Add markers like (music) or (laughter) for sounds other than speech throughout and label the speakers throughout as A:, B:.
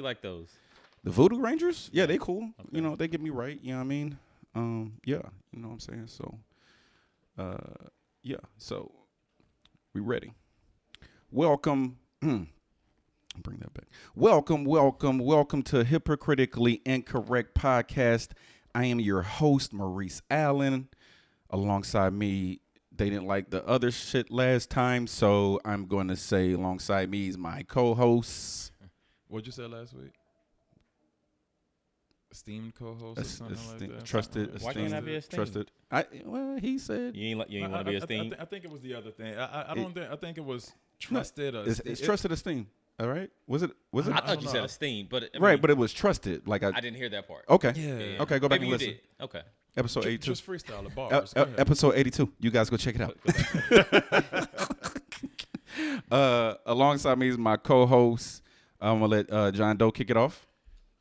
A: You like those?
B: The Voodoo Rangers? Yeah, they cool. You know, they get me right. You know what I mean? Um, yeah, you know what I'm saying? So, uh, yeah, so we ready. Welcome. (clears throat) bring that back. Welcome, welcome, welcome to Hypocritically Incorrect Podcast. I am your host, Maurice Allen. Alongside me, they didn't like the other shit last time, so I'm going to say alongside me is my co host.
C: What'd you say last week? Esteemed co-host or
B: Es-
C: something
B: esteem-
C: like that.
B: trusted,
C: Something
A: Why
C: like
A: can't I
C: that.
A: be a esteemed?
B: trusted. I well, he said
A: You ain't like you ain't
C: No, I-
A: want to be
C: I-
A: a
C: I,
A: thing.
C: thi- I think it was the other thing. I, I, I
B: It-
C: don't think. I think it was trusted. or
B: it's,
C: esteem-
B: it's
C: it-
B: trusted esteem. All right, was it? Was it
A: I,
C: I
A: thought
C: don't
A: you
C: know.
A: said esteem, but I mean,
B: right? But it was trusted. Like I,
A: I didn't hear that part.
B: okay,
C: Yeah.
B: okay, go back
A: Maybe
B: and
A: you
B: listen.
A: did. Okay.
B: Episode
C: Ju-
B: eighty two.
C: Just freestyle the bars.
B: E-
C: Go
B: e-
C: ahead.
B: episode 82. You guys go check it out. (laughs) uh, alongside me is my co-host. I'm gonna let uh, John Doe kick it off.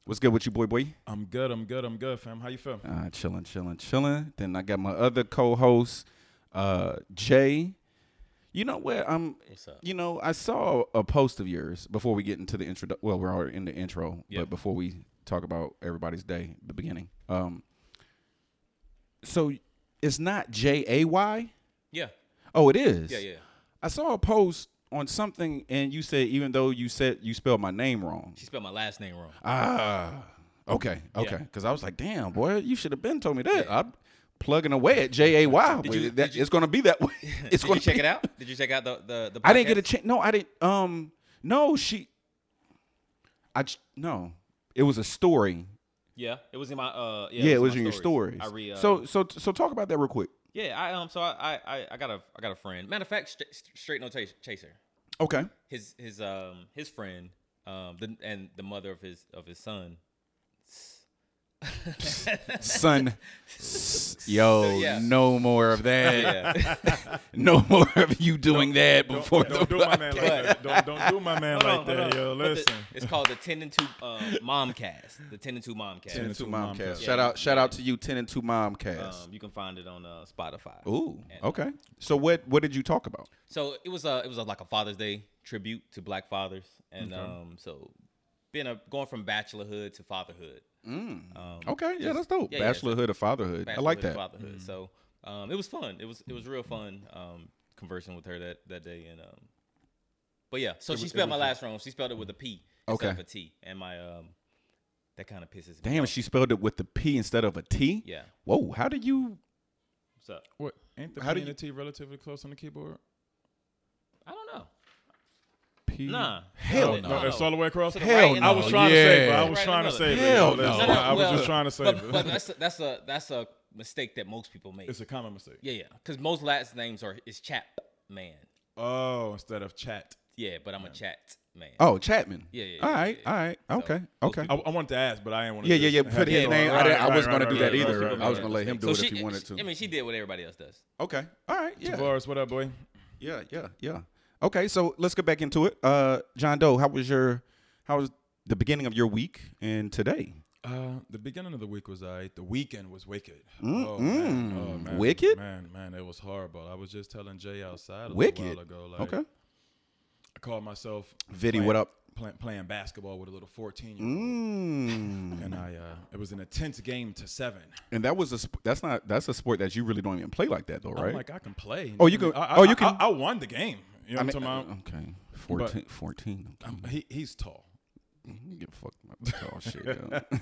B: What's good with you, boy, boy?
C: I'm good. I'm good. I'm good, fam. How
B: (laughs)
C: you feel?
B: Uh, chilling, chilling, chilling. Then I got my other co-host, uh, Jay. You know what? I'm.
A: What's up?
B: You know, I saw a post of yours before we get into the intro. Well, we're already in the intro,
A: Yeah.
B: but before we talk about everybody's day, the beginning. Um. So it's not J A Y.
A: Yeah.
B: Oh, it is.
A: Yeah. Yeah.
B: I saw a post on something, and you said even though you said you spelled my name wrong.
A: She spelled my last name wrong.
B: Ah, okay,
A: Yeah.
B: okay. Because I was like, damn, boy, you should have been told me that. I'm plugging away at J A Y.
A: Did you-
B: That-
A: did you-
B: It's gonna be
A: (laughs)
B: that way. It's
A: Did
B: gonna
A: you check
B: be-
A: it out? Did you check out the the? the
B: I didn't get a
A: podcast?
B: chance. No, I didn't. Um, no, she. I j- no. It was a story.
A: yeah. It was in my uh. Yeah.
B: Yeah, it was in
A: my
B: your stories.
A: I re. Uh,
B: so so so talk about that real quick.
A: yeah. I um. So I I I- I got a I got a friend. Matter of fact, straight, straight no chas- chaser.
B: Okay.
A: His his um his friend um the, and the mother of his of his
B: (laughs)
A: son.
B: Son. S- Yo,
A: Yeah.
B: no more of that.
A: Yeah.
B: No more of you doing that before
C: Don't, don't
B: the (laughs)
C: do my man like that. Don't, don't do my man
A: Hold
C: like
A: on, hold
C: that,
A: on.
C: yo.
A: But the-
C: Listen.
A: it's called the ten and two um, momcast. The ten and two momcast.
C: 10 and
B: Two
C: 2
B: Momcast.
C: Momcast.
B: Shout out, shout out to you, Ten and Two Momcast.
A: Um, you can find it on uh, Spotify.
B: Ooh,
A: and, uh,
B: okay. So what what did you talk about?
A: So it was a it was a, like a Father's Day tribute to Black fathers, and um, so being a going from bachelorhood to fatherhood. Um,
B: Okay, yeah,
A: just-
B: that's dope.
A: yeah, yeah, it's
B: Bachelorhood of fatherhood. I like
A: bachelorhood to
B: that. Mm.
A: Fatherhood. So um, it was fun. It was it was real fun um, conversing with her that that day, and um, but yeah. So she spelled my last wrong. She spelled it with a P instead
B: Okay.
A: of a T, and my um, that kind of pisses me.
B: Damn,
A: off.
B: she spelled it with the P instead of a T.
A: Yeah.
B: Whoa, how did you?
A: What's up?
C: What? Ain't the
B: How do
C: P
B: you-
C: and the T relatively close on the keyboard?
A: I don't know.
B: P?
A: Nah.
B: Hell
A: No,
B: no.
C: No, that's Oh, all the way across.
A: To the
B: Hell
A: right and
C: I
B: no.
A: the
C: was
A: left.
C: trying to save it.
B: yeah.
C: I was
A: Right
C: trying
A: and
C: to
A: the
C: save
A: left.
C: it.
B: Hell
C: yo.
B: no.
C: Listen,
B: No, no,
C: I was
A: well,
C: just trying to save
A: But, but
C: it.
A: that's a, that's a that's a mistake that most people make.
C: It's a common mistake.
A: Yeah, yeah. Because most last names are is Chap Man.
C: Oh, instead of chat.
A: Yeah, but I'm a Chat Man.
B: Oh, Chapman.
A: Yeah, yeah,
B: All
A: yeah,
B: right,
A: yeah,
B: all right.
A: So,
B: Okay,
A: those
B: okay.
C: I, I wanted to ask, but I didn't want to.
B: Yeah, yeah, yeah. Put his
A: Yeah,
B: name. I,
A: right,
B: didn't, I
C: right,
B: wasn't
C: right,
B: gonna do
C: right,
B: that
C: right,
B: either.
C: right, right,
B: I was
C: right.
B: gonna let him do
A: So
B: it
A: she,
B: if he wanted to.
A: I mean, she did what everybody else does.
B: okay. All right. Yeah.
C: Tavares, what up, boy?
B: Yeah. Yeah. Yeah. Okay. So let's get back into it. Uh, John Doe, how was your? How was the beginning of your week and today?
C: Uh, the beginning of the week was I. The weekend was wicked. oh, man.
B: mm.
C: oh man,
B: Wicked?
C: Man, man, it was horrible. I was just telling Jay outside a
B: Wicked.
C: little while ago. Like,
B: okay.
C: I called myself
B: Viddy,
C: playing-
B: what up?
C: Play, playing basketball with a little fourteen year old,
B: Mm.
C: and I. Uh, it was an intense game to seven.
B: And that was a sp- that's not that's a sport that you really don't even play like that though, right?
C: I'm like, I can play.
B: Oh, you
C: I mean,
B: can-
C: I,
B: oh,
C: I-
B: you can- uh,
C: I, I won the game. You know what I'm talking about?
B: okay, 14, 14. Okay.
C: Um, he, he's tall.
B: You Give a fuck about this tall
A: (laughs)
B: oh, shit. yo.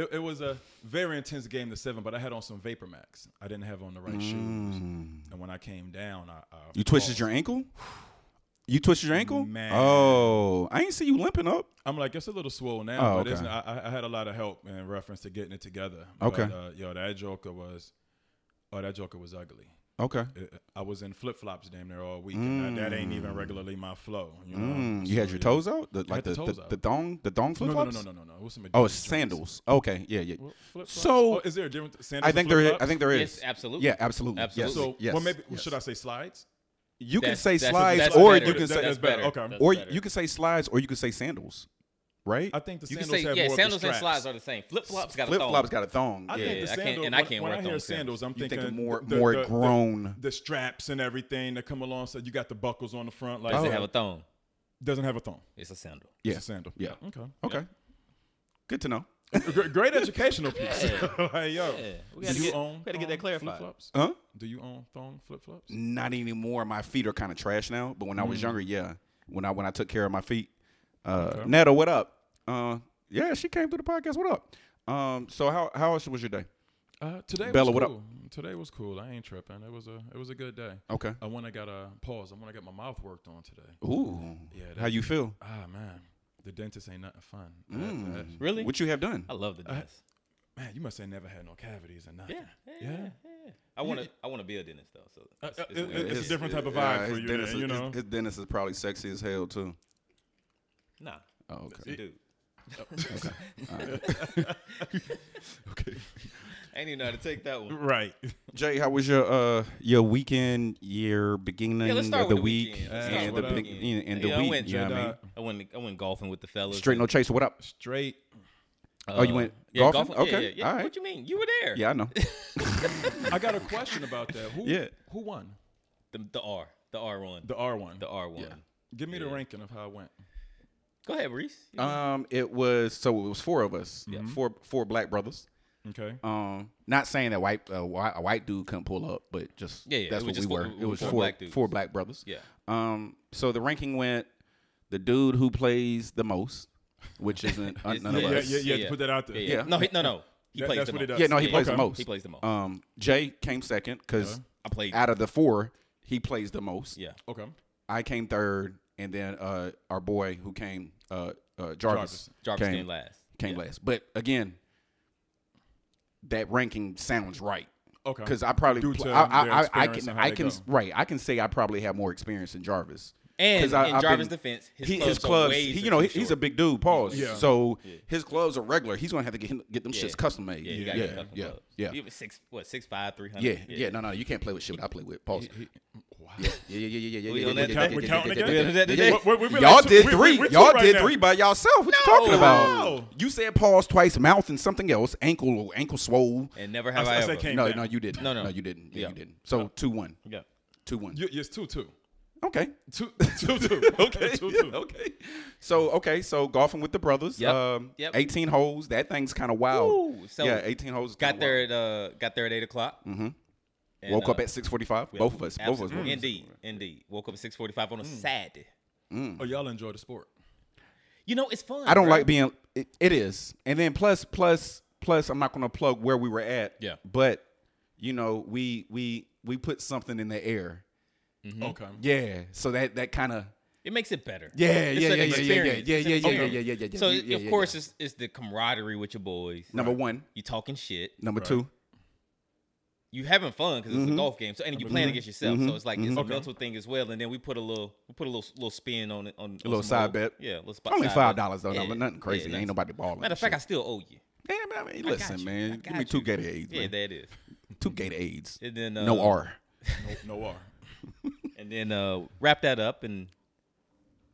C: It, it was a very intense game to seven, but I had on some Vapor Max. I didn't have on the right shoes, and when I came down, I, I
B: Mm. You twisted
C: paused.
B: your ankle. You twisted your ankle.
C: Oh. Man.
B: Oh, I ain't see you limping up.
C: I'm like, it's a little swole now,
B: Oh,
C: but
B: okay.
C: it's not, I, I had a lot of help in reference to getting it together. But,
B: Okay.
C: uh, yo, that Joker was, oh, that Joker was ugly.
B: Okay.
C: It, I was in flip flops damn near all week, and that, that ain't even regularly my flow. You, know?
B: Mm, you had
C: So,
B: your
C: yeah.
B: toes out, the, like
C: had
B: the,
C: the
B: the,
C: toes out.
B: the thong, the thong flip
C: No, no,
B: flops.
C: no, no, no, no, no. It was some
B: Oh, it's
C: Adidas joints.
B: sandals. Okay, yeah, yeah.
C: Well, flip-flops?
B: So-
C: Oh, is there a different sandals?
B: I
C: and
B: think there, I
C: flip-flops?
B: think there is.
A: Yes, absolutely.
B: Yeah, absolutely.
A: Absolutely.
B: Yes,
C: So,
B: yes,
C: well, maybe
B: yes.
C: should I say slides?
B: You can
A: That's-
B: say
A: that's-
B: slides,
A: that's
B: or
A: better.
B: you can
C: That's
B: say,
C: better. Okay.
A: That's
B: or
A: better.
B: you can say slides, or you can say sandals, right?
C: I think the
A: You can
C: sandals
A: say
C: have
A: yeah.
C: more
A: Sandals
C: of the
A: and
C: straps.
A: slides are the same. Flip flops got a
B: Flip
A: thong.
B: flops got a thong.
C: I
B: yeah.
A: Yeah,
C: think the
A: I can't-
C: sandals,
A: and I
C: when-
A: can't
C: when
A: wear
C: I
A: thong
C: hear
A: sandals.
C: sandals, I'm
B: You
C: thinking,
B: thinking more-
C: the,
B: more
C: the, the-
B: grown.
C: The, straps and everything that come along. So you got the buckles on the front. Like
A: Doesn't
C: oh,
A: have a thong.
C: doesn't have a thong.
A: It's a sandal.
B: Yeah.
C: It's a sandal.
B: Yeah.
C: Okay. Oh,
B: Okay. Good to know.
C: Gr-
B: (laughs)
C: Great educational piece. (laughs) like, yo,
A: Yeah, we
C: do
A: gotta
C: you
A: get-
C: own
A: we gotta get that
C: thong
A: clarified.
C: flip-flops?
B: Huh?
C: Do you own thong flip flops?
B: Not anymore. My feet are kind of trash now. But when I was younger, yeah. When I when I took care of my feet, uh, Netta, what up? Uh, yeah, she came through the podcast. What up? Um, so how how else was your day?
C: Uh, today
B: Bella,
C: was
B: what up?
C: cool. Today was cool. I ain't tripping. It was a it was a good day.
B: Okay.
C: I when I got a pause. I when I got my mouth worked on today.
B: Ooh.
C: Yeah, that-
B: how you feel?
C: Ah man, the dentist ain't nothing fun. That-
B: Mm.
C: that-
A: Really?
B: What you have done?
A: I love the dentist.
C: man, you must have never had no cavities or nothing.
A: yeah, yeah, yeah.
C: yeah.
A: I want to.
C: you-
A: I want to be a dentist though. So
C: Uh,
A: it's-
C: uh,
A: it's
C: it-
A: weird.
C: it's- a different type of vibe for
B: his
C: you,
B: Dentist,
C: then, you
B: is-
C: know?
B: his, his dentist is probably sexy as hell too.
A: nah,
B: Oh,
A: it's
B: okay.
A: a dude.
C: Oh.
A: (laughs)
C: (laughs) Okay.
A: I ain't even know how to take that one.
C: Right. (laughs)
B: Jay, how was your uh your weekend, your beginning
A: Yeah, let's start
B: of the
A: with the
B: week,
A: weekend. Let's
C: start
B: and the
C: with the
B: big,
A: weekend.
B: and the
A: Yeah, I
B: week?
A: went
B: you know
A: to
B: what I
C: the-
B: mean?
A: I went. I went golfing with the fellas.
B: Straight no chaser. What up?
C: Straight.
A: Uh,
B: Oh, you went
A: yeah,
B: golfing?
A: Yeah,
B: Okay,
A: yeah, yeah.
B: all right.
A: What you mean? You were there.
B: Yeah, I know.
C: I got a question about that. Who
B: Yeah.
C: who won?
A: The, the R. The R one.
C: The R one.
A: The R one.
C: Give me the
A: Yeah.
C: ranking of how it went.
A: Go ahead, Reese.
B: Um, it was so it was four of us,
A: Mm-hmm.
B: four four black brothers.
C: Okay.
B: Um, not saying that white uh, whi- a white dude couldn't pull up, but just
A: Yeah, yeah,
B: that's
A: it was
B: what
A: just
B: we
A: four-
B: were.
A: we
B: it
A: were
B: was
A: four
B: four
A: black dudes.
B: four black brothers.
A: Yeah.
B: Um, so the ranking went the dude who plays the most,
A: (laughs)
B: which isn't uh, none
A: yeah,
B: of
C: yeah,
B: us.
C: yeah, you have to put that out there.
A: Yeah, yeah.
B: Yeah.
A: No, he, no, no. He
C: That-
A: plays
C: that's
A: the
C: what he
A: most.
C: does.
B: Yeah, no, he
A: Yeah,
B: plays
A: okay.
B: the most.
A: He plays the most.
B: Um, Jay came second because
A: I played.
B: out of the four, he plays the most.
A: yeah.
C: Okay.
B: I came third, and then uh, our boy who came, uh, uh, Jarvis,
C: Jarvis.
A: Jarvis came, last.
B: Came last. But again, that ranking sounds right.
C: Okay.
B: Because I probably
C: Due
B: pl-
C: to
B: I, I, I,
C: their
B: I
C: experience
B: can
C: and how
B: I
C: they
B: can
C: go.
B: right I can say I probably have more experience than Jarvis.
A: And
B: 'Cause I-
A: in
B: I've
A: Jarvis'
B: been-
A: defense, his
B: he,
A: clubs
B: his
A: are
B: clubs,
A: ways
B: he,
A: are
B: you know,
A: too
B: he- he's
A: short.
B: a big dude. Pause.
C: Yeah.
B: So his clubs are regular. He's gonna have to get him, get them
A: Yeah.
B: shits custom made.
A: Yeah, you
B: Yeah,
A: gotta
B: yeah,
A: get
B: yeah,
A: up
B: yeah,
A: above.
B: yeah,
A: He was six, what, six five, three hundred.
B: yeah, No, no, you can't play with shit. I play with. Pause.
C: wow.
B: Yeah, yeah, yeah, yeah, yeah.
A: We
B: yeah,
A: on
B: yeah,
A: that
B: yeah,
A: today?
B: yeah,
A: We
B: yeah,
C: counting
B: yeah,
C: again?
B: yeah, yeah,
A: We on that
B: yeah,
A: today?
B: yeah.
C: We're- we're- we're
B: Y'all
C: like two-
B: did
C: we-
B: 3
C: we- we're two
B: Y'all
C: right
B: did
C: now.
B: three by yourself. What you talking
A: No.
B: about?
C: Wow.
B: You said pause twice, mouth and something else, ankle, ankle swole.
A: And never have
C: I
A: I,
C: s- I
A: ever.
C: say can't.
B: No,
C: down.
B: no, you didn't.
A: No, no.
B: no, you didn't. Yeah,
A: Yeah.
B: you didn't. So two one,
A: Yeah.
B: two one.
C: You, it's two two.
A: (laughs)
B: Okay.
C: Two (laughs)
B: (laughs)
C: two two. Okay. Two two.
B: okay. So okay, so golfing with the brothers.
A: Yep.
B: Um,
A: Yep.
B: Eighteen holes. That thing's kind of wild.
A: Ooh, so
B: Oh, yeah, eighteen holes. is
A: Got
B: kinda
A: there at uh, got there at eight o'clock. Mm-hmm.
B: wild. Woke
A: uh,
B: up at six forty-five. Both of us. Both of us. woke up at
A: Indeed, indeed. Woke up at six forty-five
C: Mm.
A: on a Saturday.
C: Oh, y'all enjoy the sport.
A: You know, it's fun.
B: I don't
A: bruh.
B: like being. It, it is, and then plus, plus, plus. I'm not going to plug where we were at.
A: Yeah.
B: But you know, we we we put something in the air.
A: Mm-hmm.
C: Okay.
B: Yeah. So that that kind of.
A: It makes it better.
B: Yeah,
A: It's
B: yeah,
A: an
B: yeah, yeah, yeah,
A: experience.
B: yeah,
A: It's an
B: yeah, yeah, yeah,
A: experience.
B: yeah, yeah, yeah, yeah,
A: So
B: yeah, yeah,
A: of
B: yeah.
A: course, it's, it's the camaraderie with your boys.
B: Number one.
A: You talking shit.
B: Number two.
A: You having fun because
B: Mm-hmm.
A: it's a golf game. So and you playing against yourself. So it's like it's a mental thing as well. And then we put a little we put a little little spin on it on a
B: little side bet.
A: Yeah, a little spot.
B: Only
A: side
B: five
A: bet.
B: dollars though.
A: Yeah,
B: no, nothing crazy.
A: yeah,
B: Ain't
A: that's-
B: nobody balling.
A: Matter of fact, I still owe you.
B: Damn, I mean,
A: Got
B: listen,
A: you. I
B: man. Give me
A: got
B: two
A: you.
B: Gatorades.
A: Yeah,
B: man.
A: that is.
B: two Gatorades.
A: And then uh,
B: no R.
C: No, no R.
A: And then
B: (laughs)
A: uh, wrap that up, and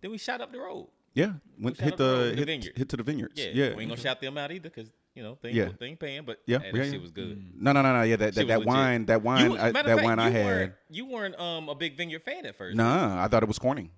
A: then we shot up the road.
B: Yeah, went
A: shout
B: hit
A: out to the
B: the, hit,
A: vineyard.
B: hit to the vineyards.
A: Yeah,
B: Yeah, yeah.
A: we ain't gonna shout them out either because you know they ain't,
B: Yeah.
A: they ain't paying. But
B: Yeah,
A: hey,
B: yeah,
A: that
B: yeah.
A: shit was good.
B: no, no, no, no. Yeah, that that,
A: Shit was
B: that
A: legit.
B: wine, that wine,
A: You-
B: I,
A: matter
B: that
A: of fact,
B: wine I
A: you
B: had.
A: Weren't, you weren't um a big vineyard fan at first,
B: Nah, I thought it was corny.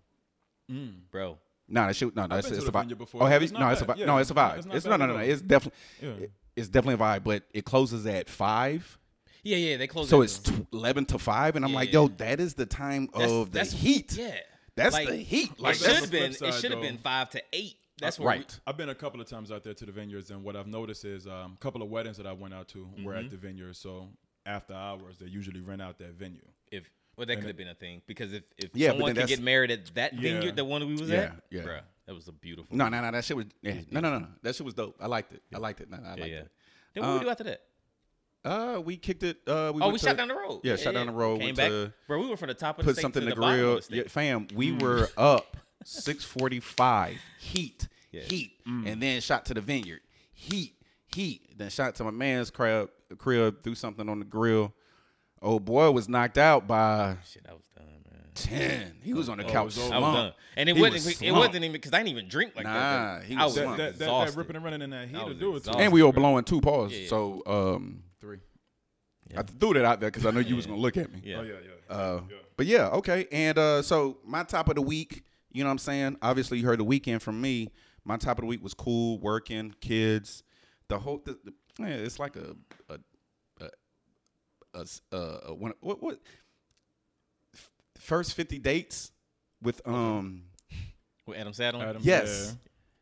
A: bro.
B: Nah, that shit. No, that's
C: been
B: it's
C: to
B: a
C: the
B: vibe.
C: vineyard before.
B: Oh, have you?
C: It's not
B: No, it's a
C: bad.
B: vibe. No,
C: Yeah,
B: it's a vibe.
C: it's not
B: It's no,
C: bad
B: no,
C: at
B: no. no.
C: all.
B: It's definitely.
C: Yeah.
B: It's definitely a vibe, but it closes at five,
A: Yeah, yeah, they closed.
B: so
A: that
B: it's
A: door.
B: tw- eleven to five, and I'm like,
A: Yeah.
B: yo, that is the time of the heat.
A: Yeah,
B: That's
A: Like,
B: the heat.
A: It
B: Like
A: should
B: that's
C: the
A: have been.
C: flip
A: It
C: side,
A: should have
C: though.
A: been five to eight. That's what we-
B: Uh, right.
C: I've been a couple of times out there to the vineyards, and what I've noticed is um, a couple of weddings that I went out to were
A: Mm-hmm.
C: at the vineyard. So after hours, they usually rent out that venue.
A: if well, that could have been a thing because if if
B: Yeah, but
A: someone
B: then
A: could
B: that's-
A: get married at that
C: Yeah.
A: vineyard, the one we was
B: Yeah,
A: at,
B: yeah.
A: bruh, that was a beautiful.
B: No, no, no. That shit was. Yeah. No, no, no, no. That shit was dope. I liked it. I liked it. No, no, I
A: yeah,
B: liked
A: yeah.
B: it.
A: Then what we do after that?
B: Uh, we kicked it. Uh, we
A: Oh,
B: went
A: we
B: to-
A: shot down the road.
B: Yeah, shot down the road.
A: Came
B: went
A: back,
B: to-
A: bro. We went from the top of the
B: put
A: steak
B: something
A: to
B: in
A: the,
B: the
A: bottom of
B: grill.
A: the
B: Yeah,
A: steak.
B: fam, we were up 645. Heat, heat, and then shot to the vineyard. Heat, heat. Then shot to my man's crib, crib threw something on the grill. Oh boy was knocked out by
A: Shit, I was done, man.
B: 10. He was on the
C: was
B: couch.
C: over.
A: Oh, I was done,
B: slumped.
A: and it
B: He
A: wasn't.
B: was
A: it
B: slumped.
A: wasn't even because I didn't even drink like
B: Nah,
A: that. though.
B: he
A: I
B: was
A: was
C: That,
B: slumped.
C: that, that, that
A: exhausted.
C: ripping and running in that heat
A: I
C: to
A: was
C: do it to
A: exhausted.
B: And
C: us.
B: we were blowing two paws. So um
C: Three.
B: I threw that out there because I know you was gonna look at me.
A: Yeah.
C: Oh, yeah, yeah.
B: Uh, But yeah, okay. And uh, so my top of the week, you know what I'm saying? Obviously, you heard the weekend from me, My top of the week was cool, working, kids, the whole. The, the- yeah, it's like a a a, a, s- a, a one, what what f- first fifty dates with um
A: With Adam Sandler.
C: Adam,
B: yes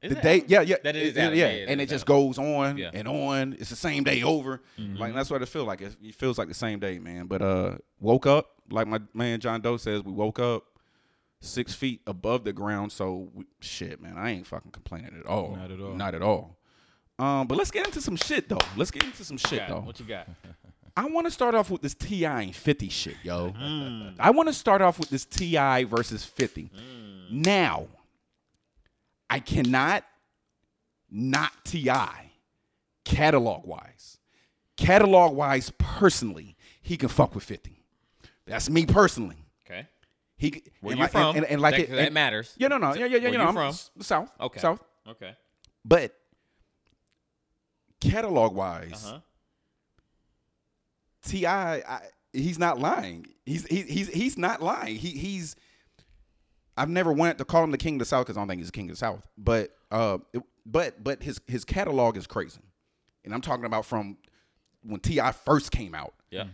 A: Is
B: the
A: it
B: date
A: Adam?
B: yeah yeah
A: That is
B: yeah,
A: Adam,
B: yeah,
A: yeah, yeah,
B: and
A: that
B: it
A: is
B: just
A: Adam.
B: goes on
A: Yeah. Mm-hmm.
B: and on. It's the same day over. Like that's what it feels like. It, it feels like the same day, man. But uh, woke up like my man John Doe says. We woke up six feet above the ground. So we, shit, man, I ain't fucking complaining at all.
C: Not at all.
B: Not at all. Um, but let's get into some shit though. Let's get into some shit
A: Got it.
B: though.
A: What you got?
B: I want to start off with this Ti and Fifty shit, yo.
A: Mm.
B: I want to start off with this Ti versus Fifty.
A: Mm.
B: Now, I cannot not Ti catalog wise, catalog wise personally, he can fuck with Fifty. That's me personally.
A: Okay.
B: He c-
A: Where
B: and
A: you
B: like,
A: from?
B: And, and, and like
A: that,
B: it,
A: that
B: and-
A: matters.
B: Yeah, no, no, yeah, yeah, yeah.
A: Where
B: you know,
A: you
B: I'm
A: from?
B: s- South.
A: Okay.
B: South.
A: Okay.
B: But catalog wise,
A: Uh huh.
B: Ti, I, he's not lying. He's he, he's he's not lying. He he's. I've never wanted to call him the king of the south because I don't think he's the king of the south. But uh, it- but but his his catalog is crazy, and I'm talking about from when Ti first came out,
A: Yeah.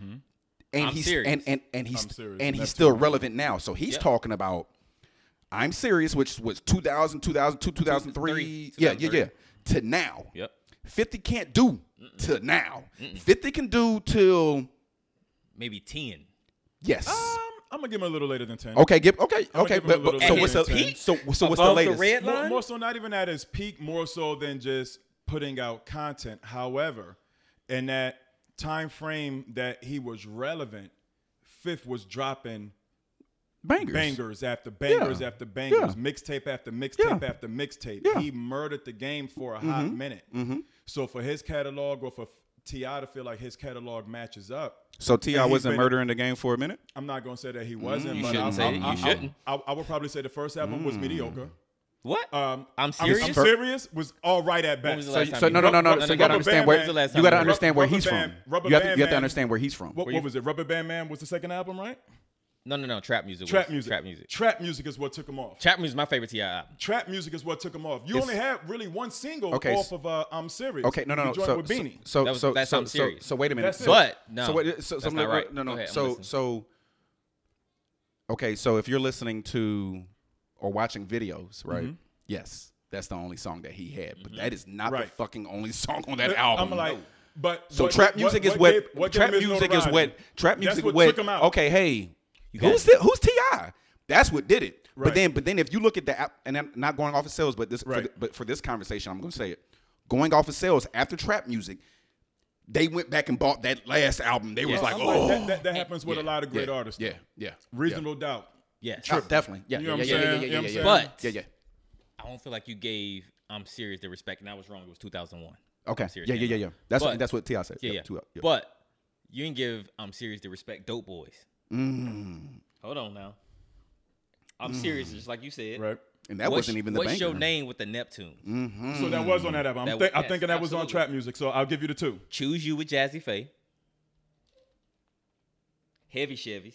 B: and
A: I'm
B: he's
A: serious.
B: and and and he's
C: I'm serious,
B: and
C: and
B: he's
C: that's
B: still
C: too much.
B: relevant now. So he's
A: Yeah.
B: talking about I'm serious, which was 2000, 2002, 2003,
A: Three,
B: yeah, yeah, yeah,
A: 2003.
B: to now.
A: Yep.
B: 50 can't do till now. 50 can do till
A: Maybe ten.
B: yes.
A: Ah,
C: Um, I'm gonna give him a little later than ten.
B: Okay, give okay,
C: I'ma
B: okay.
C: give him
B: But,
C: a
B: but-
C: little
B: so
A: bit
B: what's
A: of
B: the
A: intent.
B: so so what's the
A: Above the
B: latest?
A: red
C: More,
A: line?
C: more so, not even at his peak. More so than just putting out content. However, in that time frame that he was relevant, Fifth was dropping
B: bangers.
C: bangers after bangers
B: Yeah.
C: after bangers,
B: Yeah.
C: mixtape after mixtape
B: Yeah.
C: after mixtape.
B: Yeah.
C: He murdered the game for a hot
A: Mm-hmm.
C: minute. So for his catalog or for Ti to feel like his catalog matches up,
B: So Ti
C: And he's
B: wasn't
C: been-
B: murdering the game for a minute.
C: I'm not gonna say that he wasn't.
A: Mm, you
C: but
A: shouldn't
C: I,
A: say
C: I,
A: that. You
C: I- I-
A: shouldn't.
C: I, I would probably say the first album was mediocre.
A: What?
B: Uh,
C: Um,
A: I'm
C: I mean,
A: serious?
C: I'm serious was all right at
A: When was
C: best.
A: the
C: So
A: last
B: So,
A: time
B: so
A: you-
B: no, no, no, no.
A: Rubber
B: So you gotta
A: Band
B: understand
A: Man
B: where
A: was the last
B: you
A: time
B: gotta
A: you-
B: understand where
C: Rubber
B: he's from.
C: Band- Rubber
B: You have to-
C: Band
B: you have to
C: Man-
B: understand where he's from.
C: What, what was it? Rubber Band Man was the second album, right?
A: No, no, no. Trap music.
C: Trap
A: was-
C: music.
A: Trap music.
C: Trap music is what took him off.
A: Trap music. is My favorite Ti album.
C: Trap music is what took him off. You
B: It's-
C: only had really one single
B: Okay,
C: off
B: so-
C: of uh, I'm Serious.
B: Okay, no, no,
C: You
B: no.
C: joined
B: So,
C: with Beanie.
B: so, so,
A: That was-
B: so,
A: that's
B: so,
A: something
B: so,
A: serious.
B: so, wait a minute.
C: That's it.
B: So,
A: But, no,
B: so, wait, so, so
A: that's
B: I'm gonna-
A: not right.
B: No, no.
A: Go ahead, I'm
B: so,
A: listening.
B: so, okay. So, if you're listening to or watching videos, right?
C: Mm-hmm.
B: Yes, that's the only song that he had, but that is not the
C: Right.
B: fucking only song on that
C: But
B: album.
C: I'm like,
B: No.
C: but
B: So
C: what-
B: trap music is
C: gave-
B: what,
C: gave
B: trap
C: him his
B: music is what
C: notoriety?
B: trap
C: That's
B: music
C: what
B: what.
C: took him out.
B: Okay, hey,
A: got
B: who's
A: it.
B: the, who's Ti? That's what did it. But
C: Right.
B: then, but then if you look at the app, and I'm not going off of sales, but this, for
C: Right.
B: the- but for this conversation, I'm going to say it. Going off of sales after trap music, they went back and bought that last album. They was
A: Yeah.
B: like,
C: I'm like,
B: oh,
C: that, that, that happens with
B: Yeah,
C: a lot of great
B: yeah,
C: artists.
B: Yeah, yeah,
C: Reasonable doubt.
A: Yes.
B: yeah. Oh, definitely. Yeah,
C: You know
B: yeah,
C: what
B: yeah,
C: I'm
B: yeah,
C: saying?
B: yeah,
C: You
B: yeah,
C: know
B: yeah,
C: what
B: yeah.
A: I'm saying? But-
B: yeah, yeah.
A: I don't feel like you gave I'm serious the respect, and I was wrong. It was 2001.
B: Okay.
A: I'm serious
B: Yeah, yeah,
A: came
B: yeah,
A: out.
B: yeah. That's what
A: But-
B: that's what Ti said.
A: Yeah, yeah.
B: two up, yeah.
A: But you didn't give I'm serious the respect. Dope boys.
B: Mm.
A: Hold on now. I'm serious, just like you said.
C: Right.
B: and Mm. that
A: What's-
B: wasn't even the
A: What's your
B: banger. Mm.
A: name with the Neptune?
C: So that was on that album. I'm,
A: That
C: thi-
A: was-
C: I'm thinking that
A: yes,
C: was on
A: absolutely.
C: trap music. So I'll give you the two.
A: Choose you with Jazzy Faye. Heavy Chevys.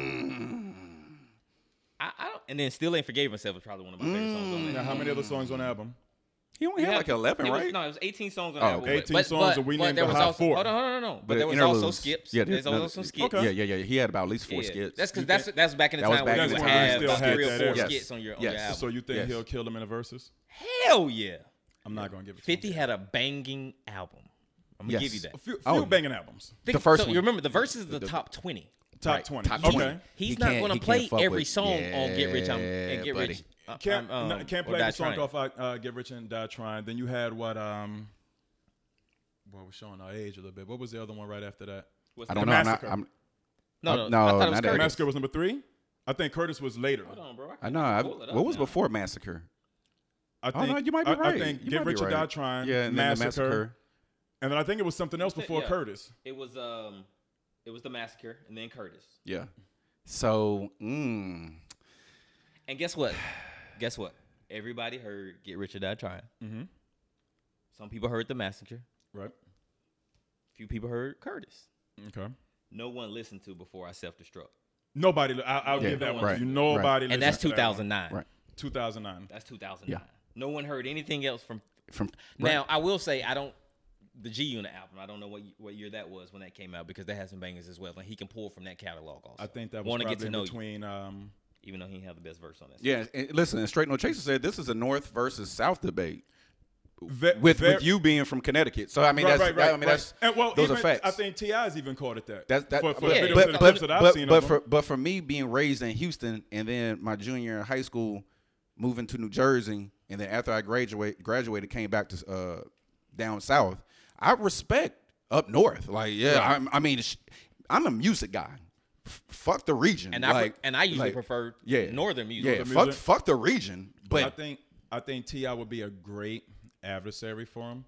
B: Mm.
A: I, I don't, and then still ain't forgave myself is probably one of my favorite songs on
B: Mm.
C: Now,
A: that.
C: how many other songs on the album?
B: He only had like eleven,
A: it was-
B: right?
A: no, it was 18 songs on
B: Oh,
A: that album.
B: okay.
C: 18
A: but,
C: songs
A: but,
C: and we
A: but
C: named
A: there
C: the
A: was
C: hot
A: also,
C: four.
A: Hold on, hold on, no, no. But,
B: But
A: there was also
B: interludes.
A: skips.
B: Yeah,
A: Yeah, there's
B: no,
A: also some skips.
C: Okay.
B: Yeah, yeah, yeah. yeah. He had about at least four
A: Yeah.
B: skits.
A: That's because
C: You
A: that's
C: think-
A: that's back in the
B: That was
A: time where
B: back
A: you
B: in
A: would
B: the time.
A: have
C: Still
A: about
C: had
A: three or
C: that
A: four
C: era.
A: skits on your on
B: Yes.
A: your album.
C: So you think
B: Yes.
C: he'll kill him in the verses?
A: Hell yeah.
C: I'm not gonna give it. to
A: 50
C: him.
A: had a banging album. I'm gonna
B: Yes.
A: give you that.
C: A few, few
B: Oh.
C: banging albums.
A: Think-
B: first
A: so
B: one.
A: You remember the verses is the, top 20.
C: Top
B: Right.
C: twenty.
B: Top
C: okay.
B: 20.
A: He's
B: He
A: not
B: can't-
A: gonna
B: he can't
A: play
B: fuck
A: every
B: with-
A: song on Get Rich on
B: Yeah,
A: and Get
B: buddy.
A: Rich. uh,
C: Can't
A: um,
C: no, can't
A: or
C: play
A: Die
C: the song
A: Trying.
C: off uh, uh, Get Rich and Die Trying. Then you had what? Um, well, we're showing our age a little bit. What was the other one right after that?
A: What's
B: I
A: that?
B: don't know. I'm not,
C: Massacre.
B: I'm,
A: No,
B: Uh,
A: no,
B: no,
A: I thought it was
B: not that.
A: Curtis.
C: Massacre was number three. I think Curtis was later.
A: Hold on, bro.
B: I know. I,
A: pull it up
B: what was
A: now.
B: before Massacre?
C: I
B: Oh
C: think
B: no, you might be
C: I,
B: right.
C: I think
B: you
C: Get
B: might
C: Rich
B: be
C: or
B: right.
C: Die Trying.
B: Yeah, and then the
C: massacre,
B: massacre.
C: And then I think it was something else before
A: Yeah.
C: Curtis.
A: It was um, it was the massacre and then Curtis.
B: Yeah. So, mm,
A: And guess what? guess what? Everybody heard Get Rich or Die Trying.
C: Mhm.
A: Some people heard the massacre.
C: Right.
A: Few people heard Curtis.
C: Okay.
A: No one listened to before I self-destruct,
C: Nobody. li- I, I'll
B: Yeah,
C: give that one.
B: right,
C: to you nobody.
A: and
C: listened
A: that's
C: to that one.
A: 2009.
B: right.
C: 2009.
A: That's 2009.
B: Yeah.
A: No one heard anything else from.
B: From
A: Now I will say I don't the G Unit album. I don't know what y- what year that was when that came out because that has some bangers as well, and he can pull from that catalog also.
C: I think that was
A: Wanna
C: probably
A: get to know you.
C: between. Um,
A: even though he didn't have the best verse on that.
B: yeah, and listen, and Straight No Chaser said this is a North versus South debate
C: ve-
B: with
C: ver-
B: with you being from Connecticut. So I mean,
C: right,
B: that's
C: right, right,
B: I mean
C: right.
B: that's
C: And, well,
B: those
C: even,
B: are facts.
C: I think Ti's even called it that.
B: That's that.
C: for, for
A: yeah.
C: the videos
B: but,
C: and the
B: but,
C: clips that I've
B: but,
C: seen.
B: but
C: of
B: for
C: him.
B: but for me being raised in Houston and then my junior in high school, moving to New Jersey, and then after I graduate graduated, came back to uh, down south. I respect up north. Like yeah, I'm, I mean, sh- I'm a music guy. F- fuck the region.
A: And I pre-
B: like,
A: and I usually
B: like,
A: prefer
B: yeah
A: northern music.
B: Yeah,
A: Northern
B: fuck
C: music.
B: fuck the region. But
C: I think I think Ti would be a great adversary for him.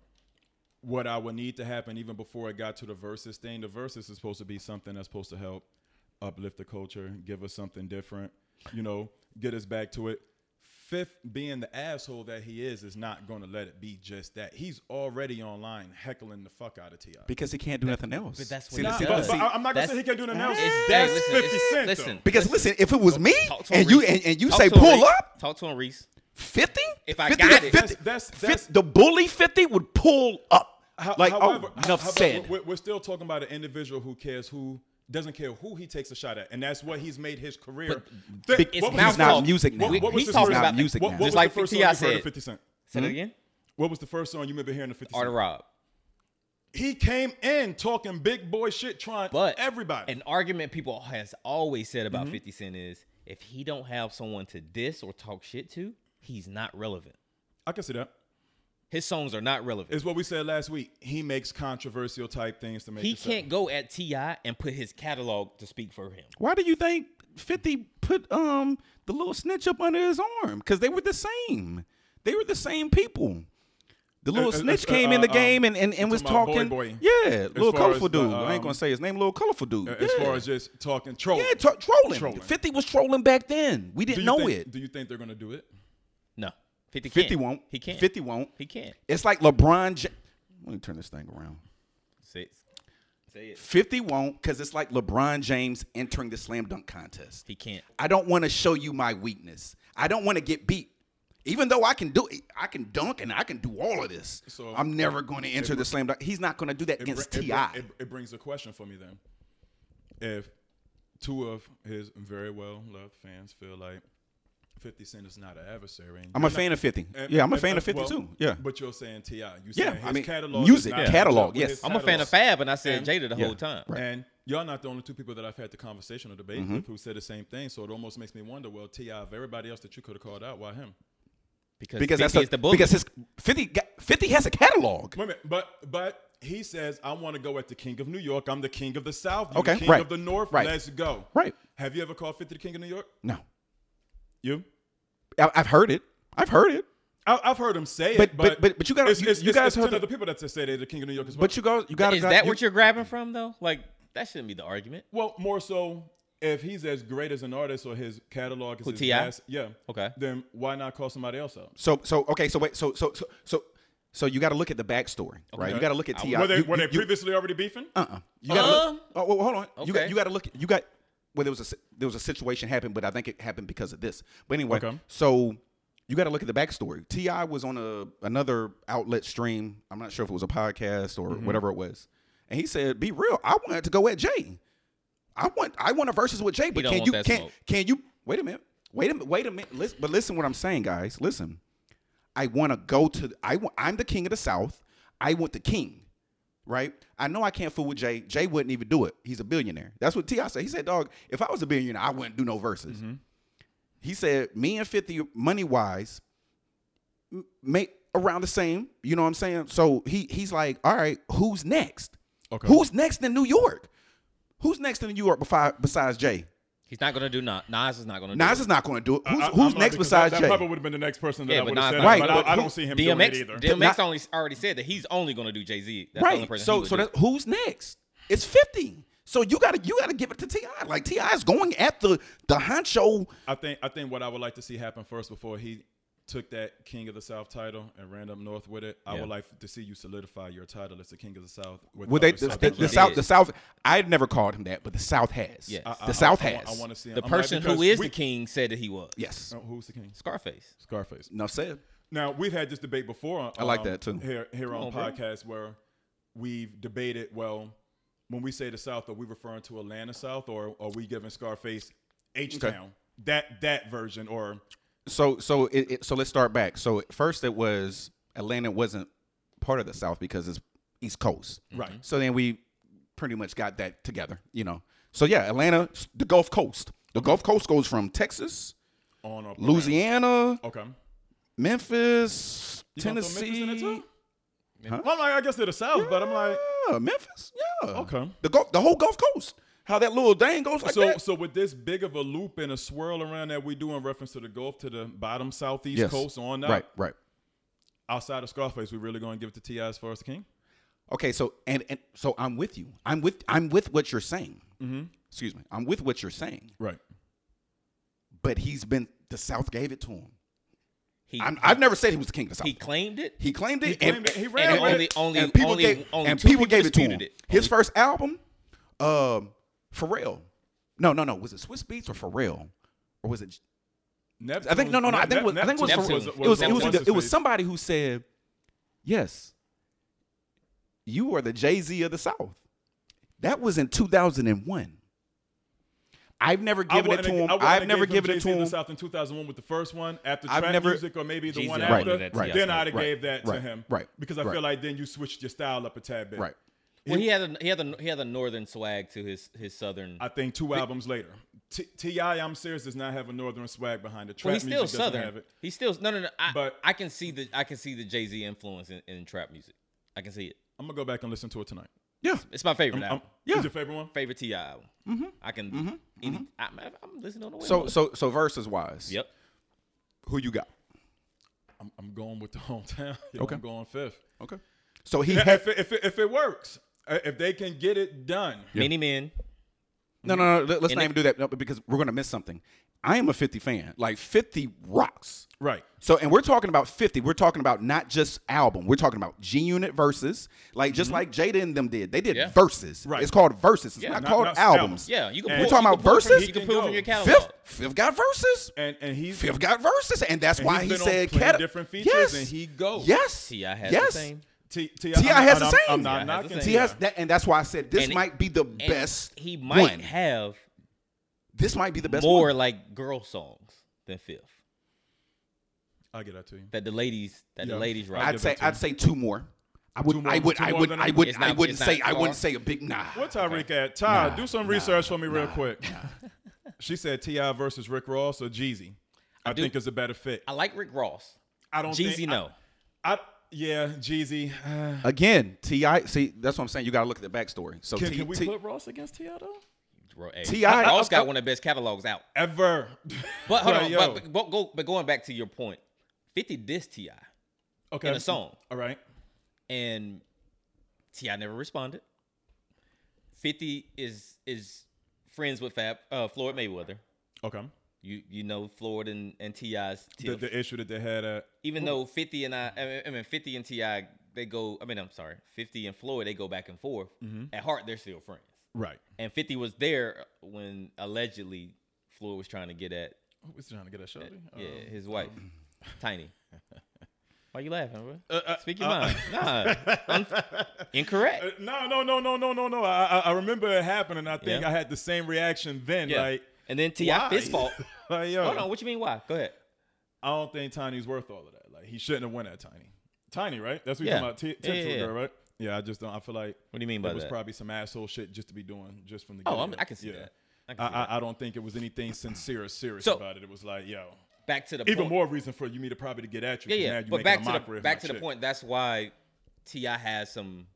C: What I would need to happen even before it got to the versus thing, the versus is supposed to be something that's supposed to help uplift the culture, give us something different, you know, get us back to it. Fifth, being the asshole that he is, is not going to let it be just that. He's already online heckling the fuck out of Ti.
B: because he can't do nothing else.
A: But that's what
B: See,
A: he
C: Nah,
B: the-
A: does.
C: but-
B: see,
C: but I- I'm not gonna
A: That's-
C: say he can't do nothing else.
A: It's-
C: That's
A: hey, listen,
C: 50
A: it's-
C: cent, though.
A: Listen,
B: because listen, if it was me
A: Talk to him,
B: and you
A: Reese.
B: and, and you
A: Talk
B: say
A: to him,
B: pull
A: Reese.
B: up
A: Talk to him, Reese.
B: fifty,
A: If I
B: 50
A: got it.
B: 50
C: That's- that's-
B: fif-
C: that's-
B: the bully fifty would pull up.
C: How-
B: like oh,
C: how-
B: enough
C: how about-
B: said.
C: We're, we're still talking about an individual who cares who doesn't care who he takes a shot at, and that's what he's made his career. Thi-
A: But it's
C: what was
A: mouth
C: his
A: not
C: song?
B: music now.
C: What, what was
A: He's
C: his
A: talking
C: first-
A: about
B: music
C: What,
B: now.
C: what
A: Just
C: was
A: like
C: the first
A: 50 I
C: song you heard
A: said.
C: of Fifty Cent?
A: Say
B: Hmm?
A: that again.
C: What was the first song you remember hearing of Fifty
A: Art of
C: Cent?
A: Rob.
C: He came in talking big boy shit, trying
A: But
C: everybody.
A: An argument people has always said about
B: Hmm?
A: 50 Cent is if he don't have someone to diss or talk shit to, he's not relevant.
C: I can see that.
A: His songs are not relevant.
C: It's what we said last week. He makes controversial type things to make.
A: he
C: it sell.
A: can't go at T.I. and put his catalog to speak for him.
B: Why do you think 50 put um the little snitch up under his arm? Because they were the same. They were the same people. The little
C: uh,
B: snitch
C: uh,
B: came
C: uh,
B: in the
C: uh,
B: game and, and, and
C: you
B: was
C: talking about Boy
B: talking.
C: Boy.
B: Yeah, little
C: far
B: colorful
C: as the,
B: dude. I ain't
C: um,
B: gonna say his name. Little colorful dude.
C: As
B: yeah.
C: far as just talking troll.
B: yeah, tro- trolling.
C: Trolling.
B: Fifty was trolling back then. We
C: do
B: didn't
C: you
B: know
C: think,
B: it.
C: Do you think they're gonna do it?
A: No. 50 can't.
B: Fifty won't.
A: He can't.
B: Fifty won't.
A: He can't.
B: It's like LeBron. Ja- Let me turn this thing around.
A: Say it. Say it.
B: Fifty won't because it's like LeBron James entering the slam dunk contest.
A: He can't.
B: I don't want to show you my weakness. I don't want to get beat. Even though I can do it, I can dunk and I can do all of this.
C: So-
B: I'm never going to enter the slam dunk. He's not going to do that
C: br-
B: against
C: br-
B: Ti.
C: It, it brings a question for me then. If two of his very well loved fans feel like 50 Cent is not an adversary. and
B: I'm
C: you're
B: a fan
C: not-
B: of 50.
C: and-
B: yeah, I'm a
C: and-
B: fan
C: and-
B: of 50
C: well,
B: too. Yeah.
C: But you're saying T.I. You
B: Yeah,
C: saying his
B: I mean,
C: catalog.
B: music,
C: is not
B: catalog,
C: with his
B: yes.
A: I'm a fan of
C: catalog.
A: Fab, and I said
C: And-
A: Jada the
B: Yeah.
A: whole time.
B: Right.
C: And y'all not the only two people that I've had the conversation or debate
B: Mm-hmm.
C: with who said the same thing. So it almost makes me wonder, well, T.I., of everybody else that you could have called out, why him?
A: Because,
B: Because
A: 50
B: that's a,
A: is the bully.
B: because his 50 got, 50 has a catalog.
C: Wait a minute, but but he says I want to go at the king of New York. I'm the king of the South. you
B: Okay,
C: the king
B: right,
C: of the North.
B: right,
C: Let's go.
B: right.
C: Have you ever called 50 the king of New York?
B: No.
C: You?
B: I, I've heard it. I've heard it.
C: I, I've heard him say
B: But-
C: it,
B: but-
C: but
B: but- but you gotta-
C: It's,
B: you-
C: it's,
B: you
C: it's-
B: guys
C: it's
B: heard
C: ten
B: the-
C: other people that say they're the king of New York as well.
B: But you go you got to
A: is that what you're grabbing from, though? Like, that shouldn't be the argument.
C: well, more so if he's as great as an artist or his catalog is
A: Who,
C: his
A: T.I.?
C: vast- yeah.
A: Okay.
C: Then why not call somebody else out?
B: So so okay, so wait, so so so so so you got to look at the backstory, right? You got to look at Ti.
C: were they
B: You-
C: were
B: you-
C: they
B: you-
C: previously already beefing?
B: Uh-uh. You gotta
A: Um,
B: look. Oh, well, hold on. You got
A: okay.
B: you got to look. You got well, there was a si- there was a situation happened, but I think it happened because of this. But anyway,
C: Okay.
B: so you got to look at the backstory. Ti was on a another outlet stream. I'm not sure if it was a podcast or
C: Mm-hmm.
B: whatever it was, and he said, "Be real. I wanted to go at Jay. I want I want a versus with Jay, but
A: don't
B: can
A: want
B: you
A: that
B: can
A: smoke.
B: can you wait a minute? Wait a minute. Wait a minute. Listen, but listen what I'm saying, guys. Listen." I want to go to. I want. I'm the king of the South. I want the king, right? I know I can't fool with Jay. Jay wouldn't even do it. He's a billionaire. That's what Ti said. He said, "Dog, if I was a billionaire, I wouldn't do no verses."
A: Mm-hmm.
B: He said, "Me and Fifty, money wise, m- make around the same." You know what I'm saying? So he he's like, "All right, who's next?
C: Okay.
B: Who's next in New York? Who's next in New York befi- besides Jay?
A: He's not going to do not. Nas is not going to do
B: Nas
A: it.
B: is not going to do it. Who's,
C: I- I'm
B: who's
C: not
B: next
C: because
B: besides
C: that,
B: Jay?
C: That probably would have been the next person that
A: Yeah,
C: I
A: but
C: would have
A: Nas-
C: said.
B: Right,
C: But I,
B: but
C: I
B: who-
C: don't see him doing it
A: DMX,
C: either.
A: DMX
B: Not-
A: only already said that he's only going to do Jay Z. That's the only
B: right.
A: person. he
B: So
A: would
B: so
A: do.
B: that, who's next? It's fifty. So you gotta you gotta give it to Ti. Like Ti is going at the the honcho.
C: I think I think what I would like to see happen first before he took that King of the South title and ran up north with it, I
A: Yeah.
C: would like to see you solidify your title as the King of Oh, the South. With
B: Well, they
C: other
B: the,
C: Southern
B: the,
A: think he
B: the
C: rappers.
B: South
A: did.
B: the South. I've never called him that, but the South has.
A: Yes.
B: the
A: I-
C: I-
B: South
C: I- I
B: has.
C: want- I want to see him.
A: the
C: I'm like,
A: person who
C: because
A: is
C: we-
A: the king said that he was.
B: yes.
C: Oh, who's the king?
A: Scarface.
C: Scarface.
B: No said.
C: Now we've had this debate before. On, um,
B: I like that, too.
C: Here, here on,
A: on, bro.
C: podcast where we've debated. Well, when we say the South, are we referring to Atlanta South, or are we giving Scarface H Town that that version, or
B: So so it, it so let's start back. So at first it was Atlanta wasn't part of the South because it's East Coast.
C: right?
B: So then we pretty much got that together, you know. So yeah, Atlanta, s- the Gulf Coast. The Gulf Coast goes from Texas,
C: On up around-
B: Louisiana,
C: Okay.
B: Memphis,
C: You gonna throw Memphis
B: Tennessee.
C: in there, too? Well, I'm like, I guess they're the South, but I'm like,
B: yeah, Memphis, yeah.
C: Okay.
B: The Gulf, the whole Gulf Coast. How that little dang goes like
C: so
B: that.
C: so with this big of a loop and a swirl around that we do in reference to the Gulf to the bottom southeast
B: Yes.
C: coast on out
B: Right, right.
C: outside of Scarface, we really going to give it to Ti as far as the king.
B: Okay, so and, and so I'm with you. I'm with I'm with what you're saying.
C: Mhm.
B: Excuse me. I'm with what you're saying.
C: Right.
B: But he's been the South gave it to him.
A: He
B: I'm, I've never said he was the king of the South.
A: he
B: He,
A: claimed it.
B: claimed it.
C: He claimed
B: and,
C: it. He ran
A: And
C: with
A: only,
C: it.
A: only,
B: and people
A: only,
B: gave,
A: only
B: and
A: two
B: people gave it to him.
A: disputed it.
B: His
A: Only-
B: first album, um, Pharrell. No, no, no. Was it Swiss Beats or Pharrell, or was it?
C: Neptune
B: I think no, no, no. I think it was, I think it was,
A: Neptune.
B: Pharrell.
A: Neptune.
B: it was, it was,
A: Neptune.
B: it was somebody who said, "Yes, you are the Jay Z of the South." That was in two thousand and one. I've never
C: I
B: given it
C: wouldn't
B: to
C: have-
B: him.
C: I wouldn't
B: I've
C: have
B: never
C: gave
B: given it
C: Jay-Z
B: to
C: in
B: him.
C: the South in 2001 with the first one after
B: I've
C: trap
B: never-
C: music or maybe the
A: Jeezy
C: one
A: did
C: after.
A: that to
B: Right.
C: Then
A: us.
C: I'd have
B: Right.
C: gave that to
B: Right.
C: him.
B: Right.
C: Because I
B: Right.
C: feel like then you switched your style up a tad bit.
B: Right.
A: Well, he had a he had a he had a northern swag to his his southern.
C: I think two albums later, T- Ti, I'm serious, does not have a northern swag behind it. Trap
A: well, he's
C: music
A: still
C: doesn't have
A: southern.
C: it.
A: He's still no no no. I,
C: But-
A: but I can see the I can see the Jay Z influence in, in trap music. I can see it.
C: I'm gonna go back and listen to it tonight.
B: Yeah,
A: It's my favorite
C: Um,
A: album.
B: Yeah.
C: Is your favorite one?
A: favorite Ti album.
C: Mm-hmm.
A: I can. Any, I'm, I'm listening on the way.
B: So so so verses wise,
A: yep.
B: who you got?
C: I'm, I'm going with the hometown. (laughs) Yo,
B: Okay.
C: I'm going fifth.
B: Okay. So
C: (laughs)
B: he
C: Yeah,
B: had
C: if, it, if, it, if it works, uh, if they can get it done,
A: Many men.
B: no no no. Let, us
A: And
B: not
A: it-
B: even do that no, because we're gonna miss something. I am a Fifty fan. Like Fifty rocks.
C: right?
B: So and we're talking about 50. We're talking about not just album. We're talking about G Unit verses. Like just like Jada and them did. They did
A: Mm-hmm. Yeah.
B: verses.
C: Right.
B: It's called verses. It's
A: Yeah.
B: not,
C: Not-
B: called
C: not
B: albums.
C: albums.
A: Yeah, you can.
C: And-
A: pull-
B: We're talking
A: you
B: about
A: can pull from-
B: verses?
A: You can pull from your catalog.
B: Fifth, Fifth got verses.
C: And and he's
B: Fifth got verses, and that's
C: And
B: why
C: he's
B: he
C: been on
B: said
C: plenty
B: cat-
C: different features,
B: Yes.
C: and he goes.
B: Yes.
A: Ti has the
B: yes.
A: same.
C: T, T,
B: T.I. has the
C: I'm,
B: same.
C: I'm
A: T.I.
C: not
A: has the
C: knocking.
A: same.
B: He
A: Yeah.
B: has that, and that's why I said this
A: And it-
B: might be the
A: And
B: best.
A: He might
B: one.
A: have
B: This might be the best.
A: more
B: one.
A: like girl songs than Fifth.
C: I get that to you.
A: That the ladies. That
C: Yeah.
A: the ladies
C: I'll
A: rock.
B: I'd
C: give
B: say
C: it to
B: I'd say two more. I would
C: more-
B: I would
C: two
B: I
C: more
B: would
C: than
B: I
C: him?
B: would
A: It's
B: I
A: not-
B: wouldn't
A: it's not
B: say I
A: far.
B: wouldn't say a big nah.
C: What Tyreek at? Ty, do some research for me real
B: nah,
C: quick. (laughs) She said Ti versus Rick Ross or Jeezy. I,
A: do-
C: think it's a better fit.
A: I like Rick Ross.
C: I don't.
A: Jeezy,
C: think,
A: no.
C: I, I yeah, Jeezy. Uh,
B: Again, Ti. See, that's what I'm saying. You got to look at the backstory. So
C: can,
B: T-
C: can we
B: T-
C: put Ross against Ti though?
A: Ro- hey,
B: T.I.
A: Ross got one of the best catalogs out.
C: Ever.
A: (laughs) But hold
C: Like,
A: on,
C: yo.
A: but, but, go- go, but going back to your point, 50 dissed Ti
C: okay.
A: in a song.
C: All right.
A: and Ti never responded. Fifty is is friends with Fab uh, Floyd Mayweather.
C: Okay.
A: You you know Floyd and and Ti's
C: The,
A: tiff.
C: the issue that they had at
A: even though Fifty and I, I mean- I mean Fifty and Ti, they go. I mean I'm sorry, Fifty and Floyd they go back and forth.
C: Mm-hmm.
A: At heart, they're still friends.
C: right.
A: And Fifty was there when allegedly Floyd was trying to get at
C: Who was Oh, trying to get a shorty? Oh.
A: yeah, his
C: (laughs)
A: wife, Tiny. Oh. Why you laughing, bro?
C: Uh, uh,
A: Speak your mind.
C: (laughs)
A: Nah, un- incorrect.
C: Uh, No, no, no, no, no, no, no. I, I- I remember it happened, and I think
A: Yeah.
C: I had the same reaction then.
A: Yeah.
C: Like,
A: and then Ti
C: why?
A: fist
C: (laughs)
A: fault.
C: like, yo,
A: Hold on, what you mean? Why? Go ahead.
C: I don't think Tiny's worth all of that. Like, he shouldn't have went at Tiny. Tiny, right? That's what you're
A: Yeah.
C: talking about. T-
A: Yeah,
C: Tipsy
A: yeah, yeah.
C: girl, right? Yeah, I just don't. I feel like
A: What do you mean
C: it
A: by
C: was
A: that?
C: probably some asshole shit just to be doing just from the.
A: oh,
C: get-go.
A: I'm, I can see
C: Yeah.
A: that. I can
C: I,
A: see that.
C: I, I don't think it was anything sincere or serious
A: So-
C: about it. It was like, yo,
A: back to the
C: even
A: point.
C: more reason for you me to probably to get at you.
A: Yeah,
C: 'cause
A: yeah.
C: Now you
A: But
C: making
A: back
C: a
A: to
C: mockery
A: the
C: of
A: back
C: my
A: to the
C: shit.
A: point. That's why Ti has some.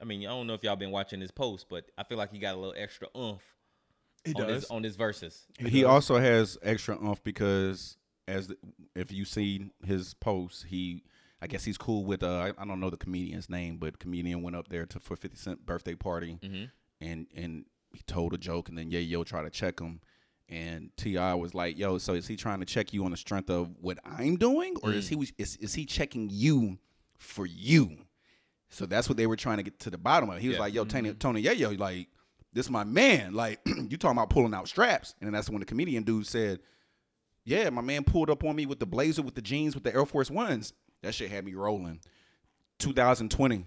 A: I mean, I don't know if y'all been watching his post, but I feel like he got a little extra oomph
C: He
A: on
C: does.
A: his on his verses.
B: he also has extra umph because as the, if you seen his posts, he I guess he's cool with uh I, I don't know the comedian's name, but comedian went up there to for Fifty Cent birthday party
A: Mm-hmm.
B: and and he told a joke and then yeah yo tried to check him. And Ti was like, "Yo, so is he trying to check you on the strength of what I'm doing, or is
C: Mm.
B: he is, is he checking you for you?" So that's what they were trying to get to the bottom of. He was
A: Yeah.
B: like, "Yo, Tony,
C: Mm-hmm.
B: Tony, yeah, yo, like this my man. Like (clears throat) you talking about pulling out straps?" And then that's when the comedian dude said, "Yeah, my man pulled up on me with the blazer, with the jeans, with the Air Force Ones." That shit had me rolling. 2020,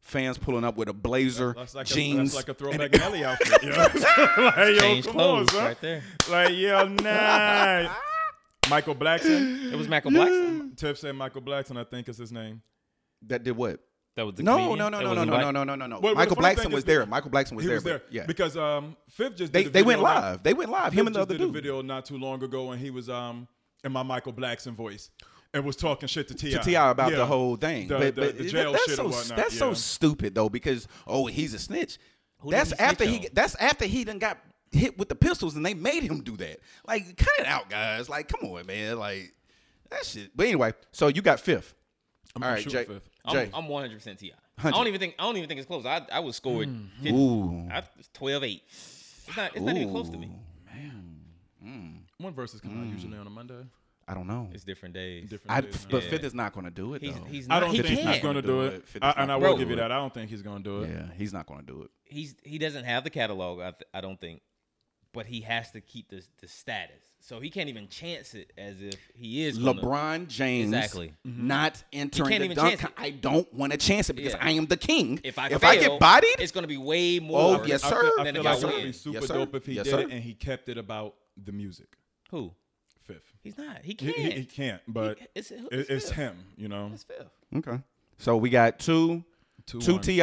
B: fans pulling up with a blazer,
C: That's like
B: jeans.
C: a, that's like a throwback Nelly outfit. You know? (laughs) like, yo,
A: Change
C: come on,
A: clothes
C: son.
A: right there.
C: Like,
A: (laughs)
C: yo, nah. Michael Blackson.
A: It was Michael Blackson.
C: Tiff said Michael Blackson, I think is his name.
B: that did what?
A: (laughs) That was the
B: No,
A: comedian?
B: no, no,
A: That
B: no, no,
A: wasn't
B: no,
A: black?
B: no, no, no, no, no.
C: Well,
B: Michael
C: the funny thing
B: Blackson
C: is
B: was
C: that-
B: there. Michael Blackson was
C: He
B: there.
C: was there.
B: but- Yeah.
C: Because um, Fifth just
B: They,
C: did a
B: they
C: video
B: went
C: not-
B: live. They went live. Him
C: Fifth
B: and the
C: just
B: other
C: did a
B: dude.
C: video not too long ago, and he was um in my Michael Blackson voice and was talking shit to Ti
B: to Ti about
C: Yeah.
B: the whole thing.
C: The-
B: but
C: the-
B: but
C: the jail
B: that's
C: shit
B: so
C: and whatnot,
B: that's so
C: yeah.
B: stupid though because oh he's a snitch.
A: did
B: that's
A: he snitch
B: after
A: on?
B: he that's after he done got hit with the pistols and they made him do that. Like cut it out, guys. Like come on, man. Like that shit. But anyway, so you got fifth.
C: I'm
B: All right,
C: shooting
B: Jay.
C: Fifth.
B: Jay.
A: I'm, I'm 100% Ti. I don't even think I don't even think it's close. I I was scored 50,
B: Ooh.
A: I, 12-8. It's not it's not even close to me.
C: When verses come out usually on a Monday?
B: I don't know.
A: It's different days.
C: Different.
B: Mm. I,
C: days,
B: but
A: Yeah.
B: fifth is not going to do it.
A: He's
B: though.
A: he's
C: I
A: not,
C: don't
A: he
C: think he's
A: can't.
C: going to do
B: do
C: it.
B: it. Fifth
C: I,
B: is
C: and
B: not
C: I
B: gonna
C: will
A: do
C: give you
A: it.
C: that. I don't think he's going to do it.
B: yeah, he's not going to do it.
A: He's he doesn't have the catalog. I, th- I don't think, but he has to keep the the status. So he can't even chance it as if he is gonna-
B: LeBron James Mm-hmm.
A: Exactly.
B: not entering
A: can't
B: the
A: even
B: dunk.
A: chance it.
B: I don't want to chance it because
A: Yeah.
B: I am the king.
A: If I
B: if
A: fail,
B: I get bodied,
A: it's going to be way more.
B: Oh, yes,
C: I
B: sir.
C: feel, I
A: Then
C: feel
A: it got
C: like it would
A: win.
C: be super
B: Yes, sir.
C: dope if he
B: Yes,
C: did
B: sir.
C: it and he kept it about the music.
A: Who?
C: Fifth.
A: He's not. He
C: He,
A: can't.
C: he, he can't, but
A: He- it's, it's,
C: it, it's
A: fifth.
C: him, you know?
A: It's fifth.
B: Okay. So we got two, two
C: one.
B: TIs.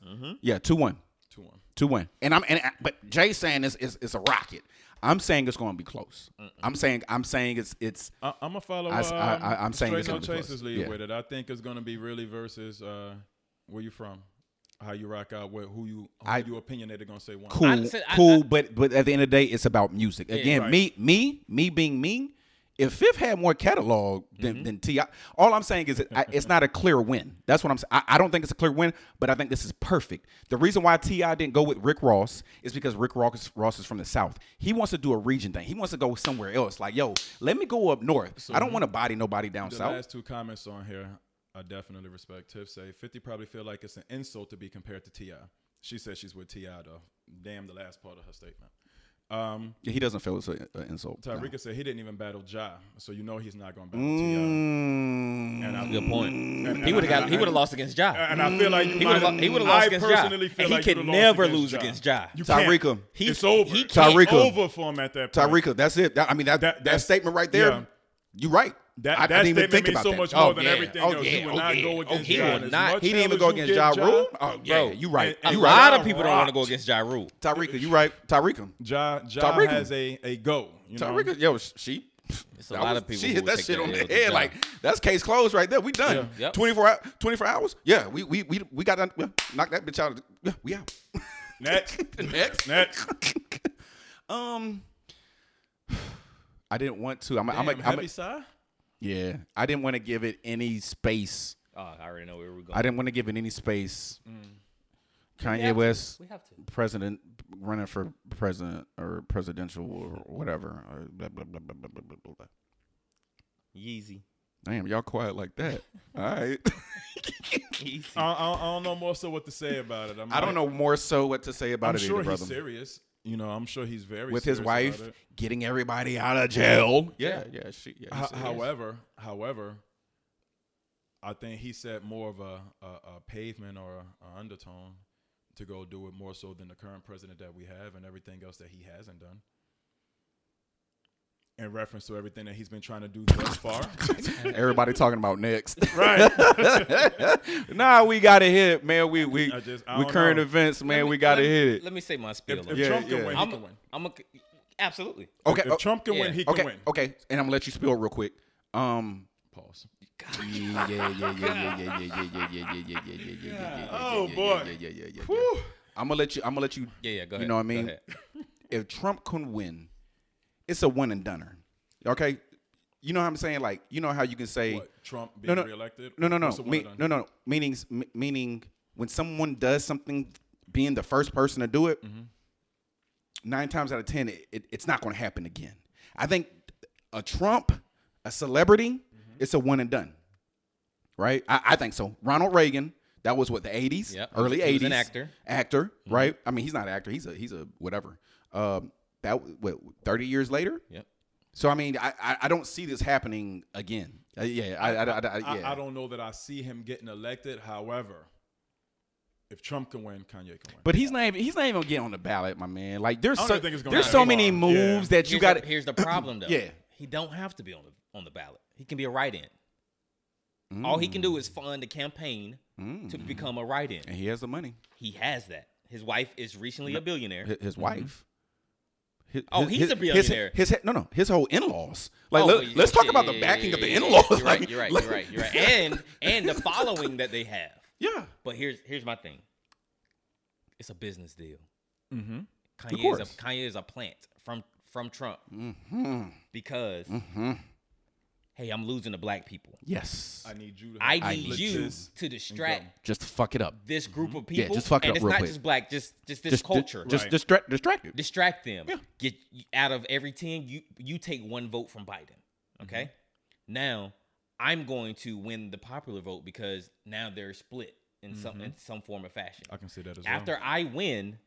A: Mm-hmm.
B: Yeah, two one,
C: Two, one.
B: two one. And I'm and I- but Jay saying is is it's a rocket. I'm saying it's going to be close. I'm saying I'm saying it's it's
C: I, I'm gonna follow. um,
B: I-
C: I,
B: I- I- I'm saying it's
C: straight
B: gonna
C: no
B: be close.
C: chasers lead
B: Yeah.
C: with it. I think it's gonna be really versus uh, where you from, how you rock out, where, who you, who
B: I-
C: you opinionated gonna say one.
B: cool,
A: I'd say- I-
B: cool.
A: I-
B: but but at the end of the day, it's about music. Again,
C: right.
B: me me me being me. If Fifth had more catalog than, than Ti, all I'm saying is that I, it's not a clear win. That's what I'm saying. I don't think it's a clear win, but I think this is perfect. The reason why Ti didn't go with Rick Ross is because Rick Ross, Ross is from the South. He wants to do a region thing. He wants to go somewhere else. Like, yo, let me go up north. I don't want to body nobody down
C: The
B: south.
C: last two comments on here, I definitely respect. Tiff say Fifty probably feel like it's an insult to be compared to Ti. She says she's with Ti though. Damn, the last part of her statement. Um,
B: Yeah, he doesn't feel it's an insult. No.
C: Tyreeka said he didn't even battle Ja, so you know he's not gonna battle Ti.
B: Mm.
C: And I,
A: Good point.
C: and
A: he would have
C: I-
A: got. He
C: I-
A: would have lost against Ja.
C: And I feel like you
A: He
C: might
A: would
C: have.
A: have. He would have lost
C: I
A: against Ja.
C: personally feel
A: and
C: like
A: he
C: you
A: can
C: would've lost
A: never
C: against
A: lose
C: Ja.
A: against Ja.
C: You can't.
B: Tyreek him.
A: He-
C: it's over.
A: he
C: it's
A: can't-
C: over for him at that point.
B: Tyreeka, that's it. That- I mean, that
C: That-
B: that,
C: that's-
B: statement right there.
C: yeah.
B: You right.
C: That,
B: I, I
C: that
B: didn't even
C: statement
B: think
C: means
B: about
C: so
B: that.
C: much
B: Oh,
C: more than
A: yeah.
C: everything
B: Oh,
C: else.
B: yeah.
C: You will
B: Oh,
C: not
B: yeah.
C: go
B: Oh,
C: against
A: he
C: Ja.
A: will
C: And as
A: not-
C: much
B: He didn't
C: hell
B: even
C: as
B: go
C: you
B: against
C: give
B: Ja Rule.
C: Ja, um,
B: Oh yeah,
A: Bro,
B: you right.
C: and-
A: A
B: you
C: and
A: lot
B: right.
A: of people don't want to go
C: rocked.
A: against Ja Rule.
B: Tyreeka, you right. Tyreeka.
C: Ja, ja
B: Tyreek.
C: has a, a go. You know?
B: Tyreeka, yo, sh- she.
A: It's a
B: that
A: lot
B: was-
A: of people
B: She
A: who
B: hit
A: would
B: that
A: take
B: shit
A: that
B: on
A: L
B: the
A: to
B: head.
A: Ja.
B: Like that's case closed right there. We done.
A: Yeah. Yep.
B: 24, hou- 24 hours. Yeah, we we we we got done. Yeah, knock that bitch out. Yeah, we out.
C: Next.
B: Next.
C: Next.
B: um, (sighs) I didn't want to. I'm. a- I'm. a-
C: Damn,
B: I'm. a-
C: heavy sigh?
B: yeah, I didn't want to give it any space.
A: Oh, I already know where we're going.
B: I didn't want to give it any space.
C: Mm.
B: Kanye
A: have to.
B: West,
A: We have to.
B: president, running for president or presidential or whatever. Or blah, blah, blah, blah, blah, blah, blah, blah, blah. (laughs)
A: Yeezy.
B: Damn, y'all quiet like
C: (laughs)
B: that. All right.
A: Yeezy.
C: I, I, I don't know more so what to say about it. I'm
B: I don't know more so what to say about
C: I'm
B: it
C: sure
B: either,
C: he's
B: brother.
C: serious. You know, I'm sure he's very
B: With his
C: serious about
B: wife
C: it.
B: getting everybody out of jail. Yeah, yeah, she. Yeah, he's
C: Ho-
B: serious.
C: however, however, I think he set more of a, a, a pavement or a, a undertone to go do it more so than the current president that we have and everything else that he hasn't done. In reference to everything that he's been trying to do
B: (laughs)
C: thus far, (laughs)
B: everybody talking about next. (laughs)
C: right?
B: nah, we gotta hit, it, man. We we
C: I just- I
B: we
C: don't
B: current
C: know.
B: events, man.
A: Let me-
B: we gotta
A: let me-
B: hit it.
A: Let me say my spiel.
C: If,
A: on
C: if
A: it.
B: Yeah,
C: Trump can
B: yeah.
C: win, he
A: I'm,
C: can win.
A: I'm a, absolutely.
B: okay,
C: If
B: oh,
C: Trump can
A: yeah.
C: win, he can
B: okay,
C: win.
B: okay. And I'm gonna let you spill real quick. Um,
C: Pause.
B: Yeah, yeah, yeah, yeah, yeah, yeah, yeah, yeah, yeah, yeah, yeah, yeah, yeah, yeah, yeah, yeah, yeah, yeah.
C: Oh,
B: yeah,
C: boy.
B: Yeah, yeah, yeah, yeah, yeah. I'm gonna let you. I'm gonna let you.
A: Yeah, yeah. Go ahead.
B: You know what I
A: Go
B: mean?
A: ahead.
B: If Trump can win, it's a one and doneer. Okay. You know how I'm saying? Like, you know how you can say.
C: What, Trump being
B: no.
C: reelected?
B: No, no, no.
C: What's the one
B: Me,
C: and done?
B: no, no. Meaning, meaning, when someone does something, being the first person to do it,
A: Mm-hmm.
B: nine times out of ten, it, it, it's not going to happen again. I think a Trump, a celebrity,
A: Mm-hmm.
B: it's a one and done, right? I, I think so. Ronald Reagan, that was what the eighties,
A: Yep.
B: early
A: He was
B: eighties,
A: an actor. Mm-hmm.
B: actor, right? I mean, he's not an actor. He's a he's a whatever. Um, that w- what thirty years later,
A: Yep.
B: So I mean, I, I, I don't see this happening again. Uh, yeah, I, I, I, I-
C: I,
B: Uh, yeah.
C: I don't know that I see him getting elected. However, if Trump can win, Kanye can win.
B: But he's not even he's not even gonna get on the ballot, my man. Like there's
C: I don't
B: so
C: even think it's gonna
B: there's
C: happen
B: so many
C: tomorrow. Yeah.
B: moves that
A: here's
B: you got.
A: The,
B: (clears throat)
A: here's the problem though.
B: Yeah.
A: He don't have to be on the on the ballot. He can be a write-in. All he can
B: Mm.
A: do is fund a campaign to become a write-in.
B: and he has the money.
A: He has that. His wife is recently a billionaire.
B: His, his wife. His,
A: Mm-hmm. Oh,
B: his-
A: he's
B: his-
A: a billionaire.
B: His, his no no his whole in laws. Like
A: Oh,
B: let,
A: well, yeah,
B: us talk
A: yeah,
B: about
A: yeah,
B: the
A: yeah,
B: backing
A: yeah,
B: of the
A: yeah,
B: in
A: yeah.
B: laws.
A: You're right. You're right. You're right. You're right. And and the following that they have.
B: Yeah.
A: But here's here's my thing. It's a business deal.
C: mm-hmm.
A: Kanye is a,
B: course. Mm.
A: Kanye is a plant from from Trump
B: Hmm,
A: because
B: Mm-hmm.
A: hey, I'm losing to black people.
B: Yes.
C: I need you. To
A: I
C: help
A: need
C: split
A: you
C: this.
A: to distract
B: just fuck it up.
A: this group of
B: Mm-hmm. Yeah,
A: people.
B: just fuck it
A: and
B: up
A: it's
B: real
A: not
B: quick.
A: just black, just just this
B: Just
A: culture.
B: Just
C: Right.
B: distract distracted.
A: distract them.
B: Yeah.
A: Get out of every ten, you you take one vote from Biden.
B: Mm-hmm.
A: Okay, now I'm going to win the popular vote because now they're split in
B: Mm-hmm.
A: some in some form or fashion.
C: I can see that as
A: After
C: well.
A: I win,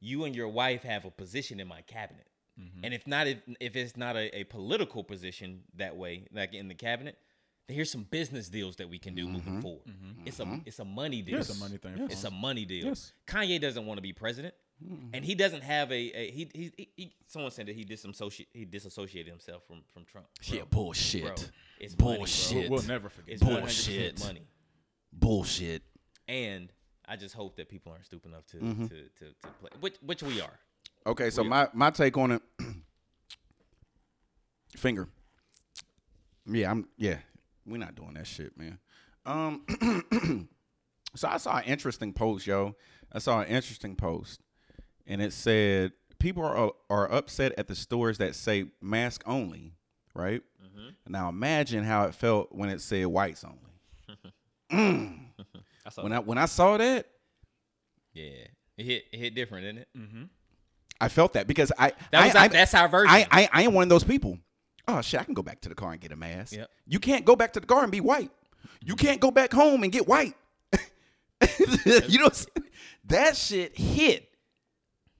A: you and your wife have a position in my cabinet.
B: Mm-hmm.
A: And if not, if, if it's not a, a political position that way, like in the cabinet, then here's some business deals that we can
B: Mm-hmm.
A: do moving forward. It's a it's a money deal.
C: It's a money thing.
A: It's a money deal.
B: Yes.
A: Kanye doesn't want to be president, and he doesn't have a, a he, he, he, he- Someone said that he disassociate he disassociated himself from from Trump. Bro,
D: Yeah, bullshit.
A: bro, it's Money,
D: Bullshit.
A: bro.
C: We'll never forget.
A: It's
C: that.
A: 100%
D: Bullshit.
A: money.
D: Bullshit.
A: And I just hope that people aren't stupid enough to
B: Mm-hmm.
A: to, to to play, which which we are.
B: Okay, so my my take on it, (clears throat) finger. Yeah, I'm. Yeah, we're not doing that shit, man. Um, (clears throat) so I saw an interesting post, yo. I saw an interesting post, and it said people are are upset at the stores that say mask only, right?
A: Mm-hmm.
B: Now imagine how it felt when it said whites only.
A: I saw
B: When I when I saw that,
A: Yeah, it hit it hit different, didn't it?
B: I felt that because I
A: That was
B: I,
A: our,
B: I-
A: that's our version.
B: I, I I am one of those people. Oh shit, I can go back to the car and get a mask.
A: Yep.
B: You can't go back to the car and be white. You can't go back home and get white. (laughs) you know what I'm saying? that shit hit.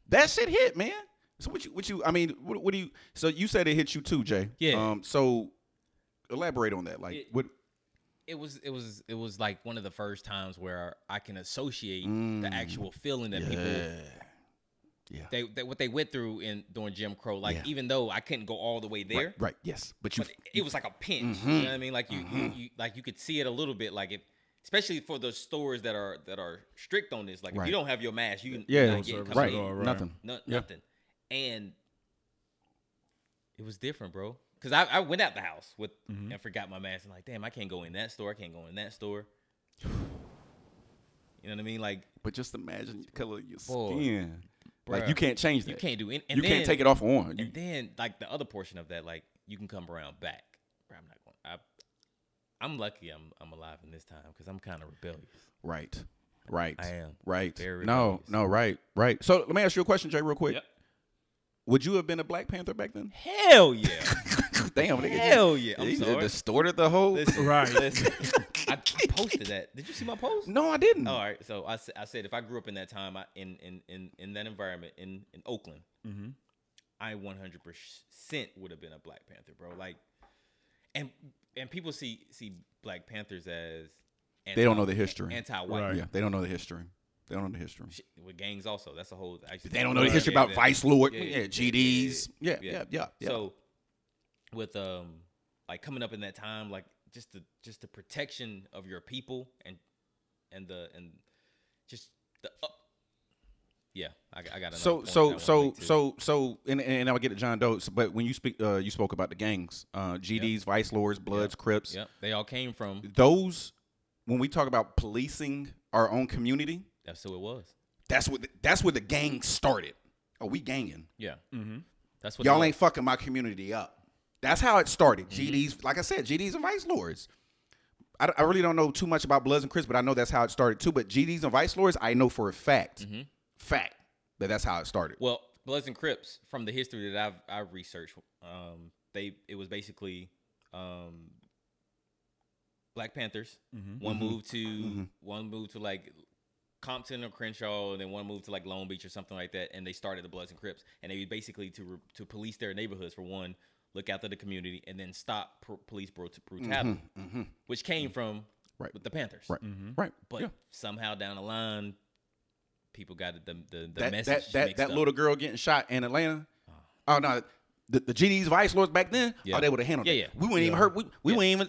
B: That shit hit, man. So what you what you I mean, what, what do you so you said it hit you too, Jay.
A: Yeah.
B: Um so elaborate on that. Like
A: It-
B: what
A: it was it was it was like one of the first times where I can associate
B: Mm.
A: the actual feeling that
B: uh,
A: people
B: Yeah.
A: they, they what they went through in during Jim Crow. Like
B: Yeah.
A: even though I couldn't go all the way there,
B: Right, right, yes. But you Mm-hmm.
A: but it was like a pinch. You know what I mean? Like you, you, you like you could see it a little bit. Like if especially for those stores that are that are strict on this. Like if
B: Right.
A: you don't have your mask, you
B: Yeah,
A: yeah, not
B: no
A: getting
C: service
A: coming
B: right,
C: at all,
A: in.
C: right.
B: nothing.
A: No,
B: Yeah.
A: nothing. And it was different, bro. Cause I, I went out the house with
B: Mm-hmm.
A: and forgot my mask. And like, damn, I can't go in that store. I can't go in that store. (sighs) You know what I mean? Like
B: But just imagine the color of your
A: Boy.
B: skin. Like
A: Bruh.
B: you can't change that.
A: you can't do any.
B: you can't take it off on. You,
A: And then like the other portion of that, like you can come around back. Bro, I'm not going. I, I'm lucky I'm I'm alive in this time because I'm kind of rebellious.
B: Right. Right.
A: I am
B: Right.
A: very
B: no,
A: rebellious.
B: no, right, right. So let me ask you a question, Jay, real quick.
A: Yep.
B: Would you have been a Black Panther back
A: (laughs)
B: then? (laughs)
A: Hell yeah! (laughs)
B: Damn, nigga.
A: Hell yeah! I'm
B: He
A: sorry.
B: distorted the whole. (laughs)
A: Listen,
C: Right.
A: Listen, I posted that. Did you see my post?
B: No, I didn't.
A: Oh, All right. So I, s- I said if I grew up in that time, I, in, in in in that environment in in Oakland,
B: Mm-hmm.
C: Mhm.
A: I 100 percent would have been a Black Panther, bro. Like, and and people see see Black Panthers as
B: They don't know the history.
A: anti-white.
C: Right.
B: Oh, Yeah, they don't know the history. They don't know the history.
A: Shit, With gangs, also that's a whole. I used to-
B: They don't know the
A: Yeah,
B: history
A: yeah,
B: about
A: yeah.
B: Vice Lord.
A: Yeah,
B: Yeah,
A: yeah, yeah,
B: GDs. Yeah, yeah,
A: yeah,
B: yeah.
A: yeah.
B: yeah.
A: So with um like coming up in that time, like just the just the protection of your people and and the and just the up. Yeah, I, got- I got another
B: so
A: point I
B: so
A: wanna
B: so
A: make, too.
B: so so and and I'll get to John Doe. so- But when you speak, uh, you spoke about the gangs, uh, GDs, Vice Lords, Bloods, Crips.
A: Yep, they all came from.
B: Those, when we talk about policing our own community,
A: That's who it was.
B: That's what that's where the gang started. Oh, we ganging.
A: Yeah, mm-hmm. that's what it
B: Y'all
A: was.
B: ain't fucking my community up. That's how it
A: Mm-hmm.
B: started. GDs, like I said, GDs and Vice Lords. I, d- I really don't know too much about Bloods and Crips, but I know that's how it started too. But GDs and Vice Lords, I know for a fact,
A: Mm-hmm.
B: fact that that's how it started.
A: Well, Bloods and Crips, from the history that I've I researched, um, they it was basically um, Black Panthers. One
B: Mm-hmm.
A: moved to one moved to like Compton or Crenshaw, and then one moved to like Long Beach or something like that. And they started the Bloods and Crips, and they basically to re- to police their neighborhoods for one, look after the community, and then stop pr- police brut- brutality, which came from
B: Mm-hmm. Right.
A: with the Panthers.
B: Right.
A: Mm-hmm.
B: Right.
A: But
B: yeah.
A: somehow down the line, people got it- the the, the
B: that
A: message.
B: that that,
A: mixed
B: that
A: up.
B: little girl getting shot in Atlanta. Oh no, the, the GD's vice lords back then.
A: Yeah.
B: Oh, they would have handled
A: Yeah,
B: it.
A: yeah.
B: We wouldn't even hurt. We, we wouldn't even.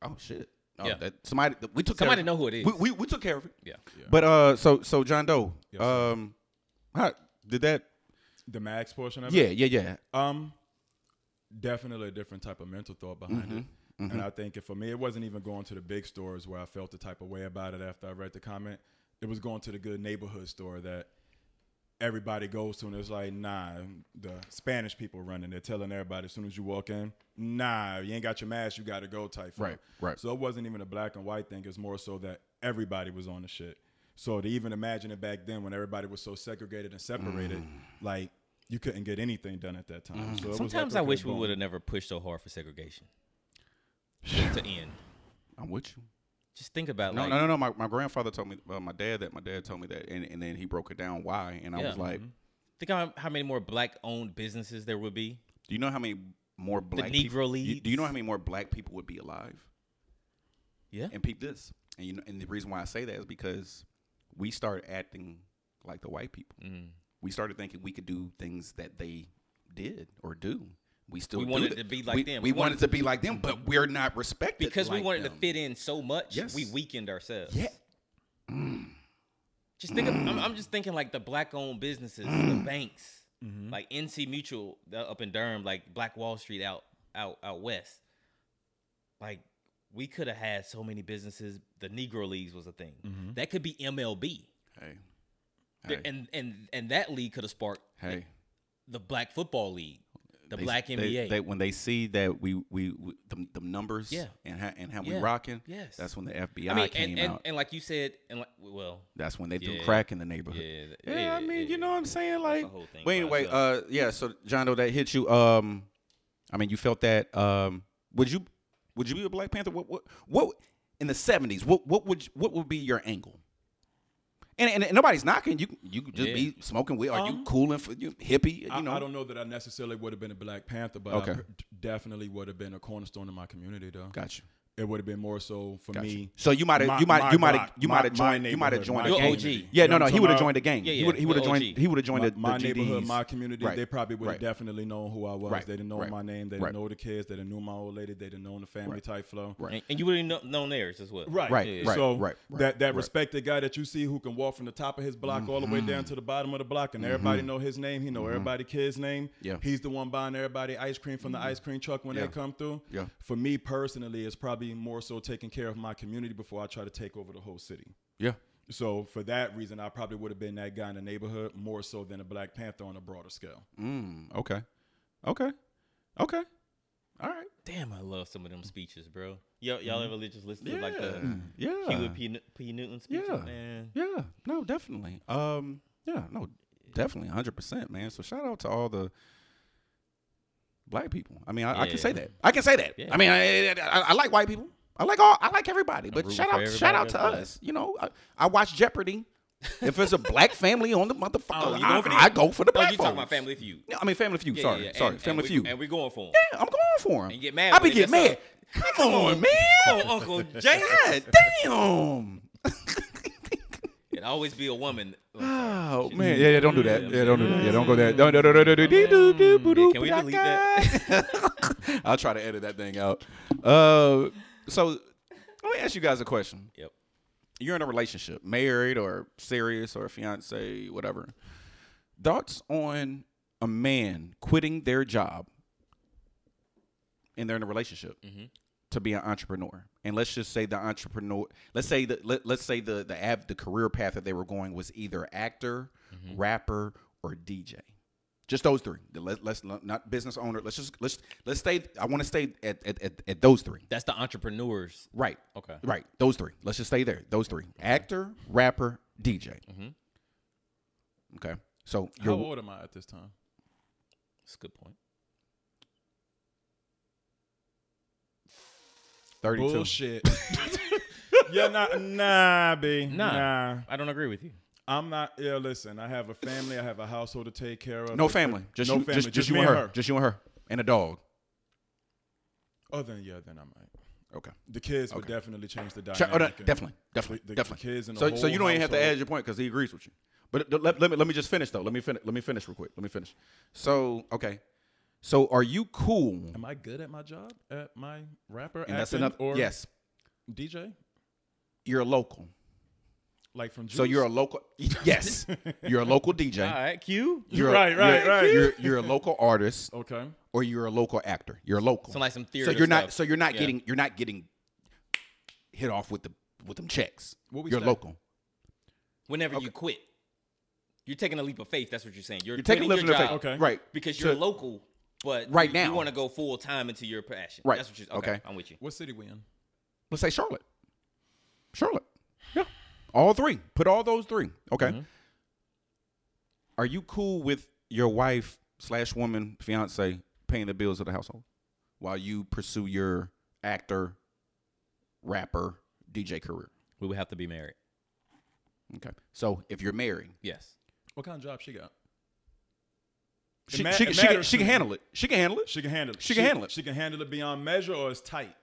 B: Oh shit. Oh,
A: Yeah.
B: that, somebody that- we took
A: Somebody
B: care of
A: know who it is.
B: We, we we took care of it.
A: yeah.
B: But uh, so so John Doe.
C: Yes, sir.
B: um, how did that?
C: The Max portion of it.
B: Yeah, yeah, yeah.
C: Um, definitely a different type of mental thought behind it.
B: Mm-hmm.
C: And I think it, for me, it wasn't even going to the big stores where I felt the type of way about it after I read the comment. It was going to the good neighborhood store that everybody goes to, and it's like, nah, the Spanish people running. They're telling everybody as soon as you walk in, nah, you ain't got your mask, you got to go type. thing.
B: Right, right.
C: So it wasn't even a black and white thing. It's more so that everybody was on the shit. So to even imagine it back then when everybody was so segregated and separated,
B: Mm.
C: like you couldn't get anything done at that
B: Mm-hmm.
C: time. So it was like,
A: Sometimes I
C: okay,
A: wish we
C: boom.
A: would have never pushed so hard for
B: (sighs)
A: segregation to end.
B: I'm with you.
A: Just think about
B: No,
A: like
B: no, no, no. My, my grandfather told me, uh, my dad that my dad told me that, and, and then he broke it down why, and I
A: Yeah. Mm-hmm.
B: was like,
A: think how, how many more black owned businesses there would be.
B: do you know how many more black
A: Negro
B: people, you- Do you know
A: Leagues.
B: how many more black people would be alive?
A: Yeah.
B: And peep this, and you know, and the reason why I say that is because we started acting like the white people.
A: Mm.
B: We started thinking we could do things that they did or do. We still
A: We
B: do
A: wanted
B: that.
A: to be like
B: We-
A: them.
B: We,
A: We
B: wanted to be like them, but we're not respected
A: Because we
B: like
A: wanted to
B: them.
A: fit in so much,
B: Yes.
A: we weakened ourselves.
B: Yeah. Mm.
A: Just think. Of, I'm, I'm just thinking like the black-owned businesses, the banks, like NC Mutual uh, up in Durham, like Black Wall Street out out out west. Like we could have had so many businesses. The Negro Leagues was a thing
C: Mm-hmm.
A: that could be MLB,
B: Hey.
A: There-
B: Mm-hmm. Hey.
A: and and and that league could have sparked
B: Hey.
A: the Black Football League, the
B: They-
A: Black
B: they-
A: NBA.
B: They, when they see that we we, we the, the numbers
A: Yeah.
B: and how, and how we
A: Yeah.
B: rocking,
A: Yes.
B: that's when the FBI
A: I mean,
B: came
A: and, and,
B: out.
A: and like you said, and like well,
B: that's when they threw
A: Yeah.
B: crack in the neighborhood.
A: yeah, th-
B: Yeah, I mean, you know what I'm saying?
A: That's
B: Like,
A: the whole thing
B: but
A: by
B: anyway,
A: itself.
B: uh, yeah. So John Doe, that hit you. Um, I mean, you felt that. Um, would you would you be a Black Panther? What what what in the '70s? What what would you- what would be your angle? And, and, and nobody's knocking. You you could just
A: Yeah.
B: be smoking weed. Are you cooling for you hippie? You
C: I,
B: know.
C: I don't know that I necessarily would have been a Black Panther, but
B: Okay.
C: I per- definitely would have been a cornerstone in my community, though.
B: Got you.
C: It would have been more so for
B: Got you.
C: me.
B: So you might've-
C: my-
B: you might-
C: my
B: you might've-
C: block,
B: you
C: my-
B: might've joined-
C: my
B: you might've
C: neighborhood,
B: joined
C: my
A: the gang.
C: community.
A: OG.
B: Yeah,
C: You know
B: no, no.
C: what I'm
B: He would have
C: talking
B: joined
C: about?
B: the gang.
A: Yeah,
B: he
A: yeah,
B: would he would have
A: the
B: joined
A: OG.
B: he would have joined the,
C: my, my
B: the
C: neighborhood,
B: GDs.
C: my community,
B: Right,
C: they probably would have
B: right.
C: definitely known who I was.
B: Right,
C: They didn't know
B: right,
C: my name. They didn't
B: right.
C: know the kids. They didn't know my old lady. They didn't know the family
B: Right.
C: type flow.
B: Right.
A: and, and you wouldn't know, known theirs as well,
C: Right.
B: Right,
A: Yeah.
B: right,
C: so
B: right, right,
C: that, that
B: right. Mm-hmm.
C: respected guy that you see who can walk from the top of his block all the way down to the bottom of the block and everybody know his name. He know everybody kid's name.
B: Yeah. Mm-hmm.
C: He's the one buying everybody ice cream from the ice cream truck when
B: Yeah.
C: they come through.
B: Yeah.
C: For me personally, it's probably more so taking care of my community before I try to take over the whole city.
B: Yeah.
C: So for that reason, I probably would have been that guy in the neighborhood more so than a Black Panther on a broader scale.
B: Mm, okay. Okay. Okay. All right.
A: Damn, I love some of them speeches, bro. Y'all, y'all ever li- just listen to like the
B: Mm-hmm. yeah.
A: Hewlett P. Nu- P. Newton speeches,
B: Yeah.
A: man?
B: Yeah, no, definitely. Um, yeah, no, definitely, hundred percent, man. So shout out to all the black people. I mean, I, I can say
A: Yeah.
B: that. I can say that.
A: Yeah.
B: I mean, I, I, I like white people. I like all. I like everybody. But
A: rooting
B: shout
A: for
B: out, shout
A: everybody
B: out to
A: that's black.
B: us. You know, I, I watch Jeopardy. if it's a black family on the motherfucker,
A: Oh, you
B: I,
A: going for
B: I
A: that?
B: go for the
A: Oh,
B: black.
A: you talking about
B: folks.
A: Family Feud?
B: No, I mean Family Feud.
A: Yeah,
B: sorry,
A: yeah, yeah.
B: sorry,
A: And- and
B: Family
A: we-
B: Feud.
A: and we going for 'em.
B: yeah, I'm going for him.
A: And get mad
B: I
A: when
B: be
A: they
B: getting
A: mess
B: mad.
A: up. (laughs)
B: Come on, man.
A: Oh,
B: (laughs)
A: Uncle James. (laughs)
B: God damn.
A: It'd always be a
B: (sighs)
A: woman. Oh,
B: Oh
A: sorry.
B: man, yeah, yeah, don't do that.
A: Yeah,
B: Yeah, don't do that. Yeah, don't go there. No, no, no, no, no, no, do, do, do, boo,
A: Yeah,
B: do,
A: can we
B: boo,
A: delete that?
B: da. I'll try to edit that thing out. Uh, so let me ask you guys a question.
A: Yep.
B: You're in a relationship, married or serious or fiance, whatever. Thoughts on a man quitting their job and they're in a relationship to be an entrepreneur. And let's just say the entrepreneur, let's say the let, let's say the the av, the career path that they were going was either actor, rapper, or DJ. Just those three. The- Let, let's not not business owner. Let's just let's let's stay. I want to stay at, at at at those three.
A: That's the entrepreneurs.
B: Right.
A: Okay.
B: Right. Those three. Let's just stay there. Those three. Actor, rapper, DJ.
A: Mhm.
B: Okay. So
C: Mm-hmm. How
B: you're
C: old am I at this time?
A: That's a good point.
B: 32. (laughs)
C: Bullshit. (laughs) yeah, nah, nah, B.
A: Nah.
C: Nah.
A: I don't agree with you.
C: I'm not. Yeah, listen. I have a family. I have a household to take care of.
B: No family. Just
C: no
B: you,
C: family.
B: Just, just,
C: Just
B: you
C: me
B: and
C: and
B: her.
C: her.
B: Just you and her. and a dog.
C: Oh, then yeah, then I might.
B: Okay.
C: The kids would
B: Okay.
C: definitely change the
B: Ch-
C: dynamic.
B: oh, no,
C: and-
B: definitely, definitely,
C: the- the
B: definitely.
C: kids and the
B: so, so
C: whole
B: you don't even have to
C: household.
B: add your point because he agrees with you. But th- let, let me let me just finish though. Let me finish. Let me finish real quick. Let me finish. So okay, so are you cool?
C: Am I good at my job? At my rapper?
B: And that's
C: acting,
B: another.
C: Or
B: yes,
C: DJ?
B: you're local.
C: Like from Juice?
B: So you're a local.
C: (laughs)
B: Yes, you're a local DJ.
A: All right, Q.
B: You're a-
C: Right, right,
B: you're,
C: right.
B: You're, you're a local artist,
C: Okay.
B: or you're a local actor. You're local.
A: So like some
B: so
A: theater
B: you're not.
A: stuff.
B: So you're not
A: Yeah.
B: getting. You're not getting hit off with the with them checks.
C: What we
B: you're
C: say?
B: local.
A: Whenever you quit, you're taking a leap of faith. That's what you're saying. You're,
B: You're taking a lift
A: quitting
B: in
A: your
B: the face.
A: job
C: Okay.
B: Right.
A: because you're
B: So-
A: local, but
B: Right
A: you,
B: now.
A: you want to go full time into your passion.
B: Right.
A: That's what you're. Okay,
B: Okay.
A: I'm with you.
C: What city we in?
B: let's say Charlotte. Charlotte. Yeah. All three. Put all those three. Okay.
A: Mm-hmm.
B: Are you cool with your wife slash woman fiance paying the bills of the household while you pursue your actor, rapper, DJ career?
A: We would have to be married.
B: Okay. So if you're married,
A: Yes.
C: What kind of job she got? It
B: she,
C: ma-
B: she,
C: it
B: she, can,
C: matters
B: she
C: to
B: can
C: me.
B: handle it. She can handle it.
C: She can handle it.
B: She can handle it.
C: She can handle it beyond measure or it's tight.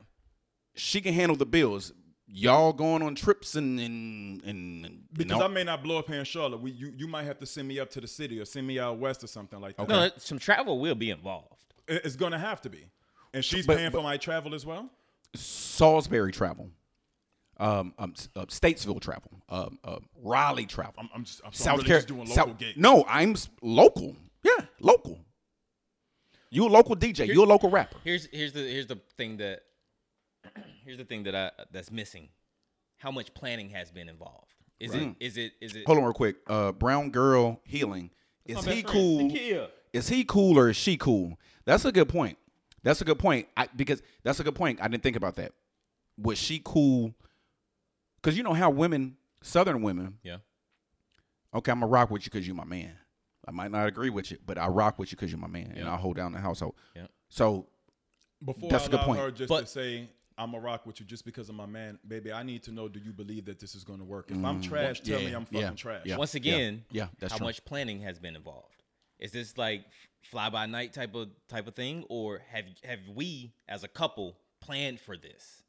B: She can handle the bills. Y'all going on trips and and and, and
C: Because
B: all-
C: I may not blow up here in Charlotte. We, you, you might have to send me up to the city or send me out west or something like that.
A: No, that- some travel will be involved.
C: It- It's going to have to be. And she's
B: But-
C: paying
B: but-
C: for my travel as well?
B: Salisbury travel, um, um, S- uh, Statesville travel, um, uh, Raleigh travel,
C: I'm, I'm just, I'm, so
B: South
C: I'm really
B: Carolina.
C: just doing local gigs.
B: No, I'm s- local. Yeah, local. You a local DJ. You a local rapper.
A: Here's here's the here's the thing that (clears throat) here's the thing that I that's missing. How much planning has been involved? Is it is it is it?
B: Hold on, real quick. Uh, Brown girl healing. Is he cool?
A: Yeah.
B: Is he cool or is she cool? That's a good point. That's a good point. I because that's a good point. I didn't think about that. Was she cool? Because you know how women, Southern women,
A: Yeah.
B: okay, I'm gonna rock with you because you're my man. I might not agree with you, but I rock with you because you're my man, and
A: Yeah.
B: I hold down the household.
A: Yeah.
B: So
C: Before
B: That's
C: I
B: a good
C: allow
B: point.
C: her just
A: But-
C: to say I'm a rock with you just because of my man, baby, I need to know do you believe that this is going to work? If I'm trash, tell me
B: Mm, yeah,
C: I'm fucking
B: yeah,
C: trash.
B: yeah.
A: Once again,
B: yeah, that's
A: how
B: true.
A: much planning has been involved? Is this like fly by night type of type of thing, or have have we as a couple planned for this?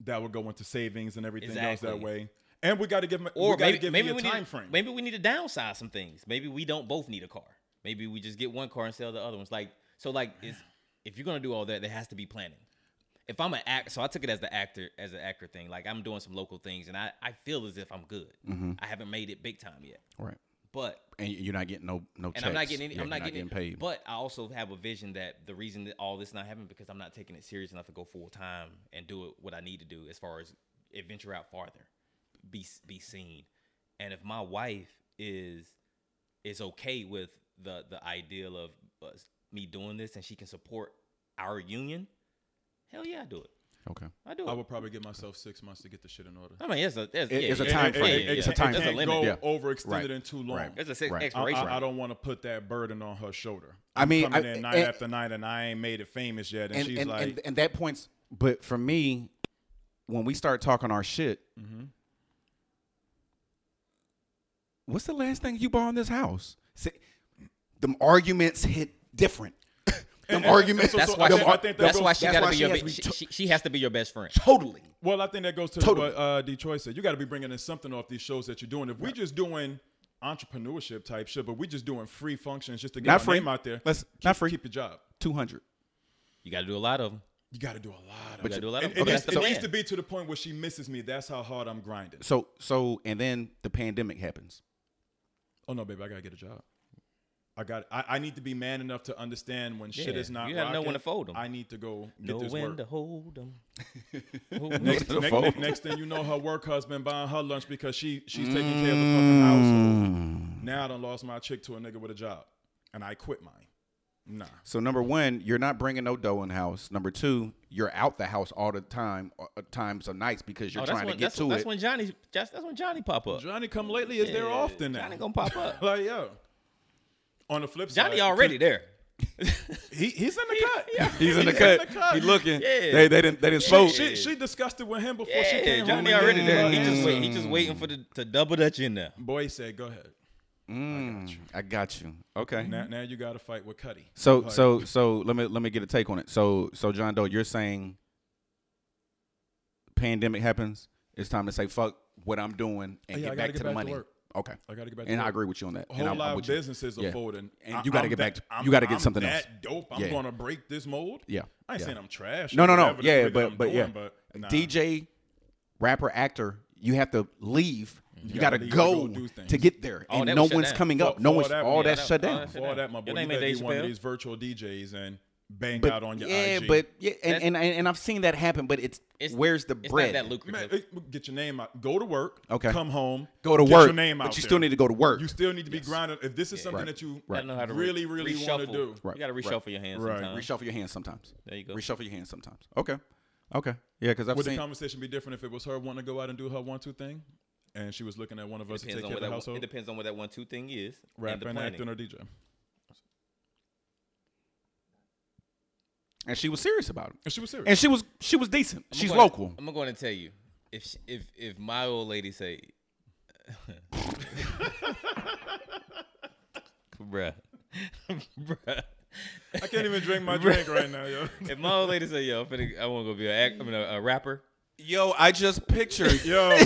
C: That would go into savings and everything else that
A: Exactly.
C: way. And we got to give me
A: Or
C: we got to
A: maybe
C: give
A: maybe
C: me a
A: we
C: time
A: need
C: frame.
A: maybe we need to downsize some things. Maybe we don't both need a car. Maybe we just get one car and sell the other ones. Like so, like is if you're gonna do all that, there has to be planning. If I'm an act, so I took it as the actor as an actor thing. Like I'm doing some local things, and I I feel as if I'm good.
B: Mm-hmm.
A: I haven't made it big time yet,
B: right,
A: but
B: and you're not getting no no.
A: and I'm not
B: checks.
A: getting any,
B: Yeah,
A: I'm
B: you're
A: not, getting,
B: paid.
A: But I also have a vision that the reason that all this not happening because I'm not taking it serious enough to go full time and do it what I need to do as far as it venture out farther, be be seen. And if my wife is is okay with the the ideal of us, me doing this and she can support our union, hell yeah, I do it.
B: okay,
A: I do it.
C: I
A: I,
C: would probably give myself six months to get the shit in order.
A: mean, there's a there's,
B: It-
A: yeah,
B: it's a
A: yeah,
B: time
A: yeah,
B: frame.
A: yeah, yeah,
B: It's a
A: yeah.
B: time
C: it
A: There's a
B: frame.
C: Can't
A: limit.
C: go
B: Yeah.
C: overextended
B: Right.
C: in too long.
B: Right.
A: There's a se-
B: Right. I- I-
C: I,
A: expiration.
C: I- I don't want to put that burden on her shoulder.
B: I
C: I'm
B: mean,
C: coming
B: I-
C: in night
B: and-
C: after night, and I ain't made it famous yet, and,
B: and
C: she's
B: and,
C: like,
B: and and that points. But for me, when we start talking our shit,
C: mm-hmm.
B: what's the last thing you bought in this house? See, them arguments hit
C: (laughs)
B: different. them
C: and-
B: arguments.
C: so- so
A: That's why.
C: I
A: She,
B: them
C: think-
B: ar-
C: I think that
A: that's
C: goes-
A: why she
B: that's
A: got to
B: why
A: be
B: she
A: your.
B: has
A: be-
B: to
A: She,
B: be to-
A: she- she has to be your best friend.
B: totally.
C: Well, I think that goes to
B: Totally.
C: what uh, Detroit said. You got to be bringing in something off these shows that you're doing. If we're just doing entrepreneurship type shit, but we're just doing free functions just to get
B: Not
C: our
B: free.
C: name out there,
B: Let's-
C: keep,
B: not free.
C: Keep your job.
B: Two hundred.
A: You got to do a lot of them.
C: You got to do a lot of.
A: You got to
C: it.
A: do a lot
C: It-
A: of
C: it
A: them. But
C: needs-
A: that's the
C: it needs
A: plan.
C: to be to the point where she misses me. That's how hard I'm grinding.
B: So so and then the pandemic happens.
C: Oh no, baby, I gotta get a job. I got. I, I need to be man enough to understand when shit
A: Yeah,
C: is not.
A: you gotta know
C: rocking,
A: when to fold 'em.
C: I need to go get
A: Know
C: this
A: when
C: work.
A: to hold
C: (laughs)
A: Oh, them.
C: Next,
B: Know when to
C: next,
B: fold.
C: next, next thing you know, her work husband buying her lunch because she she's taking care of the
B: Mm.
C: fucking household. Now I done lost my chick to a nigga with a job, and I quit mine. Nah,
B: So number one, you're not bringing no dough in the house. Number two, you're out the house all the time, uh, times of nights because you're
A: Oh, that's
B: trying
A: when
B: to get
A: that's,
B: to
A: that's
B: it.
A: when Johnny that's, that's when Johnny pop up.
C: Johnny come lately is there often now.
A: Johnny gonna pop up.
C: (laughs) like yo. On the flip side,
A: Johnny already there.
C: He, he's in the cut.
B: He's in the cut. He looking.
A: Yeah.
B: They they didn't they didn't smoke.
C: She, she discussed it with him before she
A: Yeah,
C: came home.
A: Johnny
C: and
A: already
C: gave
A: there.
C: him
A: He
C: her
A: just
C: answer.
A: wait, he just waiting for the to double dutch in there.
C: Boy said, "Go ahead."
B: Mm, I got you. Okay.
C: Now, now you got to fight with Cuddy.
B: So
C: Like-
B: so so let me let me get a take on it. So so John Doe, you're saying pandemic happens. It's time to say fuck what I'm doing and
C: Oh, Yeah, I
B: get
C: gotta
B: back
C: get
B: to the
C: back to
B: money.
C: work.
B: Okay.
C: I got to get back.
B: And
C: to
B: I
C: work.
B: agree with you on that. and
C: Whole
B: I'm- I'm
C: lot of
B: with you.
C: businesses
B: Yeah.
C: are folding,
B: And
C: I-
B: you gotta
C: I'm
B: get back
C: that-
B: to- you
C: I'm-
B: gotta get
C: I'm
B: something else.
C: that dope. I'm
B: Yeah.
C: gonna break this mold.
B: Yeah.
C: I ain't
B: Yeah.
C: saying I'm trash. or
B: No, no, no.
C: whatever the
B: Yeah,
C: way that
B: but
C: I'm
B: but yeah.
C: doing, but nah.
B: DJ, rapper, actor, you have to leave. You,
C: Mm-hmm. gotta
B: gotta,
C: leave to
B: go,
C: go do things.
B: to get there,
A: All
B: and
A: Oh, that
B: no
A: was shut
B: one's
A: down.
B: coming
C: For-
B: up. No
C: for
B: one's
C: that,
B: all
C: yeah,
B: that's
A: that-
B: shut
A: all
B: down.
A: that shut
C: For all that, my
A: Your
C: boy, you
A: name ain't
C: better be
A: Dave
C: one of
A: Chappelle.
C: these virtual DJs and bang
B: But
C: out on your
B: yeah,
C: IG.
B: but yeah, and,
A: That's-
B: and, and and I've seen that happen. But it's,
A: It's-
B: where's the
A: it's
B: bread?
A: Not that
C: Man,
A: lucrative.
C: it- get your name out. Go to work.
B: Okay.
C: Come home.
B: Go to
C: get
B: work,
C: Your name
B: but
C: out
B: you
C: there.
B: still need to go to work.
C: You still need to be grinding. If this is something
B: Right.
C: that you
A: I
B: Right.
A: don't know how to re-
C: really, really want to
A: reshuffle.
C: do,
B: Right,
A: You got to
B: right.
A: reshuffle your hands
C: Right.
A: sometimes.
B: Reshuffle your hands sometimes.
A: There you go.
B: Reshuffle your hands sometimes. Okay. Okay. Yeah, because I've
C: would the
B: seen.
C: conversation be different if it was her wanting to go out and do her one two thing, and she was looking at one of us to
A: Depends
C: take
A: on
C: care
A: what
C: of the
A: that one-
C: household,
A: it depends on what that one two thing is. and the
C: rapping,
A: planning.
C: acting, or DJ?
B: and she was serious about it.
C: And she was serious.
B: And she was she was decent. She's
A: I'm gonna-
B: local.
A: I'm going to tell you, if sh- if if my old lady say, bruh, (laughs) bruh,
C: I can't even drink my drink right now, yo.
A: if my old lady say, yo, I'm finna, I want to go be a, act, I mean, a, a rapper,
B: Yo, Oh, I just pictured. (laughs)
C: yo, yo,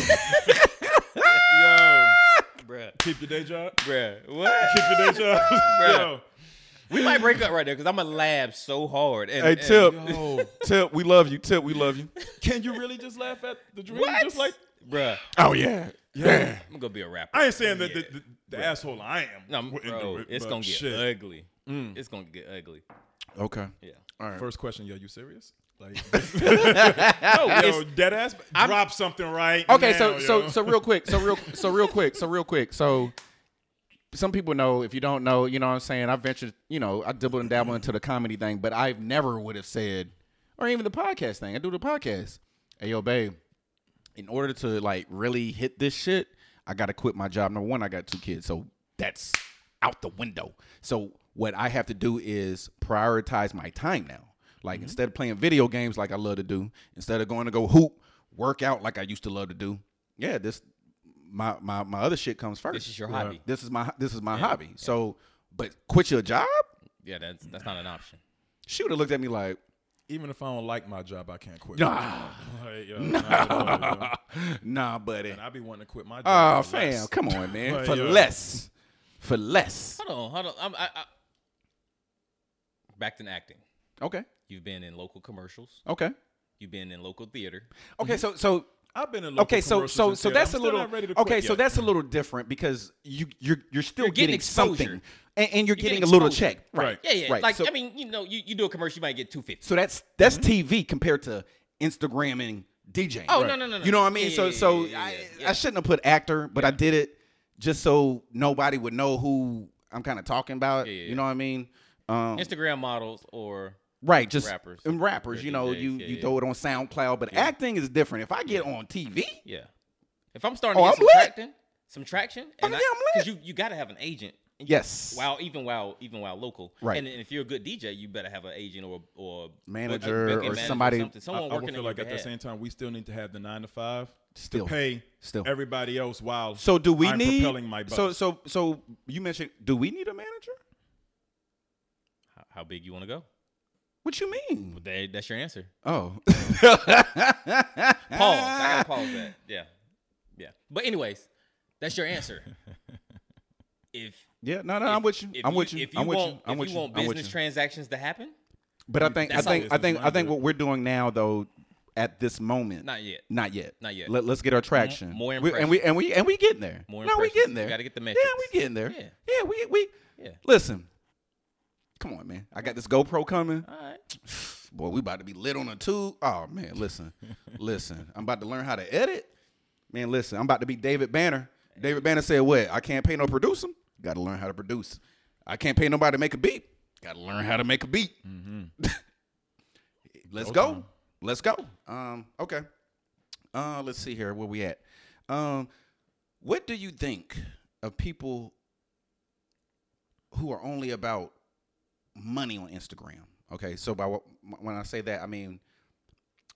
A: bruh,
C: keep your day job.
A: bruh, what?
C: Keep your
B: (laughs)
C: day job,
A: Bruh. We might break up right there because I'm gonna laugh so hard. And,
B: hey
A: and-
B: Tip,
C: Yo, yo.
B: (laughs) Tip, we love you. Tip, we love you.
C: Can you really just laugh at the dream?
A: What?
C: Just like
A: bruh,
B: Oh yeah.
C: yeah.
A: I'm gonna be a rapper.
C: I ain't saying that
A: Yeah.
C: the, the, the asshole I am.
A: No, I'm-
C: wouldn't
A: bro,
C: do it,
A: it's
C: but
A: gonna get
C: shit. Mm.
A: ugly. It's gonna get ugly.
B: Okay.
A: Yeah.
B: All right.
C: First question, yo, you serious? Like,
B: (laughs)
C: (laughs) yo, dead ass. drop something right.
B: Okay,
C: now,
B: so
C: yo.
B: so so real quick, so real so real quick, so real quick. So some people know, if you don't know, you know what I'm saying, I ventured, you know, I dibbled and dabbled into the comedy thing, but I've never would have said or even the podcast thing. I do the podcast. Hey yo, babe, in order to like really hit this shit, I gotta quit my job. Number one, I got two kids, so that's out the window. So what I have to do is prioritize my time now.
A: Mm-hmm.
B: Like instead of playing video games like I love to do, instead of going to go hoop, work out like I used to love to do. Yeah, this my my my other shit comes first.
A: This is your hobby.
B: This is my this is my hobby. So, but quit your job?
A: Yeah, that's that's not an option.
B: She would have looked at me like,
C: even if I don't like my job, I can't
A: (sighs)
C: quit.
B: nah, (laughs)
C: Like, yo, nah, at all, yo.
B: nah, buddy.
C: And I be wanting to quit my
B: Oh,
C: job. for
B: fam,
C: less.
B: come
A: (laughs)
B: on, man.
C: Like,
B: For
C: yo.
B: less, for less.
A: Hold on, hold on. I'm, I, I, back to acting.
B: Okay,
A: You've been in local commercials.
B: okay,
A: You've been in local theater.
B: okay. So, so
C: I've been in local
B: okay, so
C: commercials
B: so
C: and
B: so
C: shit.
B: that's
C: I'm
B: a
C: still
B: little
C: not ready to quit
B: okay. So
C: yet.
B: that's a little different because you you're you're still
A: You're getting
B: getting, something
A: exposure.
B: and, and you're getting,
A: getting
B: a little
A: exposure.
B: check, right?
C: Right.
A: Yeah, yeah.
B: Right.
A: Like
B: so,
A: I mean, you know, you, you do a commercial, you might get two fifty.
B: so that's that's TV compared to Instagram and DJing.
A: Oh no, no, no, no.
B: You know what I mean?
A: Yeah,
B: so
A: yeah,
B: so
A: yeah, yeah,
B: I,
A: yeah, yeah.
B: I shouldn't have put actor, but I did it just so nobody would know who I'm kind of talking about.
A: yeah, yeah.
B: You know what I mean? Um,
A: Instagram models or
B: Right, just
A: Rappers.
B: and rappers.
A: Yeah,
B: You know,
A: DJs,
B: you
A: yeah,
B: you
A: yeah.
B: throw it on SoundCloud, but acting is different. If I get on TV,
A: yeah. If I'm starting
B: Oh,
A: to
B: I'm
A: get some
B: lit.
A: traction, some traction,
B: Oh, yeah, I'm lit.
A: because you you got to have an agent. And you-
B: Yes.
A: While even while even while local,
B: Right.
A: And, and if you're a good DJ, you better have an agent or or a
B: Manager
A: booking
B: or somebody-
A: something.
C: I,
A: someone
C: I would
A: working
C: feel
A: on
C: like
A: your
C: at the
A: behalf.
C: same time we still need to have the nine to five
B: Still.
C: to pay
B: Still.
C: everybody else while
B: so do we
C: I'm
B: need?
C: propelling my bus.
B: so so so you mentioned, do we need a manager?
A: How, how big you want to go?
B: What you mean?
A: Well, that, that's your answer.
B: Oh, (laughs) Ah.
A: pause. I gotta pause that. Yeah, yeah. But anyways, that's your
C: (laughs)
A: answer. if
B: yeah, no, no, I'm with you.
A: if
B: I'm with you.
A: If you
B: I'm with
A: want,
B: you. I'm
A: if
B: with
A: you
B: you.
A: want
B: I'm with
A: business
B: you.
A: transactions to happen,
B: But I think I
A: That's how
B: think I
C: business
B: think I think
C: minded.
B: what we're doing now though, at this moment,
A: Not yet.
B: not yet,
A: Not yet.
B: Let, us get our traction.
A: more
B: We- and we and we and we getting there.
A: More
B: no, we
A: impressions.
B: getting there.
A: We gotta get the
B: Yeah,
A: metrics.
B: we getting there. Yeah,
A: Yeah.
B: we we.
A: Yeah.
B: Listen, come on, man. I got this GoPro coming.
A: all right.
B: Boy, we about to be lit on a tube. Oh man, listen, listen. I'm about to learn how to edit. Man, listen. I'm about to be David Banner. David Banner said, "What? I can't pay no producer. Got to learn how to produce. I can't pay nobody to make a beat. Got to learn how to make a beat. (laughs) Let's go. Let's go. Um, okay. Uh, let's see here. Where we at? Um, what do you think of people who are only about money on Instagram? Okay, so by what, when I say that, I mean,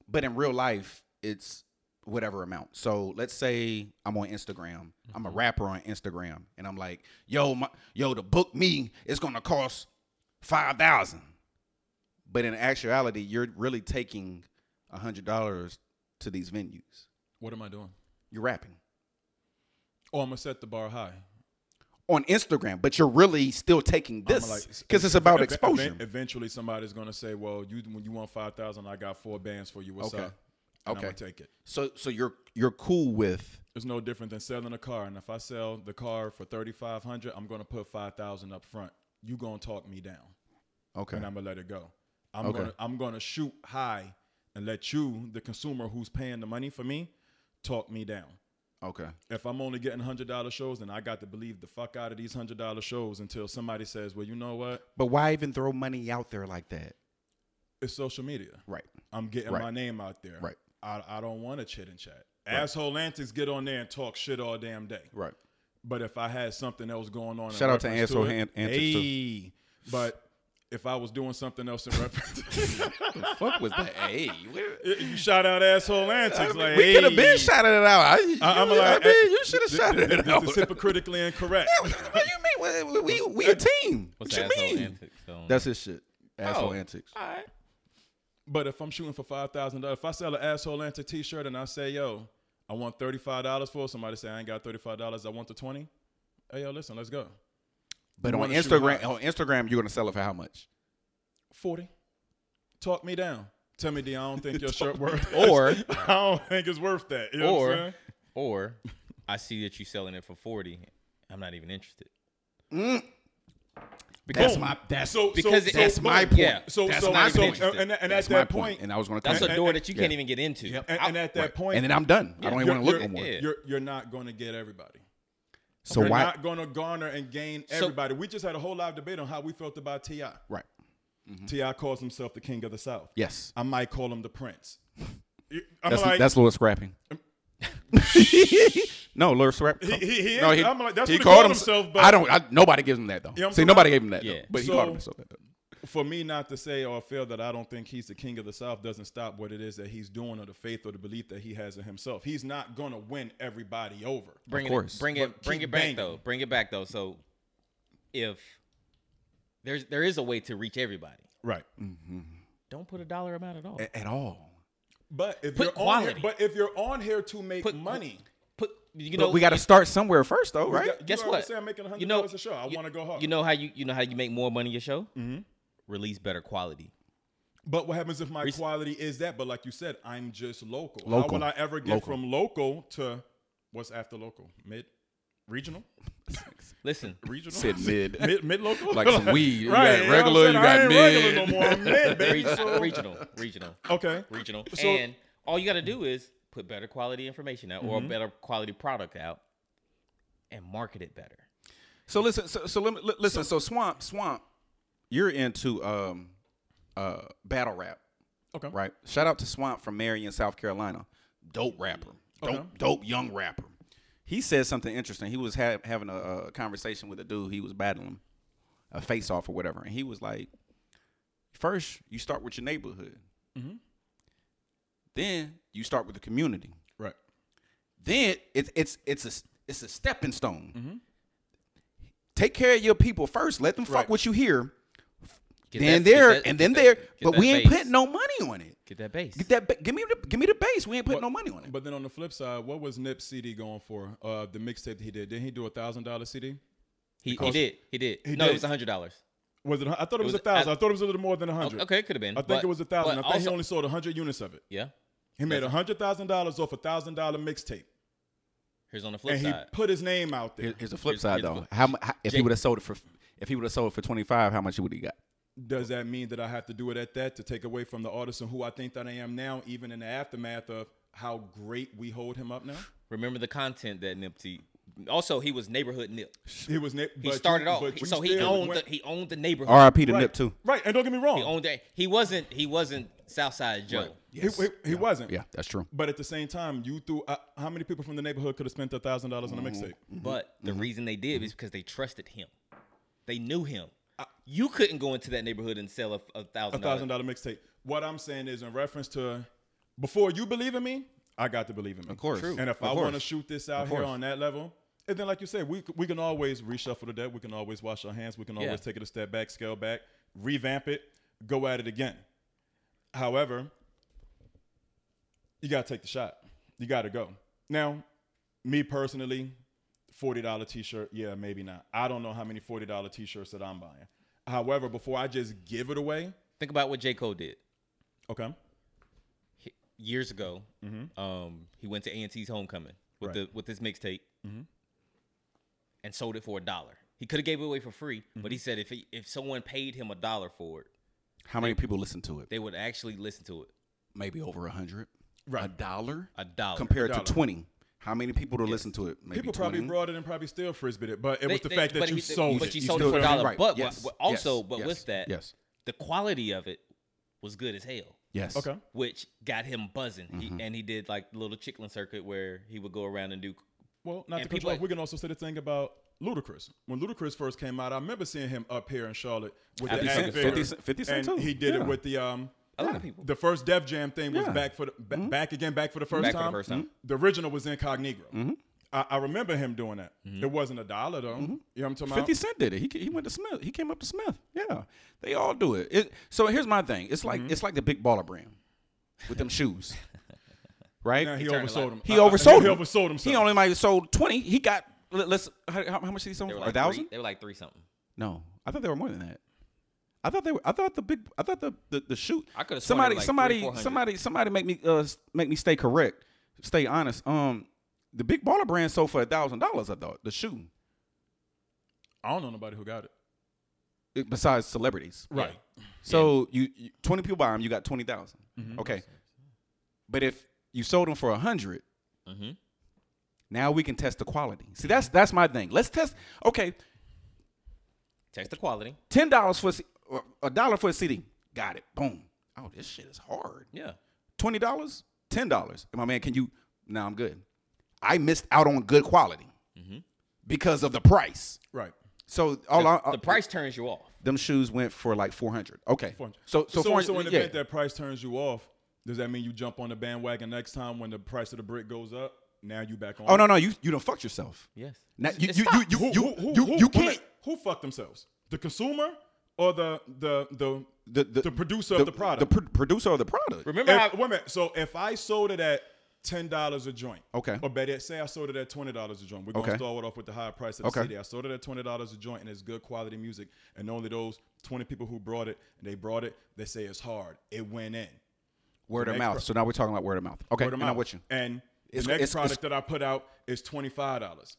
B: but in real life, it's whatever amount. So let's say I'm on Instagram. I'm a rapper on Instagram, and I'm like, yo, my, yo, to book me is gonna cost five thousand. But in actuality, you're really taking a hundred dollars to these venues.
C: What am I doing?
B: You're rapping
C: Oh, I'm gonna set the bar high.
B: on Instagram, but you're really still taking
C: I'ma
B: this
C: like-
B: because it's about
C: Ev-
B: exposure.
C: event- eventually, somebody's gonna say, "Well, you when you want five thousand, I got four bands for you. What's
B: Okay.
C: up?" And I'm
B: Okay.
C: gonna take it.
B: so, so you're you're cool with
C: It's no different than selling a car. And if I sell the car for thirty five hundred, I'm gonna put five thousand up front. You gonna talk me down,
B: okay.
C: and I'm gonna let it go. I'm
B: Okay.
C: gonna I'm gonna shoot high and let you, the consumer who's paying the money for me, talk me down.
B: Okay.
C: if I'm only getting hundred dollar shows, then I got to believe the fuck out of these hundred dollar shows until somebody says, "Well, you know what?
B: But why even throw money out there like that?
C: It's social media.
B: Right.
C: I'm getting
B: Right.
C: my name out there.
B: Right.
C: I, I don't want to chit and chat. Asshole antics get on there and talk shit all damn day.
B: Right.
C: But if I had something else going on, in
B: Shout out to
C: reference
B: Asshole
C: it,
B: Han- Antics, too.
C: hey, but if I was doing something else in reference, (laughs)
B: Fuck was (laughs) that? Hey, we,
C: you shout out asshole antics.
B: (laughs)
C: like,
B: we could have
C: hey.
B: been shouted it out. I,
C: I, am
B: you, I
C: like,
B: mean, you should have
C: this-
B: shouted
C: this-
B: it out.
C: This is hypocritically incorrect.
B: (laughs) what do you mean? We, we, we a team.
A: What's
B: what
A: the
B: you
A: asshole
B: mean?
A: antics? So,
B: That's his shit. Asshole
A: Oh.
B: antics.
A: all
B: (laughs)
A: right.
C: But if I'm shooting for five thousand dollars, if I sell an asshole antic T-shirt and I say, "Yo, I want thirty five dollars for," it, somebody say, "I ain't got thirty five dollars. I want the 20 Hey, yo, listen, let's go.
B: But
C: You
B: on
C: wanna shoot
B: Instagram,
C: high.
B: on Instagram, you're gonna sell it for how much?
C: Forty. Talk me down. Tell me, D, I don't think your shirt worth.
A: Or-
C: (laughs) I don't think it's worth that. You know what I'm
A: Or-
C: saying?
A: Or I see that you selling it for forty. I'm not even interested.
B: That's
A: Because
B: my that's
C: so,
A: because
C: so,
B: that's
A: boom.
B: my point.
A: Yeah.
C: so
B: that's
C: so,
B: not
C: so
B: even
A: interested.
C: and, and, and
B: that's
C: at
B: my
C: that
B: point,
C: point,
B: and I was gonna.
A: that's
B: come
A: a
B: back.
A: door that you can't
B: Yeah.
A: even get into.
B: Yep.
C: and, and at that
B: Right.
C: point,
B: and then I'm done. I don't even
C: you're-
B: want to look no
C: you're-
B: more.
A: yeah.
C: You're you're not going to get everybody.
B: So
C: you're
B: why?
C: not going to garner and gain everybody. we just had a whole live debate on how we felt about Ti.
B: Right.
C: Ti calls himself the king of the South.
B: Mm-hmm. Yes.
C: I might call him
B: (laughs)
C: the prince. I'm
B: That's
C: like,
B: that's Lewis
C: (laughs)
B: scrapping. no, Lewis scrapping.
C: He- he- he is- I'm like, that's what he called himself, but-
B: I don't. I, nobody gives him that though.
C: Yeah, I'm
B: See,
C: talking
B: nobody gave him that.
A: Yeah.
B: Though, but he
C: So-
B: called himself that. Though.
C: for me not to say or feel that I don't think he's the king of the South doesn't stop what it is that he's doing or the faith or the belief that he has in himself. He's not gonna win everybody over.
A: bring
B: course.
A: it bring
C: But
A: it bring
C: keep
A: it back
C: banging.
A: though bring it back though so if there's there is a way to reach everybody
C: Right.
B: Mm.
A: don't put a dollar amount at all
B: A- At all.
C: But if
A: Put
C: you're on
A: quality.
C: here, but if you're on here to make
A: Put-
C: money,
A: put you
B: But
A: know
B: we got to start somewhere first, though, right?
C: you
A: guess
C: already
A: what
C: say I'm making $100
A: you know
C: a show. I
A: you-
C: wanna go hard.
A: you know how you you know how you make more money your show mm-hmm. release better quality
C: but what happens if my quality is that? But like you said, I'm just local. How
B: Local.
C: will I ever get
B: Local.
C: from local to what's after local? Mid regional? (laughs)
A: listen
C: Regional?
B: Said mid.
C: mid mid local,
B: Like some weed. You got
C: you know what I'm
B: regular,
C: saying?
B: you
C: I
B: got
C: ain't
B: mid.
C: Regular no more.
B: (laughs)
C: I'm mid, baby.
A: reg- (laughs)
C: So-
A: regional regional
C: okay.
A: regional
C: Oh. So-
A: and all you got to do is put better quality information out
C: Mm-hmm.
A: or better quality product out and market it better
B: So listen. So, so let me, li- listen. So, swamp, swamp. You're into um, uh, battle rap,
C: Okay.
B: right? Shout out to Swamp from Marion, South Carolina. Dope rapper. Dope,
C: Okay.
B: dope young rapper. He said something interesting. He was ha- having a, a conversation with a dude. He was battling a face off or whatever, and he was like, first you start with your neighborhood,
A: Mm-hmm.
B: then you start with the community."
C: Right.
B: then it's it's it's a it's a stepping stone.
A: Mm-hmm.
B: Take care of your people first. Let them fuck
C: Right.
B: what you hear.
A: Get
B: then
A: that- get
B: there
A: that-
B: and then
A: get
B: there,
A: that- get
B: but
A: that
B: we ain't
A: base.
B: putting no money on it.
A: get that base
B: Get that. ba- Give me the give me the base. We ain't putting
C: But-
B: no money on it.
C: But then on the flip side, what was Nip CD going for? Uh, the mixtape that he did. Didn't he do a thousand dollar CD?
A: he, he did he did
C: He
A: no
C: did.
A: it was a hundred dollars
C: Was it? a hun- I thought it was,
A: was-
C: a thousand. I,
A: I-
C: thought it was a little more
B: Oh,
C: than a hundred.
A: okay it could have been
C: I think
A: but-
C: it was a thousand.
A: but
C: I think he
A: also-
C: only sold a hundred units of it.
A: Yeah.
C: He made a
A: That's-
C: hundred thousand dollars off a thousand dollar mixtape,
A: Here's on the flip
C: and he
A: side.
C: put his name out there.
B: here's the
A: flip here's- side, here's the though. flip-
B: How, if
A: he Jake-
B: have sold it for if he would have sold it for twenty five, how much would he got?
C: Does that mean that I have to do it at that to take away from the artist and who I think that I am now, even in the aftermath of how great we hold him up now?
A: Remember the content that Nipsey. Also, he was neighborhood Nip.
C: He was Nip.
A: He
C: but
A: started
C: you-
A: off,
C: but you
A: so he
C: still
A: owned the,
C: went-
A: he owned the neighborhood.
B: R.I.P. to
C: right,
B: Nip too.
C: Right, and don't get me wrong.
A: He owned that. He wasn't he wasn't Southside Joe.
B: Yes.
C: He, he- he wasn't.
B: Yeah, that's true.
C: But at the same time, you threw uh, how many people from the neighborhood could have spent a thousand dollars on a
B: Mm-hmm.
C: mixtape?
A: But
C: Mm-hmm.
A: the reason they did is because they trusted him. They knew him. you couldn't go into that neighborhood and sell a, a
C: A
A: thousand
C: thousand
A: dollars.
C: dollar mixtape. What I'm saying is, in reference to before you believe in me, I got to believe in me.
B: Of course. True.
C: And if
B: Of
C: I want to
B: course.
C: shoot this out
B: Of
C: here
B: course.
C: on that level, and then like you said, we c- we can always reshuffle the deck. We can always wash our hands. We can always
A: Yeah.
C: take it a step back, scale back, revamp it, go at it again. However, you gotta take the shot. You gotta go. Now, me personally, forty dollar t shirt, yeah, maybe not. I don't know how many forty dollar t shirts that I'm buying. However, before I just give it away,
A: Think about what J. Cole did
C: okay,
A: He- years ago. Um, he went to A&T's homecoming with
C: Mm-hmm. Right. Mm-hmm.
A: the with his mixtape and sold it for a dollar. He could have gave it away for free, but he
C: Mm-hmm.
A: said if he, if someone paid him a dollar for it,
B: How many people listen to it?
A: they would actually listen to it.
B: Maybe over a hundred.
C: Right.
B: A dollar
A: A dollar.
B: compared
C: dollar.
B: to twenty. How many people to listen to it? Maybe
C: People probably
B: 20?
C: brought it and probably still frisbeed it, but it was
A: They-
C: the
A: they-
C: fact that
A: but
C: you
A: he-
C: sold
A: but
C: it.
A: you
C: You
A: sold it
C: still
A: for a
B: feel me?
A: dollar.
B: Right.
A: But,
B: Yes.
A: but also,
B: Yes.
A: but
B: Yes.
A: with that,
B: Yes.
A: the quality of it was good as hell.
B: Yes.
C: Okay.
A: which got him buzzing. He, and he did like the little chitlin circuit where he would go around and do.
C: Well, not
A: And
C: to cut you
A: people
C: off,
A: like-
C: we can also say the thing about Ludacris. When Ludacris first came out, I remember seeing him up here in Charlotte with
B: 50
C: the
B: Cent-
C: act
B: 50
C: figure,
B: Cent- 50 Cent
C: and
B: too.
C: he did
B: Yeah.
C: it with the um.
A: A lot of people.
C: The first Def Jam thing was
B: Yeah. Mm-hmm.
C: back for the ba- back again, back for the first
A: Back for the
C: time. Mm-hmm.
A: first time. Mhm.
C: The original was Incognito.
B: Mm-hmm.
C: I, I remember him doing that. It wasn't a dollar though. You know what I'm talking
B: Mm-hmm. Fifty
C: about?
B: Cent did it. He, ca- he went to Smith. He came up to Smith. Yeah, they all do it. it so here's my thing. It's like it's like the big baller brand with them shoes, right?
C: Now he,
B: he
A: turned a lot.
C: oversold him. I- I-
B: oversold.
C: He
B: him.
C: oversold himself.
B: He only might have sold twenty. He got let- let's how, how how much did he sell?
A: They were
B: for?
A: like
B: a thousand?
A: Three, they were like three something.
B: No, I thought they were more than that. I thought they were. I thought the big. I thought the the, the shoot.
A: I could've sworn
B: somebody
A: it was like
B: somebody
A: 300,
B: somebody somebody make me uh s- make me stay correct, stay honest. Um, the big baller brand sold for a thousand dollars. I thought the shoe.
C: I don't know nobody who got it.
B: it- eh, Besides celebrities,
C: Right.
B: So you, you twenty people buy them, you got twenty Okay, but if you sold them for a hundred,
A: Mm-hmm.
B: now we can test the quality. See, that's that's my thing. Let's test. Okay,
A: Test the quality.
B: ten dollars for a C- or a dollar for a CD. Got it. Boom. Oh, this shit is hard.
A: Yeah.
B: Twenty dollars, ten dollars. And my man, can you? Now I'm good. I missed out on good quality because of the price.
C: Right.
B: So all I,
A: Mm-hmm. the price turns you off.
B: them shoes went for like four hundred. Okay,
C: 400.
B: so so
C: so,
B: 400
C: so in the
B: yeah.
C: event that price turns you off, does that mean you jump on the bandwagon next time when the price of the brick goes up? Now you back on.
B: Oh no no you you don't fucked yourself.
A: Yes.
B: Now, you,
A: It's
B: you, you,
A: not-
B: you,
C: Who,
B: you,
C: who, who,
B: you,
C: who,
B: you
C: who
B: can't.
C: ma- Who fucked themselves? The consumer or the the the
B: The, the,
C: producer of the product.
B: The pro- producer of the product.
A: Remember
C: if,
A: how?
C: wait a minute. So if I sold it at ten dollars a joint,
B: Okay.
C: or better yet, say I sold it at twenty dollars a joint. We're
B: Okay.
C: gonna start it off with the higher price of the
B: Okay.
C: CD. I sold it at twenty dollars a joint, and it's good quality music. And only those twenty people who brought it, and they brought it, they say it's hard. It went in.
B: Word of
C: next
B: mouth.
C: pro-
B: So now we're talking about word of mouth. Okay,
C: Word of
B: and I'm
C: mouth.
B: with you.
C: And
B: It's-
C: the next
B: it's- Mm-hmm.
C: product
B: it's-
C: that I put out is twenty five dollars.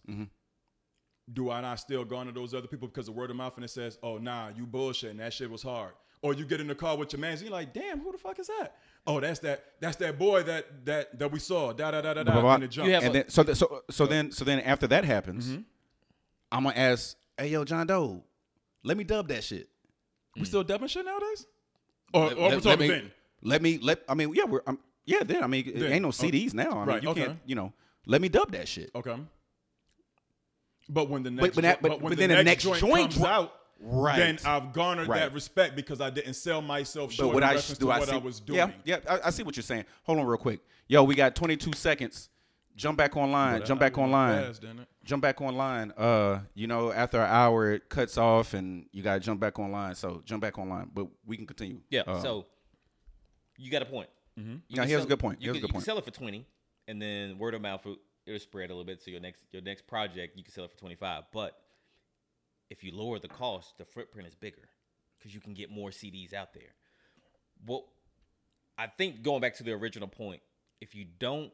C: Do I not still garner those other people because of word of mouth and it says, "Oh nah, you bullshit and that shit was hard." Or you get in the car with your man and you're like, "Damn, who the fuck is that?" Oh, that's that that's that boy that that that we saw. Da da da da
B: Blah,
C: da.
B: blah,
C: in
B: blah.
C: the jump.
A: You have
B: and
A: a-
B: then so th- so so then so then after that happens, I'm gonna ask, hey yo, John Doe, let me dub that shit.
C: we still dubbing shit nowadays. Or, or Oh, we're
B: Let, let
C: talking
B: me
C: then.
B: let me let. I mean, yeah, we're um, yeah. Then I mean, it
C: Then.
B: ain't no
C: Okay.
B: CDs now. I mean,
C: Right,
B: you
C: okay.
B: can't. You know, let me dub that shit.
C: Okay. But when the next
B: but that-
C: jo-
B: but-
C: when
B: but
C: the
B: then the
C: next
B: next
C: joint,
B: joint
C: comes
B: dro-
C: out,
B: Right.
C: then I've garnered
B: Right.
C: that respect because I didn't sell myself
B: But
C: short
B: what
C: in
B: I
C: reference
B: do,
C: to
B: I
C: what
B: see.
C: I was doing.
B: Yeah, yeah. I, I see what you're saying. Hold on, real quick. Yo, we got 22 seconds. Jump back online.
C: That
B: jump back
C: album went
B: online.
C: fast, didn't it?
B: jump back online. Uh, you know, after an hour it cuts off and you gotta jump back online. So jump back online. But we can continue.
A: Yeah.
B: Uh,
A: so you got a point. Mm-hmm.
B: Now, here's a good point.
A: You
B: Here's a
A: can,
B: good
A: you can
B: point.
A: sell it for twenty, and then word of mouth it- it'll spread a little bit. So your next your next project you can sell it for twenty five. But if you lower the cost, the footprint is bigger because you can get more CDs out there. Well, I think going back to the original point, if you don't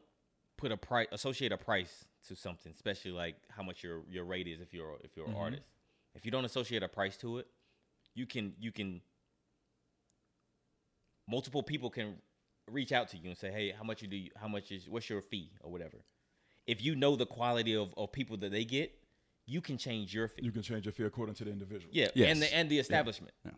A: put a price associate a price to something, especially like how much your your rate is if you're if you're
B: Mm-hmm.
A: an artist, if you don't associate a price to it, you can you can multiple people can reach out to you and say, "Hey, how much you do? You, how much is what's your fee or whatever?" If you know the quality of, of people that they get, you can change your fee.
C: You can change your fee according to the individual.
A: yeah,
B: Yes.
A: and the and the establishment.
B: Yeah.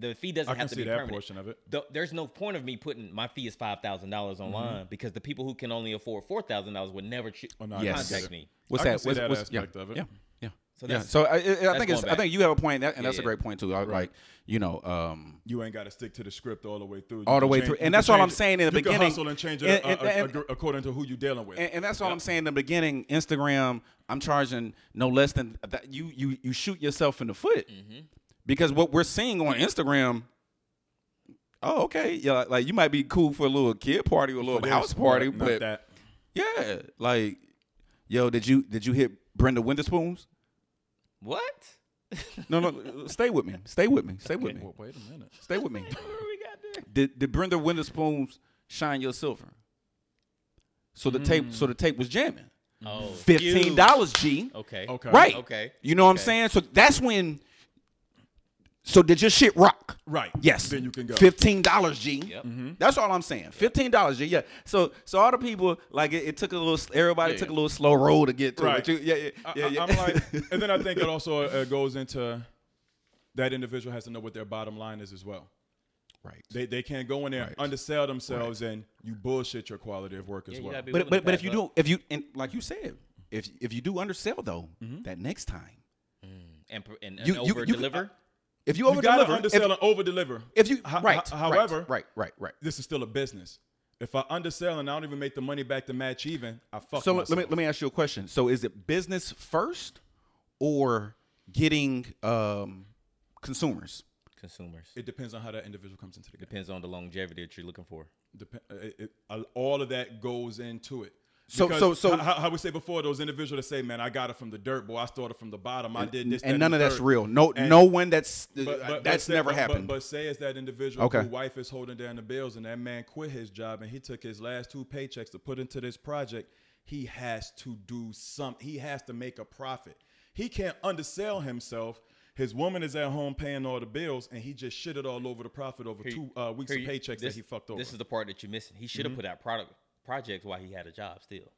A: The fee doesn't
C: I can
A: have to
C: see
A: be
C: that
A: permanent.
C: portion of it.
A: Th- there's no point of me putting my fee is five thousand dollars
C: Mm-hmm.
A: online because the people who can only afford four thousand dollars would never ch-
C: Oh, no, I
B: Yes.
A: contact me.
B: What's
C: I can
B: that?
C: see
B: What's,
C: that
B: what's-
C: aspect
B: yeah,
C: of it.
B: Yeah. Yeah.
A: So
B: Yeah.
A: that's
B: So I, I- I think
A: going
B: it's, I
A: back.
B: think you have a point, that, and that's
A: yeah.
B: a great point too. I, Like you know, um,
C: You ain't got to stick to the script all the way through. You
B: All the
C: can
B: way
C: change-
B: through.
C: you
B: And
C: can
B: that's what
C: change
B: I'm
C: it.
B: saying in the
C: you
B: beginning.
C: can hustle and change
B: And-
C: it uh,
B: and-
C: uh,
B: and-
C: ag- according to who you're dealing with.
B: and, and that's all I'm saying. In the beginning, Instagram, I'm charging no less than that. You you you shoot yourself in the foot
C: Mm-hmm.
B: because what we're seeing on Instagram. Oh, okay. Yeah, like you might be cool for a little kid party or a little
C: But
B: house
C: there's-
B: party,
C: not- not
B: but
C: that.
B: yeah, like, yo, did you did you hit Brenda Winterspoons?
A: what? (laughs)
B: No, no, (laughs) stay with me. Stay with me. Stay with me.
C: Well, wait a minute.
B: Stay with me.
A: What do we got there?
B: Did did Brenda Winterspoons shine your silver? So the tape,
C: Hmm.
B: so the tape was jamming.
A: Oh,
B: Fifteen dollars, G.
A: Okay.
C: Mm-hmm. Okay.
B: Right.
A: Okay.
B: You know what I'm
A: Okay.
B: saying? So that's when. So did your shit rock?
C: Right.
B: Yes.
C: Then you can go. Mm-hmm.
B: Fifteen dollars, G. Mm-hmm.
A: Yep.
B: That's all I'm saying. Fifteen dollars, G. Yeah. So so all the people like it, it took a little. Everybody
A: Yeah,
B: took
A: yeah.
B: a little slow roll to get to it.
C: Right.
B: You- Yeah, yeah,
C: I,
B: yeah. yeah.
C: I,
B: (laughs)
C: am like, and then I think it also uh, goes into that individual has to know what their bottom line is as well.
B: right.
C: They, they can't go in there undersell themselves and you bullshit your quality of work as
A: Yeah, you
C: well.
A: gotta be willing
B: But
A: to
B: but but if
A: back
B: you
A: up.
B: do if you and like you said if if you do undersell though
C: Mm-hmm.
B: that next time
A: and pr- and,
B: You-
A: and
B: you- you-
A: over deliver,
B: if you
C: you
B: over
C: gotta
B: deliver if,
C: undersell and over deliver.
B: if you
C: Ho-
B: right
C: ho-
B: right,
C: however,
B: right right right
C: this is still a business. If I undersell and I don't even make the money back to match even, I fuck
B: so
C: myself.
B: let me let me ask you a question. So is it business first or getting um, consumers?
A: consumers
C: It depends on how that individual comes into the game.
A: depends on the longevity that you're looking for.
C: Dep- uh, it, it, uh, all of that goes into it.
B: So-
C: Because
B: so- so-
C: h- how, how we say before those individuals that say, "Man, I got it from the dirt, boy. I started from the bottom. I did this." that,
B: And none
C: the
B: of that's
C: third."
B: real. No
C: And-
B: no one that's
C: But- but- but
B: uh, that's
C: say-
B: never
C: but-
B: happened.
C: But, but say it's that individual
B: Okay.
C: whose wife is holding down the bills, and that man quit his job, and he took his last two paychecks to put into this project. He has to do something. He has to make a profit. He can't undersell himself. His woman is at home paying all the bills, and he just shitted all over the profit over
A: Here
C: two
A: you-
C: uh, weeks
A: here
C: of
A: you-
C: paychecks that
A: this-
C: he fucked over. Mm-hmm.
A: This is the part that you're missing. He should have put out product projects while he had a job still,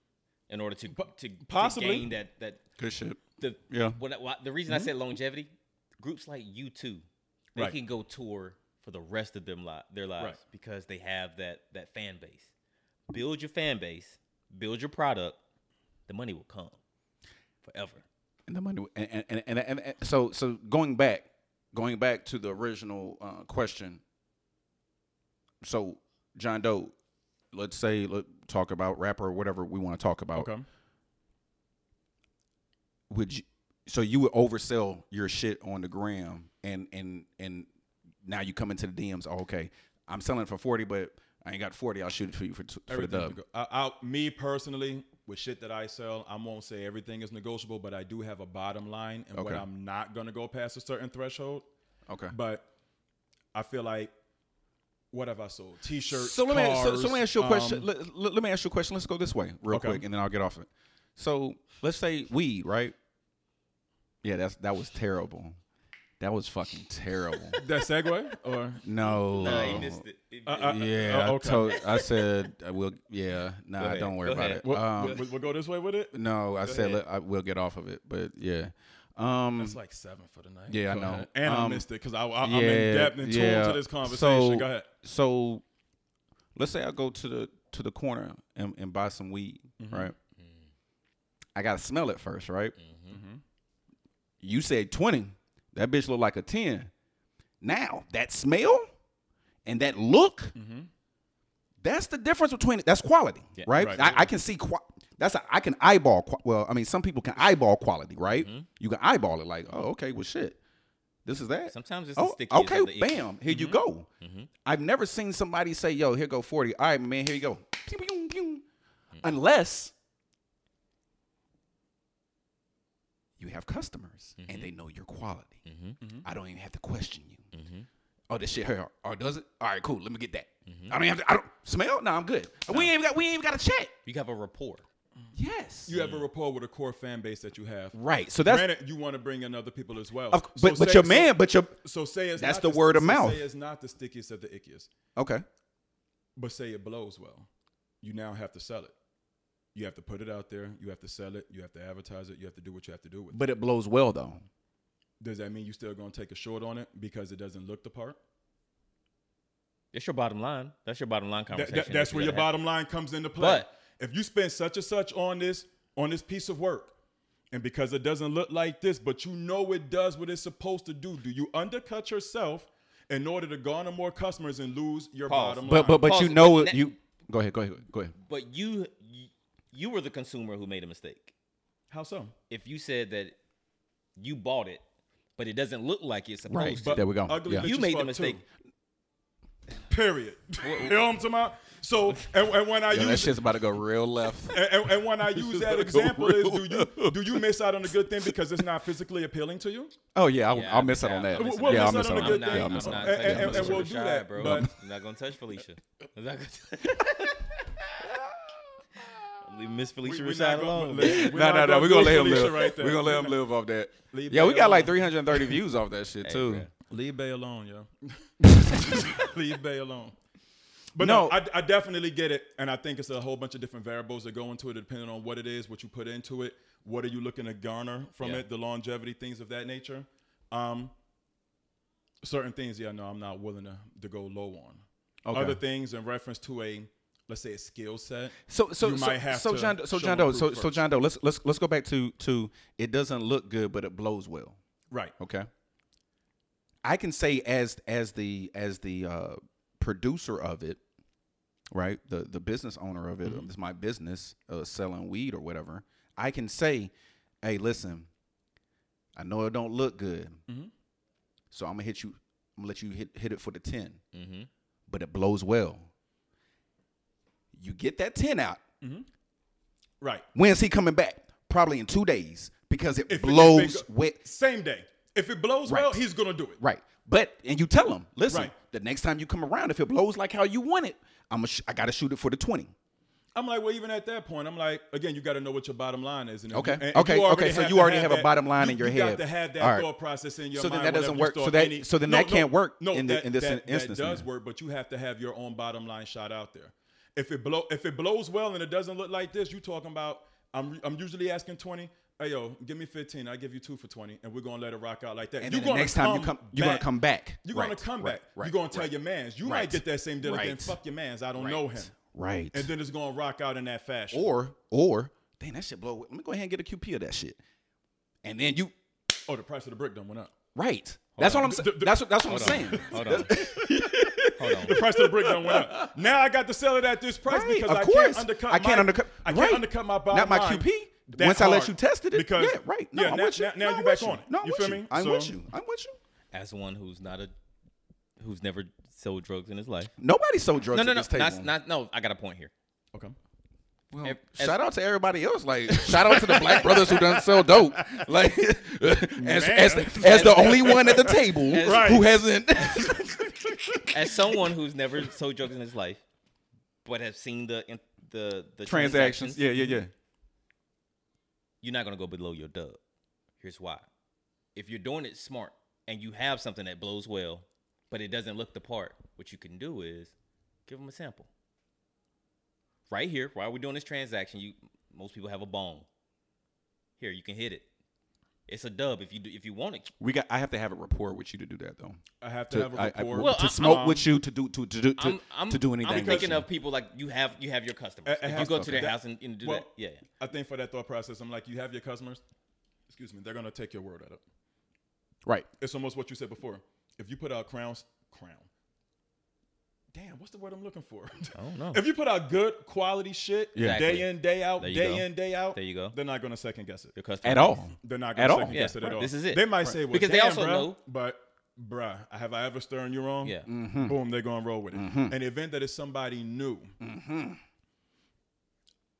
A: in order to to to
C: possibly. Mm-hmm.
A: gain that that
B: Good shit.
A: the
B: Yeah.
A: what, what- the reason I said longevity. Groups like you two, they
C: Right.
A: can go tour for the rest of them li- their lives
C: Right.
A: because they have that that fan base. Build your fan base, build your product, the money will come forever.
B: And the money and and, and, and, and, and so so going back going back to the original uh, question. So John Doe, let's say let talk about rapper or whatever we want to talk about.
C: okay.
B: would you so you would oversell your shit on the gram and and and now you come into the DMs oh, okay I'm selling for 40 but I ain't got 40 I'll shoot it for you for, t- for the
C: Everything
B: dub
C: is nego- I, I, me personally, with shit that I sell, I won't say everything is negotiable, but I do have a bottom line and what
B: Okay.
C: I'm not gonna go past a certain threshold.
B: okay
C: But I feel like what have I sold? T-shirts.
B: so let me so, so let me ask you a
C: cars,
B: question
C: um,
B: let, let, let me ask you a question let's go this way real
C: Okay.
B: quick and then I'll get off it so let's say weed right yeah that's that was terrible that was fucking
C: (laughs)
B: terrible
C: that segue
B: (laughs)
C: or
B: no
A: Nah, he missed it. He
C: Uh,
A: missed
C: uh,
A: it.
B: yeah
C: Oh, okay.
B: I told I said I will yeah nah
A: ahead.
B: don't worry
A: Go
B: about
A: ahead.
B: it
C: we'll,
B: Um,
C: we'll, we'll go this way with it.
B: No, I said
A: ahead.
B: let, I will get off of it, but yeah, um,
C: It's like seven for the night.
B: yeah, I
C: Go
B: know.
C: ahead. And I
B: Um,
C: missed it because I, I, I'm
B: yeah,
C: in depth and tuned
B: yeah.
C: to this conversation.
B: So-
C: go ahead.
B: so let's say I go to the to the corner and, and buy some weed,
A: Mm-hmm.
B: right? I gotta smell it first, right?
A: Mm-hmm.
B: You said twenty, that bitch look like a ten. Now that smell and that look, that's the difference between it. That's quality,
A: Mm-hmm. Yeah,
B: right?
C: right.
B: I, I can see qua- that's a, I can eyeball. Qua- well, I mean, some people can eyeball quality, right?
A: Mm-hmm.
B: You can eyeball it, like, oh, okay, well, shit, this is that.
A: Sometimes it's the
B: Oh,
A: stickiest
B: okay,
A: of the icky.
B: bam, here
C: Mm-hmm.
B: you go. I've never seen somebody say, "Yo, here go 40. All right, man, here you go." Pew, pew, pew. Unless you have customers
C: Mm-hmm.
B: and they know your quality. I don't even have to question you.
C: Mm-hmm.
B: Oh, this shit hurt. Oh, does it? All right, cool. Let me get that.
C: Mm-hmm.
B: I don't even have to. I don't smell. No, I'm good. We ain't even got. We ain't even got to check.
A: You have a rapport.
B: Yes.
C: You have a rapport with a core fan base that you have.
B: right. So that's.
C: Granted, you want to bring in other people as well.
B: of-
C: So
B: but but
C: say-
B: your
C: so-
B: man. But your.
C: So say it's
B: That's
C: not
B: the word of
C: so
B: mouth.
C: Say it's not the stickiest of the ickiest,
B: Okay.
C: but say it blows well. You now have to sell it. You have to put it out there. You have to sell it. You have to advertise it. You have to do what you have to do with it.
B: But it blows well though.
C: Does that mean you still gonna take a short on it because it doesn't look the part?
A: It's your bottom line. That's your bottom line
C: That-
A: conversation.
C: that- that's
A: you
C: where your
A: gotta have.
C: bottom line comes into play.
A: But-
C: if you spend such and such on this on this piece of work, And because it doesn't look like this, but you know it does what it's supposed to do. Do you undercut yourself in order to garner more customers and lose your
A: Pause.
C: bottom line?
B: But but but you
A: Pause.
B: know
A: Ne-
B: you go ahead go ahead go ahead.
A: But you, you, you were the consumer who made a mistake.
C: how so?
A: If you said that you bought it, but it doesn't look like it's supposed
B: Right.
A: to,
B: There we go.
C: ugly
B: Yeah.
C: bitches
A: you made the
C: fuck
A: mistake.
C: too. Period. (laughs) you know what I'm talking about? So, and, and when I
B: Yo, that
C: use
B: shit's about to go real left.
C: and, and- and when I use that example is do you do you miss out on a good thing because it's not physically appealing to you?
B: (laughs) Oh yeah, I'll,
A: Yeah,
B: I'll miss out on
A: yeah,
B: that.
A: I'll miss
C: out
B: yeah, I'll
C: on
B: miss out
C: that.
B: on
A: I'm
C: good
B: that.
A: not,
C: thing.
B: Yeah, I'll
A: I'm
B: miss
A: not
B: out on that.
C: And-
A: touching
B: Yeah, I'll
C: and-
B: miss
A: Felicia
C: and
B: out on
A: Rashad,
B: that.
C: we'll do that,
A: bro.
C: but-
A: I'm not gonna touch Felicia. I'm not gonna (laughs)
C: (laughs)
A: touch. I'm leaving Miss Felicia
C: we
A: Rashad
C: not gonna-
A: alone.
C: listen,
A: man.
C: we're
B: No, no,
C: not
B: no. We're
C: do
B: gonna let him
C: Felicia
B: live.
C: right there.
B: we're gonna let him
C: not-
B: live off that.
C: Leave
B: Yeah, we
C: that
B: got like
C: alone.
B: 330 views off that shit too.
A: bruh.
C: Leave Bay alone, (laughs) yo. Leave Bay alone. But
B: No.
C: no, I, I definitely get it, and I think it's a whole bunch of different variables that go into it, depending on what it is, what you put into it, what are you looking to garner from
A: Yeah.
C: it, the longevity, things of that nature. Um, certain things, yeah, no, I'm not willing to, to go low on.
B: Okay.
C: Other things in reference to a, let's say, a skill set.
B: So so
C: You
B: so,
C: might have
B: so
C: to
B: John so
C: show
B: John Doe
C: and
B: so
C: prove
B: so
C: first.
B: John Doe. Let's let's let's go back to to it doesn't look good, but it blows well.
C: Right.
B: Okay. I can say as as the as the uh, producer of it, right? The the business owner of
C: Mm-hmm.
B: it. It's my business uh, selling weed or whatever. I can say, hey, listen, I know it don't look good,
C: Mhm.
B: so I'm gonna hit you. I'm gonna let you hit hit it for the ten,
C: Mm-hmm.
A: Mhm.
B: but it blows well. You get that ten out.
C: Right.
B: When's he coming back? Probably in two days because it
C: If it- if it
B: blows
C: go-
B: wet.
C: Same day. If it blows
B: Right.
C: well, he's going to do it.
B: Right. But and you tell them, listen,
C: Right.
B: the next time you come around, if it blows like how you want it, I'm a sh- I gotta shoot it for the twenty.
C: I'm like, well, even at that point, I'm like, again, you got to know what your bottom line is. And if
B: Okay.
C: you- and
B: Okay.
C: you already
B: Okay. So
C: have
B: you
C: to
B: already have a
C: that-
B: bottom line
C: you-
B: in your
C: you
B: head.
C: got to have that
B: All right.
C: thought process in your
B: So then
C: mind.
B: that doesn't
C: whenever you
B: work. So
C: start
B: that-
C: any-
B: so then that can't work in the- in this in- instance
C: That does
B: then.
C: work, but you have to have your own bottom line shot out there. If it blow, if it blows well and it doesn't look like this, you talking about? I'm I'm usually asking twenty. Hey yo, give me fifteen. I give you two for twenty, and we're gonna let it rock out like that.
B: And then
C: You
B: the
C: gonna
B: next time you come you're gonna come back.
C: You're
B: Right,
C: gonna come
B: right,
C: back.
B: right,
C: you're gonna tell
B: right.
C: your mans. You
B: Right.
C: might get that same deal again.
B: Right.
C: Fuck your mans. I don't know him.
B: Right.
C: And then it's gonna rock out in that fashion.
B: or or dang that shit blow let me go ahead and get a QP of that shit. And then you
C: Oh, the price of the brick done went up.
B: right. that's
A: on.
B: what I'm saying.
C: The- the-
B: That's what that's what
A: Hold
B: I'm saying.
A: on. Hold on. Hold on.
C: the price of the brick done went up. Now I got to sell it at this price
B: Right,
C: because
B: of
C: I
B: course.
C: can't undercut.
B: I can't
C: my,
B: undercut-
C: I can't
B: right.
C: undercut my bottom
B: Not my
C: line
B: QP.
C: that
B: Once I let
C: hard.
B: you test it, it-
C: because
B: yeah, right. No,
C: yeah,
B: I'm
C: now,
B: with you.
C: now, now
B: No,
C: you
B: I'm
C: back
B: with
C: on it.
B: No, I'm
C: you
B: with
C: feel me?
B: I'm
C: So-
B: with you. I'm with you.
A: As one who's not a, who's never sold drugs in his life.
B: Nobody sold drugs
A: No, no,
B: at
A: no.
B: this table.
A: Not, not, no. I got a point here.
C: Okay.
B: Well,
A: Ev-
B: shout out to everybody else. Like, shout out to the black brothers who don't sell dope. Like, as, as, the, as the only one at the table
C: Right.
B: who hasn't.
A: As someone who's never sold drugs in his life, but have seen the in- the the
B: yeah, yeah.
A: you're not gonna go below your dub. Here's why: if you're doing it smart and you have something that blows well, but it doesn't look the part, what you can do is give them a sample. Right here, while we're doing this transaction, you most people have a bone. Here, you can hit it. It's a dub if you do, if you want it.
B: We got. I have to have a rapport with you to do that though.
C: I have to,
B: To,
C: have a
B: I- I-
C: report.
A: Well,
B: to
A: I-
B: smoke
C: I'm-
B: with you to do to to do to,
A: I'm, I'm
B: to do anything.
A: I'm
B: with
A: thinking
B: you.
A: of people like you have you have your customers.
C: It- it
A: If you
C: has-
A: go to their
C: okay.
A: house and, and do
C: Well,
A: that, yeah.
C: I think for that thought process, I'm like, you have your customers. Excuse me. They're gonna take your word at it.
B: right.
C: It's almost what you said before. If you put out crowns, crown. Damn, what's the word I'm looking for?
A: I don't know.
C: (laughs) if you put out good quality shit,
B: Yeah.
A: Exactly.
C: day in, day out,
A: There
C: day
A: you go.
C: in, day out,
A: There you go.
C: they're not gonna second guess it.
A: Your customer
B: At all.
C: They're not
B: At
C: gonna
B: all.
C: second guess
A: Yeah,
C: it at
A: right.
C: all.
A: This is it.
C: They might say, well,
A: Because they
C: damn,
A: also
C: bruh,
A: know-
C: but bruh, have I ever stirred you wrong?
A: Yeah.
C: Boom, they're gonna roll with it.
A: Mm-hmm.
C: An event that is somebody new.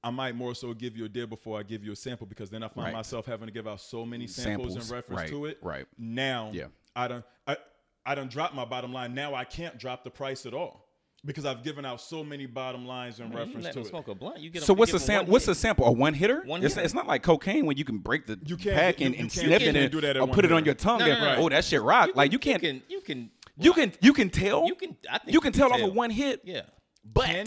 C: I might more so give you a deal before I give you a sample because then I find
B: Right.
C: myself having to give out so many samples,
B: Samples,
C: in reference
B: right,
C: to it.
B: right.
C: Now
B: Yeah.
C: I don't I I don't drop my bottom line. Now I can't drop the price at all. Because I've given out so many bottom lines in
A: You
C: reference
A: let
C: to
A: them
C: it.
A: smoke a blunt. You get 'em-
B: So
A: you
B: what's
A: give
B: a
A: 'em
B: sam-
A: one
B: what's
A: hit.
B: a sample? A one hitter?
A: One
B: it's,
A: hitter.
B: it's not like cocaine when you can break the
C: You can't-
B: pack
C: you-
B: and,
C: you
B: and
C: can't-
B: sniff
C: you
B: it
C: can't
B: and
C: do that at
B: or
C: one
B: put it on
C: hitter.
B: your tongue.
A: No, no,
B: and,
A: no, no.
B: Oh, that shit rock!
A: You
B: like
A: can-
B: you can't.
A: You can. You can.
B: You can you can tell
A: You can. I think
B: you can tell off of one hit.
A: Yeah.
B: But
C: Can you?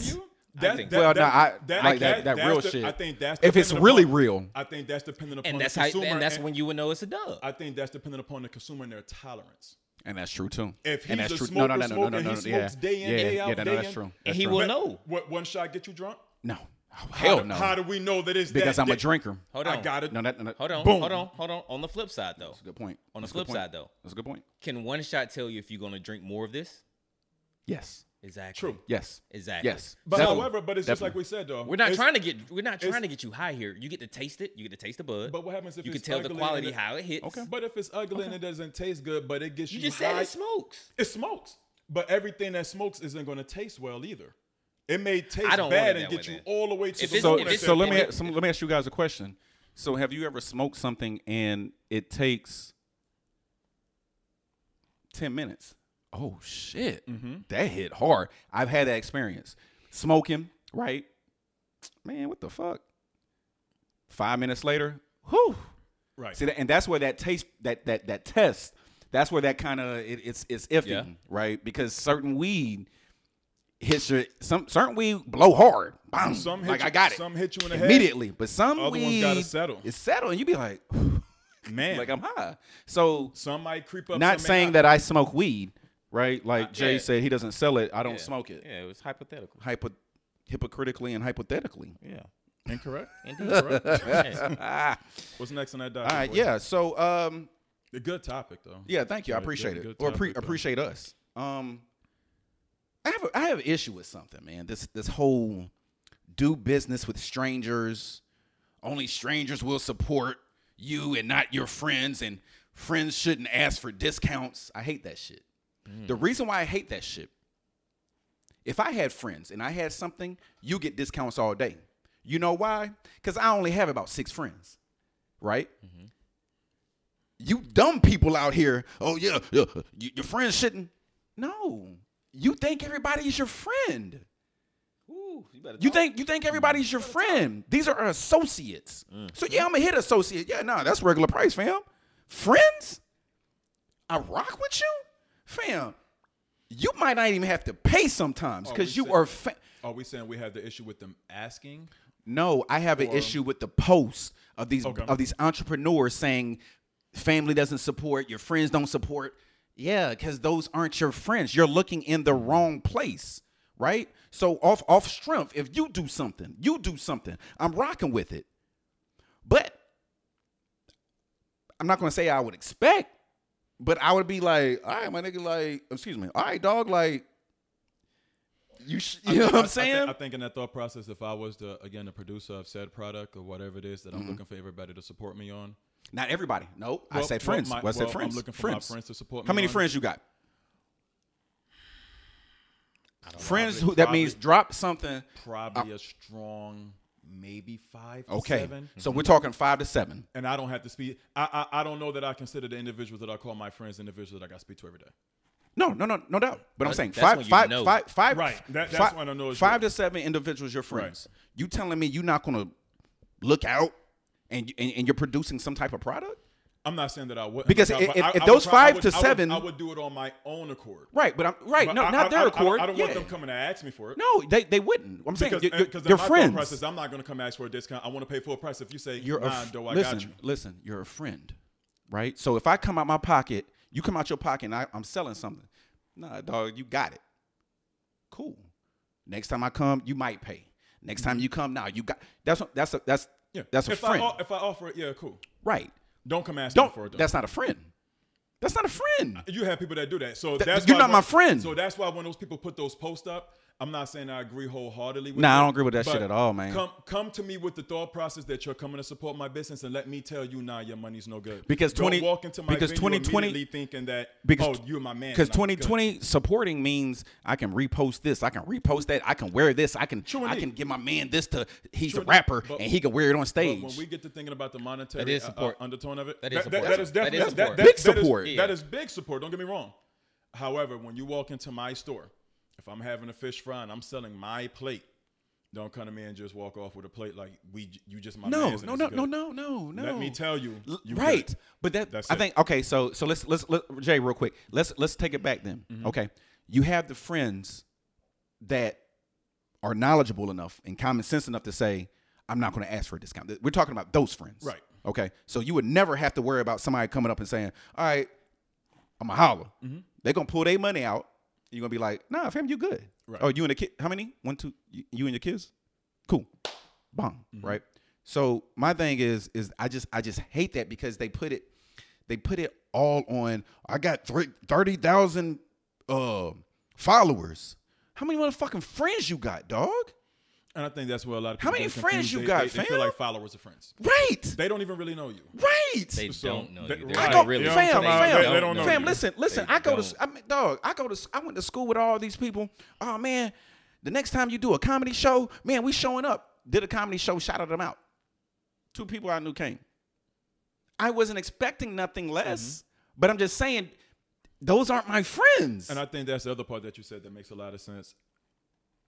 A: think
B: well,
C: that-
B: no, I
C: that-
B: like that, that,
C: that's
B: real
C: the-
B: shit.
C: I think that's
B: if it's
C: dependent
B: really
C: upon-
B: real.
C: I think that's dependent upon
A: And that's
C: the
A: how.
C: consumer
A: And that's
C: and-
A: when you would know it's a dub.
C: I think that's dependent upon the consumer and their tolerance.
B: And that's true too.
C: If
B: and
C: he's
B: that's
C: a
B: true. No, no, no,
C: smoker,
B: no, no, no,
C: smoker,
B: no.
C: he
B: yeah.
C: smokes day in,
B: yeah,
C: day
B: yeah,
C: out,
B: no,
C: day
B: that's
C: in.
B: true.
A: And
B: That's
A: he
B: true.
A: will know.
C: What one shot get you drunk?
B: No, Hell
C: how,
B: no.
C: How do we know that it's
B: because
C: that
B: I'm a
C: di-
B: drinker.
A: Hold on.
C: I got it.
B: No, that, no, that-
A: Hold on.
B: Boom.
A: Hold on. Hold on. On the flip side, though,
B: That's a good point.
A: on the
B: That's a
A: flip
B: good point.
A: side, though,
B: That's a good point.
A: can one shot tell you if you're gonna drink more of this?
B: Yes.
A: Exactly.
C: True.
B: Yes.
A: Exactly.
B: Yes.
C: But
B: Definitely.
C: however, but it's just like
B: Definitely.
C: we said though.
A: We're not
C: It's-
A: trying to get. We're not trying
C: it's-
A: to get you high here. You get to taste it. You get to taste the bud.
C: But what happens if
A: you can
C: it's
A: tell the
C: ugly
A: quality
C: and it-
A: how it hits?
B: Okay.
C: But if it's ugly and it doesn't taste good, but it gets you,
A: You just said
C: high,
A: it smokes.
C: it smokes. But everything that smokes isn't going to taste well either. It may taste
A: don't want
C: bad
A: it
C: and
A: that
C: get
A: way
C: you
A: then.
C: all the way to
A: If
C: the
A: it's-
B: so
A: if
C: corner.
A: it's-
B: so let me
A: if it-
B: ask- some, let me ask you guys a question. So have you ever smoked something and it takes ten minutes? Oh shit, that hit hard. I've had that experience. Smoking, right? Man, what the fuck? Five minutes later, whew.
C: right.
B: See that, and that's where that taste, that that that test, that's where that kind of it, it's it's iffy,
A: Yeah.
B: right? Because certain weed hits your some certain weed blow hard, Bam.
C: Some hit
B: like
C: you-
B: I got it,
C: some hit you in the head.
B: immediately, but some
C: Other ones
B: weed
C: gotta settle.
B: It's settled, and you be like,
C: Man,
B: like I'm high. So
C: some might creep up.
B: not
C: some may
B: saying
C: not.
B: that I smoke weed, right? Like Jay
A: yeah.
B: said, he doesn't sell it. I don't
A: Yeah.
B: smoke it.
A: Yeah, it was
C: (laughs)
A: hypothetical.
B: Hypo, hypocritically and hypothetically.
A: Yeah.
C: incorrect.
A: Indeed.
C: (laughs)
A: Yeah.
B: Ah,
C: What's next on that
B: all
C: document?
B: right, yeah. So um,
C: A good topic though.
B: Yeah, thank you. I
C: Good-
B: appreciate
C: good-
B: it.
C: good
B: Or pre-
C: topic, though.
B: appreciate us. Um, I have a, I have an issue with something, man. This this whole do business with strangers. Only strangers will support you and not your friends, and friends shouldn't ask for discounts. I hate that shit. The reason why I hate that shit. If I had friends and I had something, you get discounts all day. You know why? Because I only have about six friends, right? you dumb people out here. Oh yeah, yeah y- your friends shouldn't. No, you think everybody is your friend.
A: Ooh, you better
B: You
A: talk.
B: think you think everybody's your friend. These are associates. So yeah, I'm a hit associate. Yeah, no, that's regular price, fam. Friends, I rock with you, fam. You might not even have to pay sometimes
C: Oh,
B: because
C: we
B: you
C: said-
B: are. Fa-
C: Are we saying we have the issue with them asking?
B: no, I have an
C: Or-
B: issue with the posts of these
C: Okay.
B: of these entrepreneurs saying family doesn't support, your friends don't support. Yeah, because those aren't your friends. You're looking in the wrong place, right? So off off strength, if you do something, you do something. I'm rocking with it. But I'm not gonna say I would expect, but I would be like, all right, my nigga, like, excuse me, all right, dog, like, you, sh- (laughs) (laughs) you know what
C: I-
B: I'm
C: I
B: saying?
C: thi- I think in that thought process, if I was the again the producer of said product or whatever it is that I'm
B: Mm-hmm.
C: looking for everybody to support me on,
B: Not everybody. No, I
C: Well,
B: said
C: well,
B: friends.
C: my-
B: Well, I said
C: well, I'm
B: friends.
C: looking for my
B: friends.
C: friends to support
B: How
C: me
B: many
C: on-
B: friends you got? Friends
C: Probably-
B: who that means drop something.
C: probably a strong maybe five, to
B: Okay,
C: seven.
B: so
A: Mm-hmm.
B: we're talking five to seven.
C: And I don't have to speak. I, I I don't know that I consider the individuals that I call my friends individuals that I got to speak to every day.
B: No, no, no, no doubt. But I'm
A: That-
B: saying
A: that's
B: five,
A: when you
B: five,
A: know.
B: five, five.
C: Right. That- that's
B: five,
C: when I know it's
B: five
C: real.
B: to seven individuals your friends. You telling me you're not going to look out and, and and you're producing some type of product?
C: I'm not saying that I wouldn't
B: Because
C: but
B: if-
C: I, I-
B: if
C: I
B: those
C: would, I
B: five
C: would-
B: to
C: I would-
B: seven-
C: I would do it on my own accord.
B: Right. But I'm right.
C: But
B: no,
C: I-
B: not
C: I-
B: their
C: I- I-
B: accord.
C: I, don't
B: Yeah.
C: want them coming to ask me for it.
B: No, they they wouldn't. I'm saying
C: Because
B: you're, you're,
C: because in
B: you're
C: my
B: friends.
C: thought process, I'm not going to come ask for a discount. I want to pay full price. If you say
B: you're a
C: nah,
B: f-
C: though, I
B: listen,
C: got you.
B: listen, you're a friend, right? So if I come out my pocket, you come out your pocket, and I, I'm selling something. Nah, dog, you got it. Cool. Next time I come, you might pay. Next time you come, now you got. That's a- that's a that's
C: Yeah,
B: that's a
C: if
B: friend,
C: I, o- if I offer it, yeah, cool.
B: right?
C: Don't come asking
B: Don't.
C: for it. Though.
B: That's not a friend. That's not a friend.
C: you have people that do that. So
B: Th-
C: that's
B: you're
C: why
B: not my
C: when-
B: friend.
C: So that's why when those people put those posts up, I'm not saying I agree wholeheartedly. with
B: Nah, I
C: it,
B: don't agree with that
C: but
B: shit at all, man.
C: Come come to me with the thought process that you're coming to support my business, and let me tell you, nah, your money's no good.
B: Because 20
C: don't walk into my
B: because
C: venue
B: 2020
C: immediately thinking that
B: because
C: oh you're my man
B: Because
C: and I'm good.
B: 2020 supporting means I can repost this, I can repost that, I can wear this, I can
C: True
B: I
C: indeed.
B: can give my man this to he's
C: True
B: a
C: indeed.
B: rapper
C: But-
B: and he can wear it on
C: But
B: stage.
C: when we get to thinking about the monetary
A: That is
C: uh, uh,
A: support.
C: undertone of it,
A: That is
C: that,
A: support.
C: that is
A: That
C: definitely
A: is support.
B: Big
C: that is-
B: support.
C: that is big support. Don't get me wrong. However, when you walk into my store, if I'm having a fish fry and I'm selling my plate, don't come to me and just walk off with a plate like we you just my
B: no,
C: mans and
B: no,
C: it's
B: no,
C: good.
B: no, no, no, no.
C: Let me tell you,
B: L-
C: you
B: right,
C: good.
B: but that
C: That's
B: I
C: it.
B: think okay. So so let's let's let, Jay real quick. Let's let's take it back then.
C: Mm-hmm.
B: Okay, you have the friends that are knowledgeable enough and common sense enough to say, I'm not going to ask for a discount. Th- We're talking about those friends,
C: Right.
B: Okay, so you would never have to worry about somebody coming up and saying, "All right, I'm a holler."
C: Mm-hmm.
B: They're gonna pull their money out. You're gonna be like, "Nah, fam, you good."
C: Right.
B: Oh, you and the kid? How many? One, two. You, you and your kids? Cool. bomb, right? So my thing is is I just I just hate that because they put it they put it all on I got three- 30,000 uh followers. How many motherfucking friends you got, dog?
C: And I think that's where a lot of
B: How
C: people
B: many
C: get confused.
B: friends you
C: They-
B: got,
C: they, they
B: fam?
C: feel like followers are friends.
B: Right.
C: They don't even really know you.
B: Right.
A: They
C: So,
A: don't know
C: they-
A: you.
C: I
A: They're
C: go-
A: not really.
C: you know
B: fam,
C: what I'm
A: they
B: fam,
C: saying?
B: fam,
C: They- they don't know
B: fam,
C: you.
B: Listen, listen.
A: They
B: I go to, s-
A: don't.
B: I mean, dog. I go to, s- I went to school with all these people. Oh man, the next time you do a comedy show, man, we showing up. Did a comedy show, shouted them out. Two people I knew came. I wasn't expecting nothing less, but I'm just saying, those aren't my friends.
C: Mm-hmm. And I think that's the other part that you said that makes a lot of sense.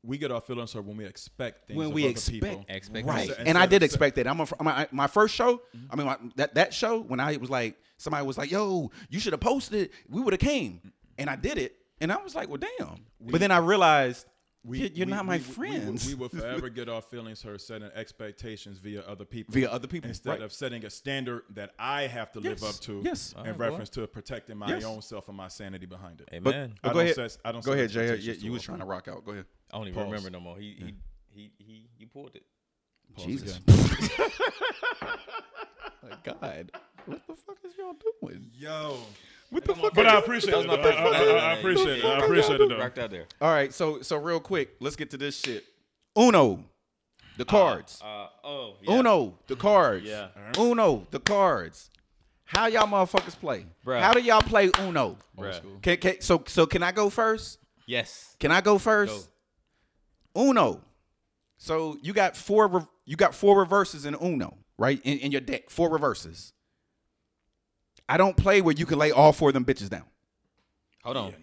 C: We get our feelings hurt when we expect things
B: when
C: of
B: we
C: other
B: expect,
C: people.
A: Expectations.
B: right?
A: Instead-
B: And I did
C: instead of-
B: expect that. I'm a, fr- my my first show. I mean, my, that that show when I was like, somebody was like, "Yo, you should have posted. We would have came." And I did it, and I was like, "Well, damn." but then I realized, "You're- you're not my
C: we- we- we-
B: friends.
C: We, will forever get our feelings hurt setting expectations via other people.
B: Via other people,
C: Instead
B: right.
C: of setting a standard that I have to
B: Yes,
C: live up to
B: yes.
C: in
B: Alright, boy.
C: reference to protecting my
B: Yes.
C: own self and my sanity behind it.
A: Amen.
C: I
B: go
C: don't
B: ahead.
C: set- I don't
B: go
C: set
B: ahead, Jay. You,
C: expectations
B: you
C: too
B: was
C: often.
B: trying to rock out. Go ahead.
A: I don't even
C: Pause.
A: remember no more. He he he he you pulled it.
B: Jesus. (laughs) my God, what the fuck is y'all doing?
C: Yo.
B: What the fuck?
C: But
B: are
C: I
B: y'all
C: appreciate
A: That was
C: it.
A: my
C: though.
A: first
C: I,
A: one.
C: I- I- I appreciate it. I appreciate it, though.
A: Rocked out there.
B: All right, so so real quick, let's get to this shit. Uno, the cards.
A: Uh, oh. Yeah.
B: Uno, the cards.
A: Yeah.
C: Uh-huh.
B: Uno, the cards. How y'all motherfuckers play?
A: Bruh.
B: How do y'all play Uno?
A: Bruh.
B: Can, can, so so can I go first?
A: Yes.
B: Can I go first? Uno. So you got four re- you got four reverses in Uno, right? In, in your deck, four reverses. I don't play where you can lay all four of them bitches down.
A: Hold on.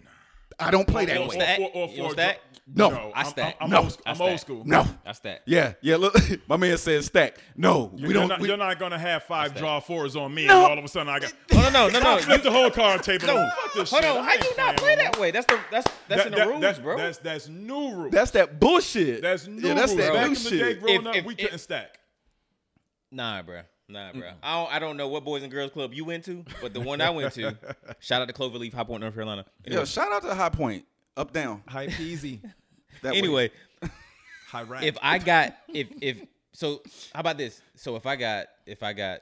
B: I don't
C: Oh,
B: play
A: You
B: that
A: don't
B: way.
C: that.
A: stack.
C: Or- or- or
A: Oh. You don't
C: for-
A: stack.
B: No.
A: I
C: I'm-
A: stack.
C: I'm,
B: No.
C: old,
A: I
C: I'm
A: stack.
C: old school.
B: No.
A: That's (laughs) that.
B: Yeah, yeah. Look, (laughs) my man says stack. No, we
C: you're
B: don't.
C: Not,
B: we-
C: you're not gonna have five
A: that?
C: draw fours on me,
B: No.
C: and all of a sudden
B: (laughs)
C: I got.
A: Oh, no, no, no,
C: I
A: no.
C: flipped the whole card table.
A: No.
C: over. Fuck this
A: Hold
C: shit.
A: on.
C: I
A: How
C: ain't
A: you not play
C: playing no
A: that way? That's the that's that's in the
C: that-
A: rules,
C: that's,
A: bro.
C: That's that's new rules.
B: That's that bullshit.
C: that's new
B: yeah, that's
C: rules.
B: that
C: Back in
B: bullshit.
C: the day, growing
A: If-
C: up,
A: if-
C: we
A: if-
C: couldn't stack.
A: Nah, bro. Nah, bro. I don't, I don't know what boys and girls club you went to, but the one I went
C: (laughs)
A: to, shout out to Cloverleaf High Point, North Carolina.
B: Yeah, shout out to High Point. Up down.
C: High (laughs) peasy.
B: That way.
A: Anyway,
C: High rack.
A: if I got if if so, how about this? So if I got if I got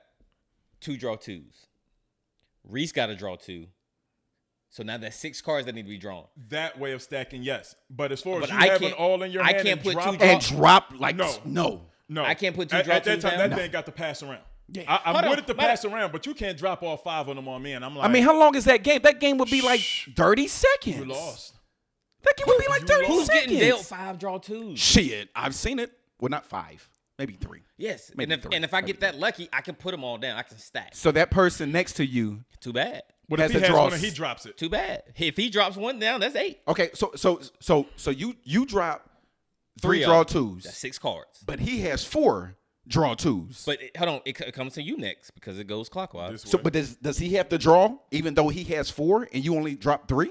A: two draw twos, Reese got to draw two. So now that's six cards that need to be drawn.
C: that way of stacking, yes. But as far as
A: But
C: you
A: I
C: having
A: can't-
C: all in your
A: I
C: hand
A: can't
C: and
A: put two
C: dropping-
A: draw-
B: and drop like
C: No.
B: no.
C: No,
A: I can't put two
C: at,
A: draw
C: at that
A: twos
C: time.
A: down?
C: That thing got the pass around.
B: Yeah.
C: I, I'm
A: Hold
C: good
A: on.
C: at the
A: Matter-
C: pass around, but you can't drop all five of them on me, and I'm like,
B: I mean, how long is that game? That game would be like
C: Shh.
B: thirty seconds.
C: you lost.
B: That game would be like
C: You
B: thirty
A: Who's
C: lost.
B: seconds.
A: getting dealt five draw twos?
B: Shit, I've seen it. Well, not five, maybe three.
A: Yes, and
B: Maybe
A: if
B: three.
A: and if I
B: Maybe
A: get that lucky, I can put them all down. I can stack.
B: So that person next to you.
A: Too bad.
C: But
B: Has
C: if he
B: a
C: has
B: draw
C: one, and
B: s-
C: he drops it.
A: Too bad. If he drops one down, that's eight.
B: Okay, so so so so you you drop three,
A: Three of
B: draw
A: them. That's
B: twos,
A: six cards.
B: but he has four draw twos.
A: But it, hold on, it, c- it comes to you next because it goes clockwise.
C: This
B: so
C: way.
B: but does does he have to draw even though he has four and you only drop three?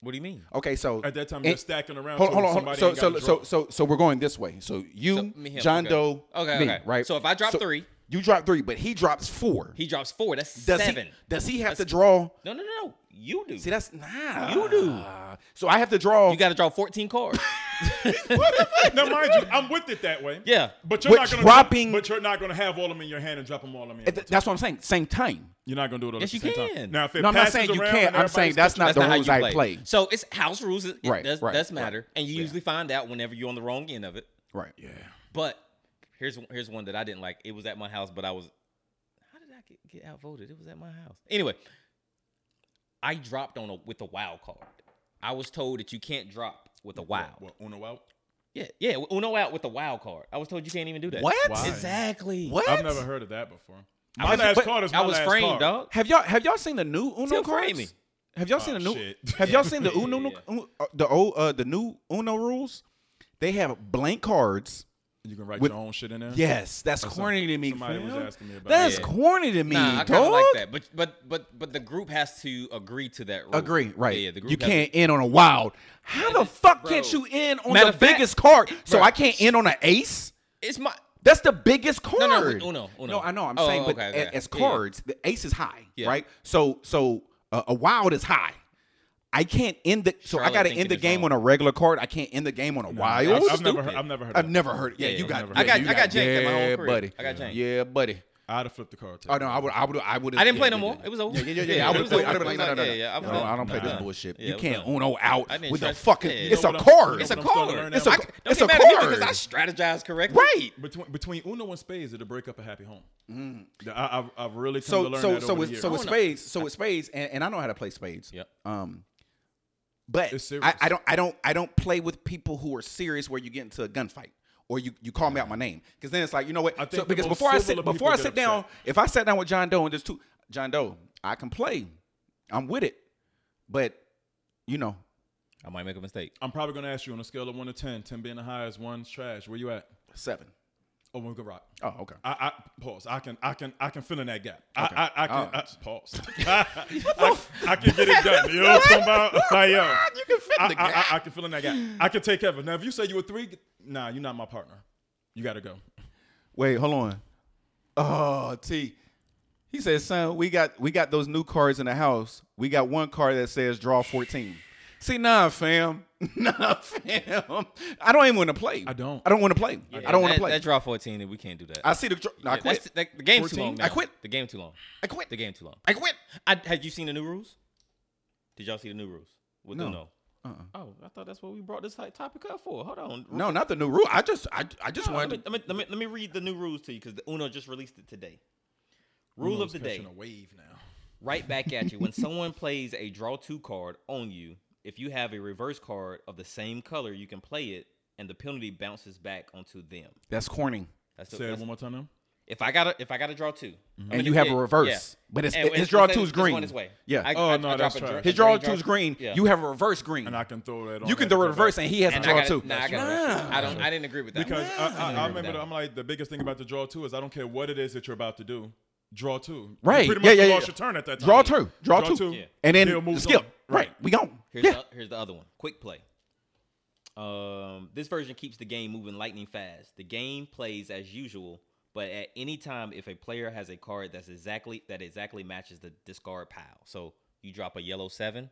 A: what do you mean?
B: Okay, so
C: At that time,
B: and-
C: you're stacking around.
B: Hold,
C: to
B: hold on, hold on.
C: somebody
B: So,
C: ain't got
B: so,
C: a
B: so,
C: draw.
B: so, so we're going this way. So you,
A: So, me, him,
B: John
A: okay.
B: Doe,
A: Okay,
B: me,
A: okay.
B: right.
A: So if I drop three-
B: you drop three, but he drops four.
A: He drops four. That's
B: does
A: seven.
B: He, does he have to draw?
A: no, no, no, no. You do.
B: See, that's nah.
A: You do.
B: So I have to draw.
A: you got to draw fourteen
B: (laughs)
A: cards.
C: (laughs) now, mind you, I'm with it that way.
A: Yeah.
C: but you're
B: With
C: not gonna
B: dropping-
C: But you're not gonna have all of them in your hand and drop them all in. Your
B: Th-
C: hand.
B: that's what I'm saying. Same time.
C: You're not gonna do it. All
A: Yes,
C: at the
A: you
C: same Time.
A: can.
C: Now, if it
B: No, I'm not
C: passes
B: saying you
C: around
B: can't.
C: and
B: I'm saying
C: everybody's
B: that's
C: catching-
B: not
A: That's
B: the
A: not how
B: rules
A: you
B: I
A: play.
B: play.
A: So it's house rules. It
B: Right,
A: right, does,
B: right,
A: does
B: right.
A: matter, and you usually find out whenever you're on the wrong end of it.
B: Right.
A: But here's here's one that I didn't like. It was at my house, but I was how did I get, get outvoted? It was at my house. Anyway, I dropped on a with a wild card. I was told that you can't drop with a wild.
C: What, Uno out?
A: Yeah, yeah, Uno out with a wild card. I was told you can't even do that.
B: What?
C: Why?
A: Exactly.
B: What?
C: I've never heard of that before.
A: I
C: My
A: was-
C: last
A: but
C: card is my
A: I was
C: last
A: framed,
C: card.
A: dog.
B: Have y'all have y'all seen the new Uno
A: Tell
B: cards?
A: Framey.
B: Have y'all seen
C: Oh,
B: the new?
C: shit.
B: Have y'all seen the
A: Yeah,
B: Uno
A: yeah,
B: nu- uh, the old uh, the new Uno rules? They have blank cards.
C: You can write
B: With-
C: your own shit in there.
B: Yes, that's
C: That's
B: corny to me.
C: somebody was
B: fam.
C: asking me about
B: That's
A: that.
B: corny to me,
A: Nah, I kind
B: dog.
A: of like that, but but but but the group has to agree to that. Rule.
B: Agree, right?
A: Yeah, yeah the group
B: you
A: has to-
B: can't end on a wild. How the fuck can't
A: bro.
B: you end on
A: Matter
B: the
A: of fact-
B: biggest card? So
A: Bro.
B: I can't end on an ace.
A: It's my
B: That's the biggest card.
A: no, with Uno, Uno.
B: No, I know. I'm
A: Oh,
B: saying, but
A: okay, okay.
B: a- as
A: Yeah, yeah.
B: cards, the ace is high,
A: Yeah.
B: right? So, so uh, a wild is high. I can't end the so I
A: Charlotte
B: got to
A: thinking
B: end the
A: it's
B: game
A: wrong.
B: on a regular card. I can't end the game on a
C: I've,
B: wild.
C: I've never heard,
A: stupid.
C: I've never heard.
B: I've
C: Of that.
B: never heard. It. Yeah,
A: Yeah,
B: you
A: I've
B: got.
A: never
B: yeah,
A: heard it.
B: you
A: I got- I got janked at my
B: yeah,
A: own career.
B: buddy.
A: I got janked.
B: Yeah, buddy.
C: I'd have flipped the card.
B: Oh no, I would. I would. I would.
A: I didn't play no more. It was over.
B: Yeah, yeah, yeah. yeah. I
A: it
B: would
A: was
B: play.
A: over.
B: I'd have been
A: It was
B: like, no, no, no.
A: yeah, yeah, I was
B: no,
A: done.
B: I don't play this
A: Done.
B: bullshit.
A: Yeah,
B: you
A: I was
B: can't
A: done.
B: Uno out
A: I didn't
B: with a
A: trust-
B: fucking.
A: yeah,
B: It's
C: no,
B: a
C: but I'm-
B: card.
C: no,
A: It's a
C: I'm starting to
A: card.
C: learn
A: It's
B: now.
A: a,
B: I-
A: don't
B: it's
A: get
B: a
A: mad at me because
B: card.
A: I strategized correctly.
B: Right.
C: Between between Uno and Spades, it'll break up a happy home. I, I've, I've really come to
B: So
C: learn
B: so
C: that
B: so
C: over the
B: with so
C: years.
B: with
A: I don't know.
B: spades. So with spades, and, and I know how to play spades.
A: Yep.
B: Um, but
C: It's serious.
B: I, I don't I don't I don't play with people who are serious where you get into a gunfight. Or you, you call me out my name because then it's like you know what
C: I think
B: so,
C: the
B: because
C: most
B: before I
C: civil
B: sit
C: of people
B: before I
C: get
B: sit down
C: upset.
B: if I sat down with John Doe and just two John Doe I can play I'm with it but you know
A: I might make a mistake.
C: I'm probably gonna ask you on a scale of one to 10, 10 being the highest, one's trash. Where you at?
B: seven.
C: Oh, one good rock.
B: Oh okay
C: I, I pause. I can I can I can fill in that gap. I I, I can
B: Oh.
C: I, pause. (laughs) I, I, I can get it done. You know what I'm
B: (laughs)
C: talking about? Like, yo,
B: Oh, You can fill in
C: I,
B: the
C: I- I-
B: gap.
C: I can fill in that gap. I can take care of it. Now, if you say you were three, nah, you're not my partner. You gotta go.
B: Wait, hold on. Oh, T. He says, son, we got we got those new cards in the house. We got one card that says draw 14. See, nah, fam. (laughs) Nah, fam. I don't even want to play.
C: I don't.
B: I don't want to play. I don't want to play.
A: That draw 14, and we can't do that.
B: I see the dr- no, I
A: Yeah,
B: quit.
A: that's- that- the game's too
C: 14?
A: long. Now.
B: I quit.
A: The game too long.
B: I quit.
A: The game too long.
B: I quit.
A: I, have you seen the new rules? Did y'all see the new rules? With
B: No.
A: Uno?
B: Uh-uh.
A: Oh, I thought that's what we brought this like, topic up for. Hold on.
B: No, not the new rule. I just I, I just
A: No, let, me,
B: wanted to,
A: let, me, let, me, let me read the new rules to you because the Uno just released it today. Rule of
C: Uno's
A: the
C: catching
A: day:
C: A wave now.
A: right back at you. When someone plays a draw two card on you, if you have a reverse card of the same color, you can play it, and the penalty bounces back onto them.
B: That's corny.
A: That's the,
C: Say it
A: that's-
C: one more Mm-hmm. time. Now.
A: if I got to if I got to draw 2 I
B: And
A: mean,
B: you
A: it-
B: have
A: it-
B: a reverse. But it's- his draw
A: let's say
B: two is
A: it's going
B: green.
A: this way.
B: Yeah.
A: I,
C: Oh,
A: I,
C: no,
A: I drop
C: that's
A: a
C: trash.
A: dra-
B: His
A: a
B: draw
A: green
B: two is green.
A: Yeah.
B: You have a reverse green.
C: And I can throw that. on
B: you can
C: that
B: do a
C: good
B: reverse
C: back.
B: and he has a
A: And I
B: draw
A: gotta-
B: two.
A: Nah, I, gotta reverse it. I don't. I didn't agree with that
C: because
A: one.
C: I, I, I,
A: agree with
C: remember
A: that.
C: I'm like the biggest thing about the draw two is I don't care what it is that you're about to do. Draw two. You
B: Right.
C: Pretty
B: Yeah,
C: much
B: yeah, yeah.
C: lost your turn at that time.
B: Draw two. Draw,
C: Draw
B: two.
C: two. Yeah.
B: And
C: Deal
B: then
C: moves
B: skip.
C: on.
B: Right. We gone.
A: Here's,
B: yeah.
A: the, here's the other one. Quick play. Um, this version keeps the game moving lightning fast. The game plays as usual, but at any time, if a player has a card that's exactly that exactly matches the discard pile, so you drop a yellow seven,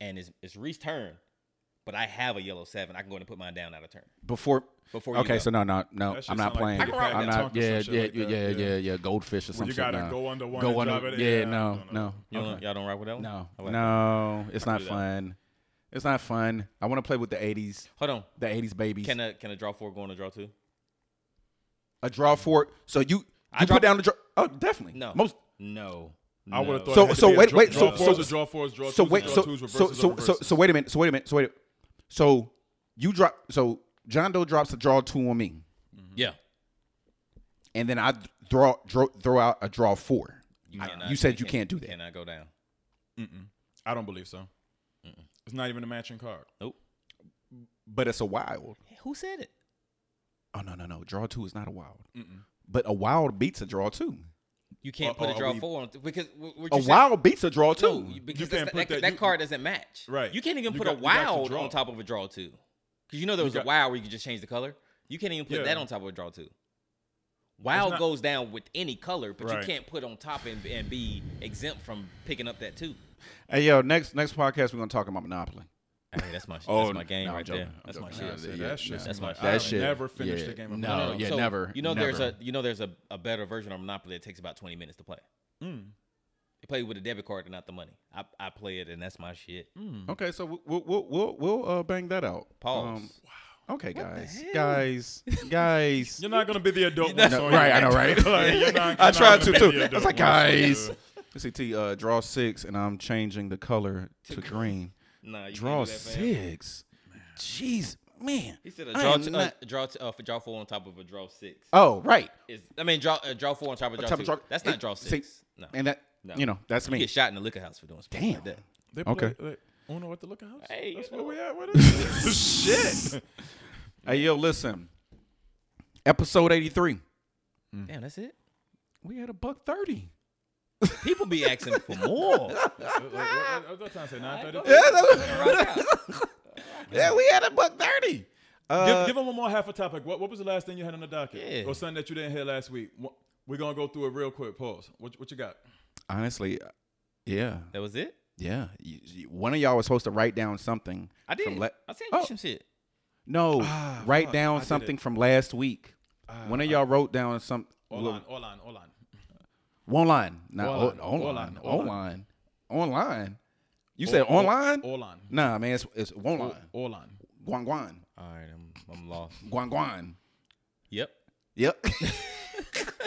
A: and it's it's Reese's turn, but I have a yellow seven. I can go in and put mine down out of turn.
B: before
A: Before you
B: okay
A: go.
B: so no no no
C: That shit
B: i'm not
C: sound like
B: playing
C: Pac-Man
B: i'm
C: and
B: not
C: Tonka, some
B: yeah
C: shit
B: yeah
C: like
B: yeah,
C: that,
B: yeah
C: yeah.
B: yeah yeah goldfish or
C: Well,
B: something
C: you gotta go under one and drop it.
B: yeah
C: Yeah,
B: no
C: I
B: no
C: don't know.
A: You don't,
B: okay.
A: Y'all don't rock with that one?
B: no
A: I like that.
B: no it's not
A: do that.
B: fun it's not fun i want to play with the 80s
A: Hold on.
B: the 80s babies
A: Can a can a draw four go on a draw two?
B: a draw for so you
A: I
B: you
A: drop-
B: put down the draw oh definitely
A: No.
B: most
A: No.
C: I would have
A: No.
C: thought.
B: So-
C: it had to
B: so
C: be a
B: wait-
C: draw,
B: wait,
C: Draw
B: so-
C: fours
B: so-
C: is draw fours, draw
B: so
C: twos,
B: wait
C: is
B: so
C: draw twos,
B: so
C: reverses are
B: so so
C: reverses.
B: so wait a minute so wait a minute so wait a minute so you drop so john doe drops a draw two on me
A: Yeah.
B: and then i draw draw throw out a draw four
A: You,
B: I-
A: cannot-
B: you said you can't do that.
A: Cannot go down.
C: Mm-mm. I don't believe so. It's not even a matching card.
A: Nope.
B: but it's a wild
A: Who said it?
B: oh no no no draw two is not a wild
C: Mm-mm.
B: but a wild beats a draw two
A: You can't
C: Or-
A: put
C: or
A: a draw
C: we-
A: four on because what what
B: a
A: you said-
B: wild beats a draw
A: No,
B: too.
A: you- because
C: You
A: that's-
C: can't put
A: that,
C: that-
A: that
C: you-
A: card doesn't match.
C: Right.
A: You can't even
C: You
A: put
C: got-
A: a
C: you got to
A: wild
C: draw.
A: on top of a draw two, because you know there was
C: got-
A: a wild where you could just change the color. You can't even put
C: Yeah.
A: that on top of a draw two. Wild
C: not-
A: goes down with any color, but
C: Right.
A: you can't put on top and, and be exempt from picking up that two.
B: Hey yo, next next podcast we're gonna talk about Monopoly.
A: Hey, that's my
B: Oh,
A: that's my game
B: no, I'm
A: right
B: joking.
A: there. Oh,
B: I'm
A: That's my
B: joking.
A: shit.
B: Yeah,
C: Yeah,
B: yeah,
C: that shit.
B: no.
C: seems
A: That's
C: like
A: my-
C: I
A: that shit,
C: Never finished
B: yeah,
C: the game. Of
B: no,
C: Monopoly.
B: no. yeah, never,
A: You know, there's a
B: never.
A: you know there's a, a better version of Monopoly that takes about 20 minutes to play.
C: Mm.
A: They play with a debit card and not the money. I, I play it and that's my shit.
B: Okay, so we- we'll we'll we'll, we'll uh, bang that out.
A: Hmm. Pause.
B: Um, okay, guys,
A: hell?
B: guys, guys.
C: You're not gonna be the adult.
A: No,
C: one, so
B: right,
C: you're
B: I know,
C: not-
B: right?
C: (laughs) like, you're
B: (laughs)
C: not-
B: I
C: you're
B: tried
C: not
B: to
A: (laughs)
B: too.
C: gonna be the
B: I was
C: adult
B: like,
C: one, so
B: guys.
C: you're-
B: Let's see, T. Uh, draw six, and I'm changing the color to green.
A: Nah, you can't
B: Draw
A: do that, fam.
B: six. Jeez, man.
A: He said a
B: I
A: draw
B: am
A: two,
B: not-
A: uh, draw two, uh, draw four on top of a draw six.
B: Oh, right.
A: is I mean draw uh, draw four on top of draw
B: Top
A: two.
B: of draw-
A: That's not
B: it-
A: draw
B: see,
A: six. no,
B: And that,
A: No.
B: you know, that's
A: you
B: me.
A: get shot in the liquor house for doing something
B: Damn.
A: like that.
C: They
B: Okay.
C: play, like, Uno at the liquor house.
A: Hey,
C: that's
A: you
C: where
A: know.
C: we at.
B: (laughs)
C: What is shit?
B: Hey, yo, listen. Episode 83. Mm.
A: Damn, that's it.
B: We had a buck 30.
A: People be asking for
B: (laughs)
A: more.
C: What time say nine thirty?
B: Yeah, that-
A: Rock out.
B: (laughs) yeah, we had a buck Uh, 30.
C: Give, give them one more half a topic. What, what was the last thing you had on the docket?
A: Yeah.
C: Or something that you didn't hear last week? What- We're gonna go through it real quick. Pause. What, what you got?
B: Honestly, yeah.
A: That was it.
B: Yeah, you, you- one of y'all was supposed to write down something.
A: I
B: from
A: did.
B: la-
A: I sent
B: Oh.
A: you some shit.
B: No,
C: Ah,
B: write
C: fuck, I
B: down
C: did
B: something
C: it.
B: from last week.
C: Ah,
B: one of y'all wrote down some
C: All on, all on, all on.
B: one line, not
C: All
B: online,
C: on, all
B: online,
C: on, all on.
B: online, online. You said online?
C: All on.
B: Nah, man, it's it's one
C: All-
B: line.
C: All on.
B: Guan guan,
A: All right, I'm I'm lost.
B: guan guan.
A: Yep.
B: Yep.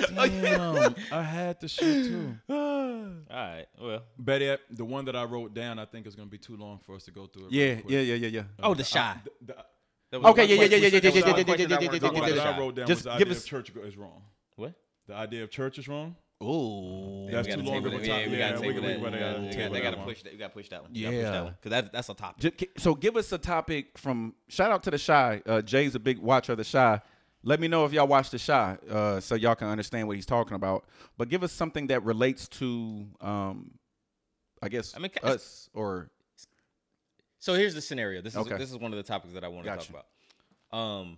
C: Damn, (laughs) I had the shit too.
A: All right. Well.
C: Better yet, the one that I wrote down, I think is going to be too long for us to go through.
B: (laughs)
C: It
B: yeah,
C: real quick.
B: yeah, yeah, yeah, yeah.
A: Oh, the shy.
C: The- the-
A: That was
B: Okay,
A: one
B: yeah, yeah,
A: question-
B: yeah, yeah,
A: that was
B: yeah,
A: one
B: yeah,
A: question I
B: yeah, yeah,
A: wanted
B: yeah,
A: to
C: the one
A: talk
B: yeah,
C: that
A: about.
C: I wrote down
B: Just
C: was the
B: give
C: idea
B: us-
C: of church go- is wrong.
A: What?
C: The idea of church is wrong.
B: Oh,
C: That's
A: We gotta
C: too long
A: table
C: of
A: that.
C: a
A: Yeah,
C: topic.
A: we gotta
C: Yeah, we
A: table
C: can-
A: that.
C: we
A: We
C: gotta
A: gotta-
C: table
A: They
C: that
A: gotta
C: one.
A: push that. You gotta push that one. You gotta push
B: Yeah.
A: that one. Cause that- that's a topic.
B: Ju- ki- so give us a topic from shout out to the shy. Uh, Jay's a big watcher of the shy. Let me know if y'all watch the shy, uh, so y'all can understand what he's talking about. But give us something that relates to, um, I guess,
A: I mean, ca-
B: us or
A: So here's the scenario. This is
B: Okay.
A: this is one of the topics that I want to
B: Gotcha.
A: talk about. Um,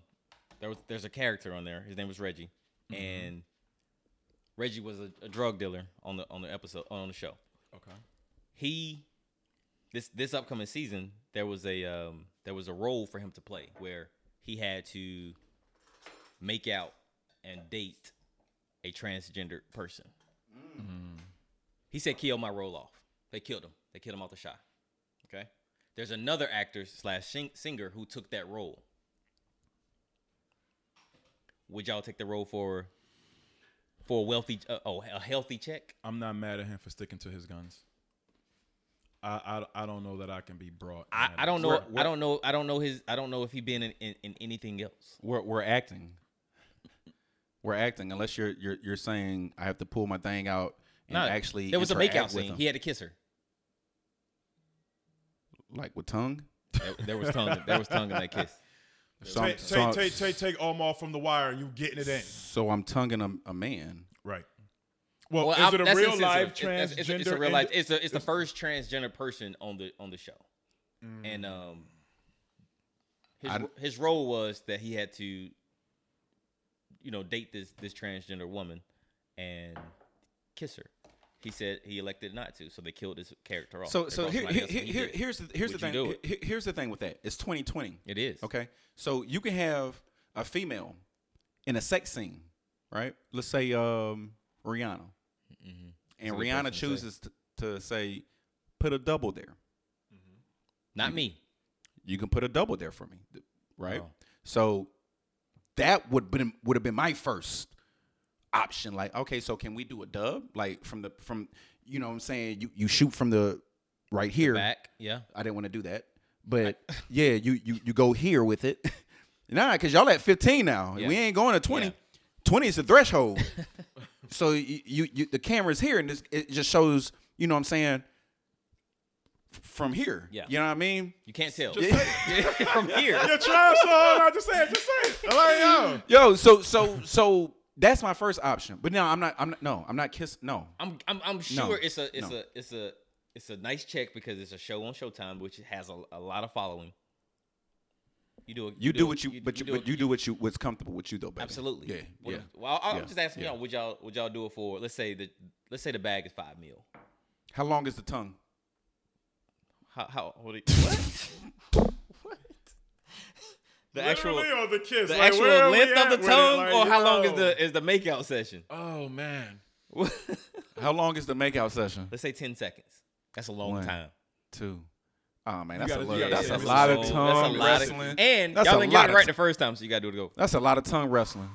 A: there was there's a character on there. His name was Reggie,
B: Mm-hmm.
A: and Reggie was a, a drug dealer on the on the episode on the show.
C: Okay.
A: He this this upcoming season there was a um there was a role for him to play where he had to make out and date a transgendered person. He said, "Kill my roll off." They killed him. They killed him off the shot. Okay. There's another actor slash sing- singer who took that role. Would y'all take the role for for a wealthy uh, oh a healthy check?
C: I'm not mad at him for sticking to his guns. I I, I don't know that I can be brought. in
A: I,
C: that
A: I don't know.
C: instance.
A: I don't know. I don't know his. I don't know if he been in, in, in anything else.
B: we're we're acting. We're acting unless you're you're you're saying I have to pull my thing out and
A: No,
B: actually
A: there was a
B: interact
A: makeout
B: with
A: scene.
B: him.
A: He had to kiss her.
B: like with tongue.
A: There, there was tongue. there was tongue in that kiss.
B: So I'm,
C: Take,
B: so, I'm-
C: take, take, take, take Omar from the wire. You getting it in?
B: so I'm tonguing a, a man.
C: Right. Well, is
A: I'm-
C: it a
A: that's
C: real
A: insensitive.
C: live
A: It- that's-
C: transgender?
A: It's, it's a real life.
C: indi-
A: It's, a, it's the first transgender person on the on the show, and
C: Mm.
A: um, his
B: I-
A: his role was that he had to, you know, date this this transgender woman, and kiss her. He said he elected not to, so they killed his character off.
B: So
A: They
B: so
A: brought
B: here,
A: somebody
B: here,
A: else in, he
B: here-
A: did.
B: here's the here's
A: Would
B: the
A: you
B: thing.
A: do it?
B: Here- here's the thing with that. It's 2020.
A: it is
B: Okay. So you can have a female in a sex scene, right? Let's say um, Rihanna. And
A: a good
B: Rihanna
A: person to say.
B: chooses to, to say, put a double there.
A: not me.
B: You can put a double there for me, th- right?
A: Oh.
B: So that would been would have been my first option. Like, okay, so can we do a dub? Like from the from you know what I'm saying, you you shoot from the right here.
A: Back, yeah.
B: I didn't want to do that. But yeah, you you you go here with it. (laughs) nah, cause y'all at 15 now.
A: Yeah.
B: We ain't going to 20.
A: Yeah.
B: 20 is the
A: (laughs)
B: threshold. so you, you you the camera's here and this, it just shows, you know what I'm saying, f- from here.
A: Yeah.
B: You know what I mean?
A: You can't tell
B: Yeah.
A: (laughs) from
B: (laughs)
A: here.
C: You're trying so hard. I just say it. Just say it. I like,
B: Yo, so so so that's my first option. But no, I'm not I'm not no, I'm not kiss no.
A: I'm I'm, I'm sure it's a it's
B: no.
A: a it's a it's a nice check because it's a show on Showtime, which has a, a lot of following. You do it.
B: You do what you, but you,
A: do
B: but
A: it-
B: you do what you what's comfortable with you though, baby.
A: absolutely.
B: Yeah.
A: What-
B: yeah.
A: Well, I- I'm
B: yeah,
A: just asking
B: yeah.
A: y'all. Would y'all would y'all do it for? Let's say the let's say the bag is five mil.
B: How long is the tongue?
A: How how what? do you- what?
B: (laughs)
A: What? The actual
C: Literally or the kiss?
A: the
C: Like,
A: actual
C: where are we
A: length
C: at
A: of
C: with
A: the
C: it?
A: tongue,
C: Like,
A: or how long is
C: yo.
A: the is the makeout
B: (laughs)
A: session?
C: Oh man.
B: How long is the makeout session?
A: let's say ten seconds. That's a long
B: One.
A: time.
B: Two. Oh man,
C: You
B: that's
C: gotta-
B: a
C: you
B: lot.
C: gotta
B: That's
C: hit
B: a
C: it.
B: lot of
C: That's
A: So,
C: a
B: tongue
A: lot of-
B: wrestling.
A: and
B: That's
A: y'all
B: a
A: didn't
B: lot
A: get it
B: of
A: right
B: t-
A: the first time, so you got to do it go.
B: That's a lot of tongue wrestling.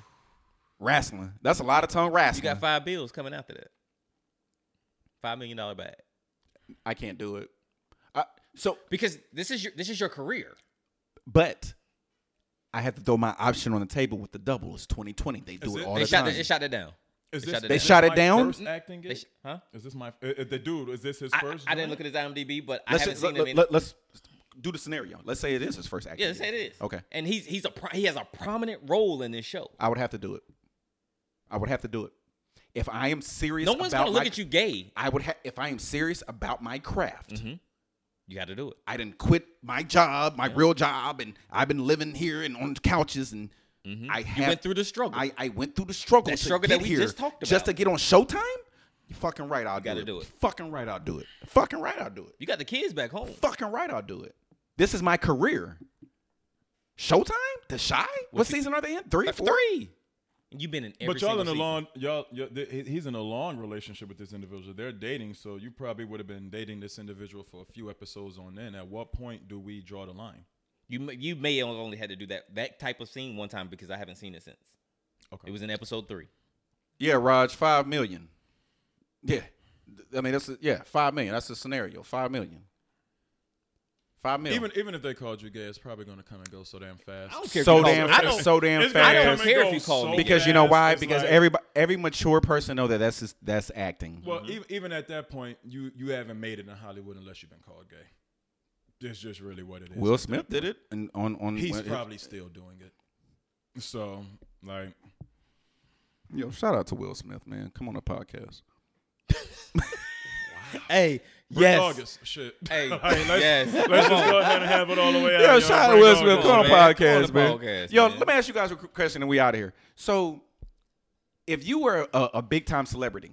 B: Wrestling. That's a lot of tongue
A: You
B: wrestling.
A: got five bills coming after that. Five million dollar bag.
B: I can't do it. I, so,
A: Because this is your this is your career.
B: but I have to throw my option on the table with the double. It's 2020. They do
C: Is
B: it,
C: it-
B: all
A: They
B: the
A: shot
B: time.
A: that, they shot that down.
C: Is
A: They
C: this,
A: shot it
B: They
C: is this
B: shot it
C: my
B: down?
C: First acting
A: They
C: gig?
A: sh- huh?
C: Is this my uh, uh, the dude? Is this his
A: I,
C: first?
A: I didn't look
C: joint?
A: at his IMDb, but I
B: let's,
A: haven't
B: just-
A: seen
B: let,
A: him in.
B: let, us do the scenario. Let's say it is his first act.
A: yeah, let's say it is.
B: Okay.
A: And he's he's a pro- he has a prominent role in this show.
B: I would have to do it. I would have to do it. If I am serious
A: No one's
B: about
A: gonna look
B: my-
A: at you gay.
B: I would have if I am serious about my craft.
A: You got to do it.
B: I didn't quit my job, my real job, and I've been living here and on couches, and I have,
A: Mm-hmm. went through the struggle.
B: I, I went through the struggle.
A: That
B: to
A: struggle
B: get
A: that we
B: here
A: just talked
B: just to
A: about.
B: get on Showtime. You're fucking right, I'll
A: gotta
B: do,
A: do
B: it.
A: it.
B: Fucking right, I'll do it. Fucking right, I'll do it.
A: You got the kids back home.
B: Fucking right, I'll do it. This is my career. Showtime? The Shy? What, season are they in? Three, four?
A: Three. And You've been in every
C: but y'all
A: single
C: in a
A: season.
C: long y'all, y'all th- he- he's in a long relationship with this individual. They're dating, so you probably would have been dating this individual for a few episodes on end. At what point do we draw the line?
A: You may- you may have only had to do that that type of scene one time because I haven't seen it since.
C: Okay.
A: It was in episode three.
B: Yeah, Raj, five million. Yeah, Th- I mean that's a, yeah, five million. That's the scenario. Five million. Five million.
C: even even if they called you gay, it's probably going to come and go so damn fast.
A: I don't care.
B: so
A: if you call
B: damn,
A: it- I don't,
B: so damn
C: It's gonna
A: I
C: come
A: don't
B: fast.
C: and
A: care if
C: go
A: you call
C: so
A: me gay.
B: Because you know
C: fast,
B: why?
C: it's
B: Because
C: like-
B: everybody, every mature person know that that's just, that's acting.
C: Well, even, even at that point, you you haven't made it in Hollywood unless you've been called gay. That's just really what it is.
B: Will Smith did it, and on on
C: He's
B: when-
C: probably still doing it. So, like,
B: Yo, shout out to Will Smith, man. Come on the podcast.
A: hey,
C: yes.
A: yes.
C: August, shit. (laughs)
A: Hey,
C: All right, let's,
A: yes.
C: let's just go ahead and have it all the way out.
B: Yo,
C: yo.
B: shout out to
C: Break
B: Will
C: all
B: Smith.
C: this.
B: Come on the
A: man. Come on
B: podcast,
A: the
B: man.
A: podcast,
B: Yo,
A: man.
B: let me ask you guys a qu- question, and we out of here. So, if you were a, a big time celebrity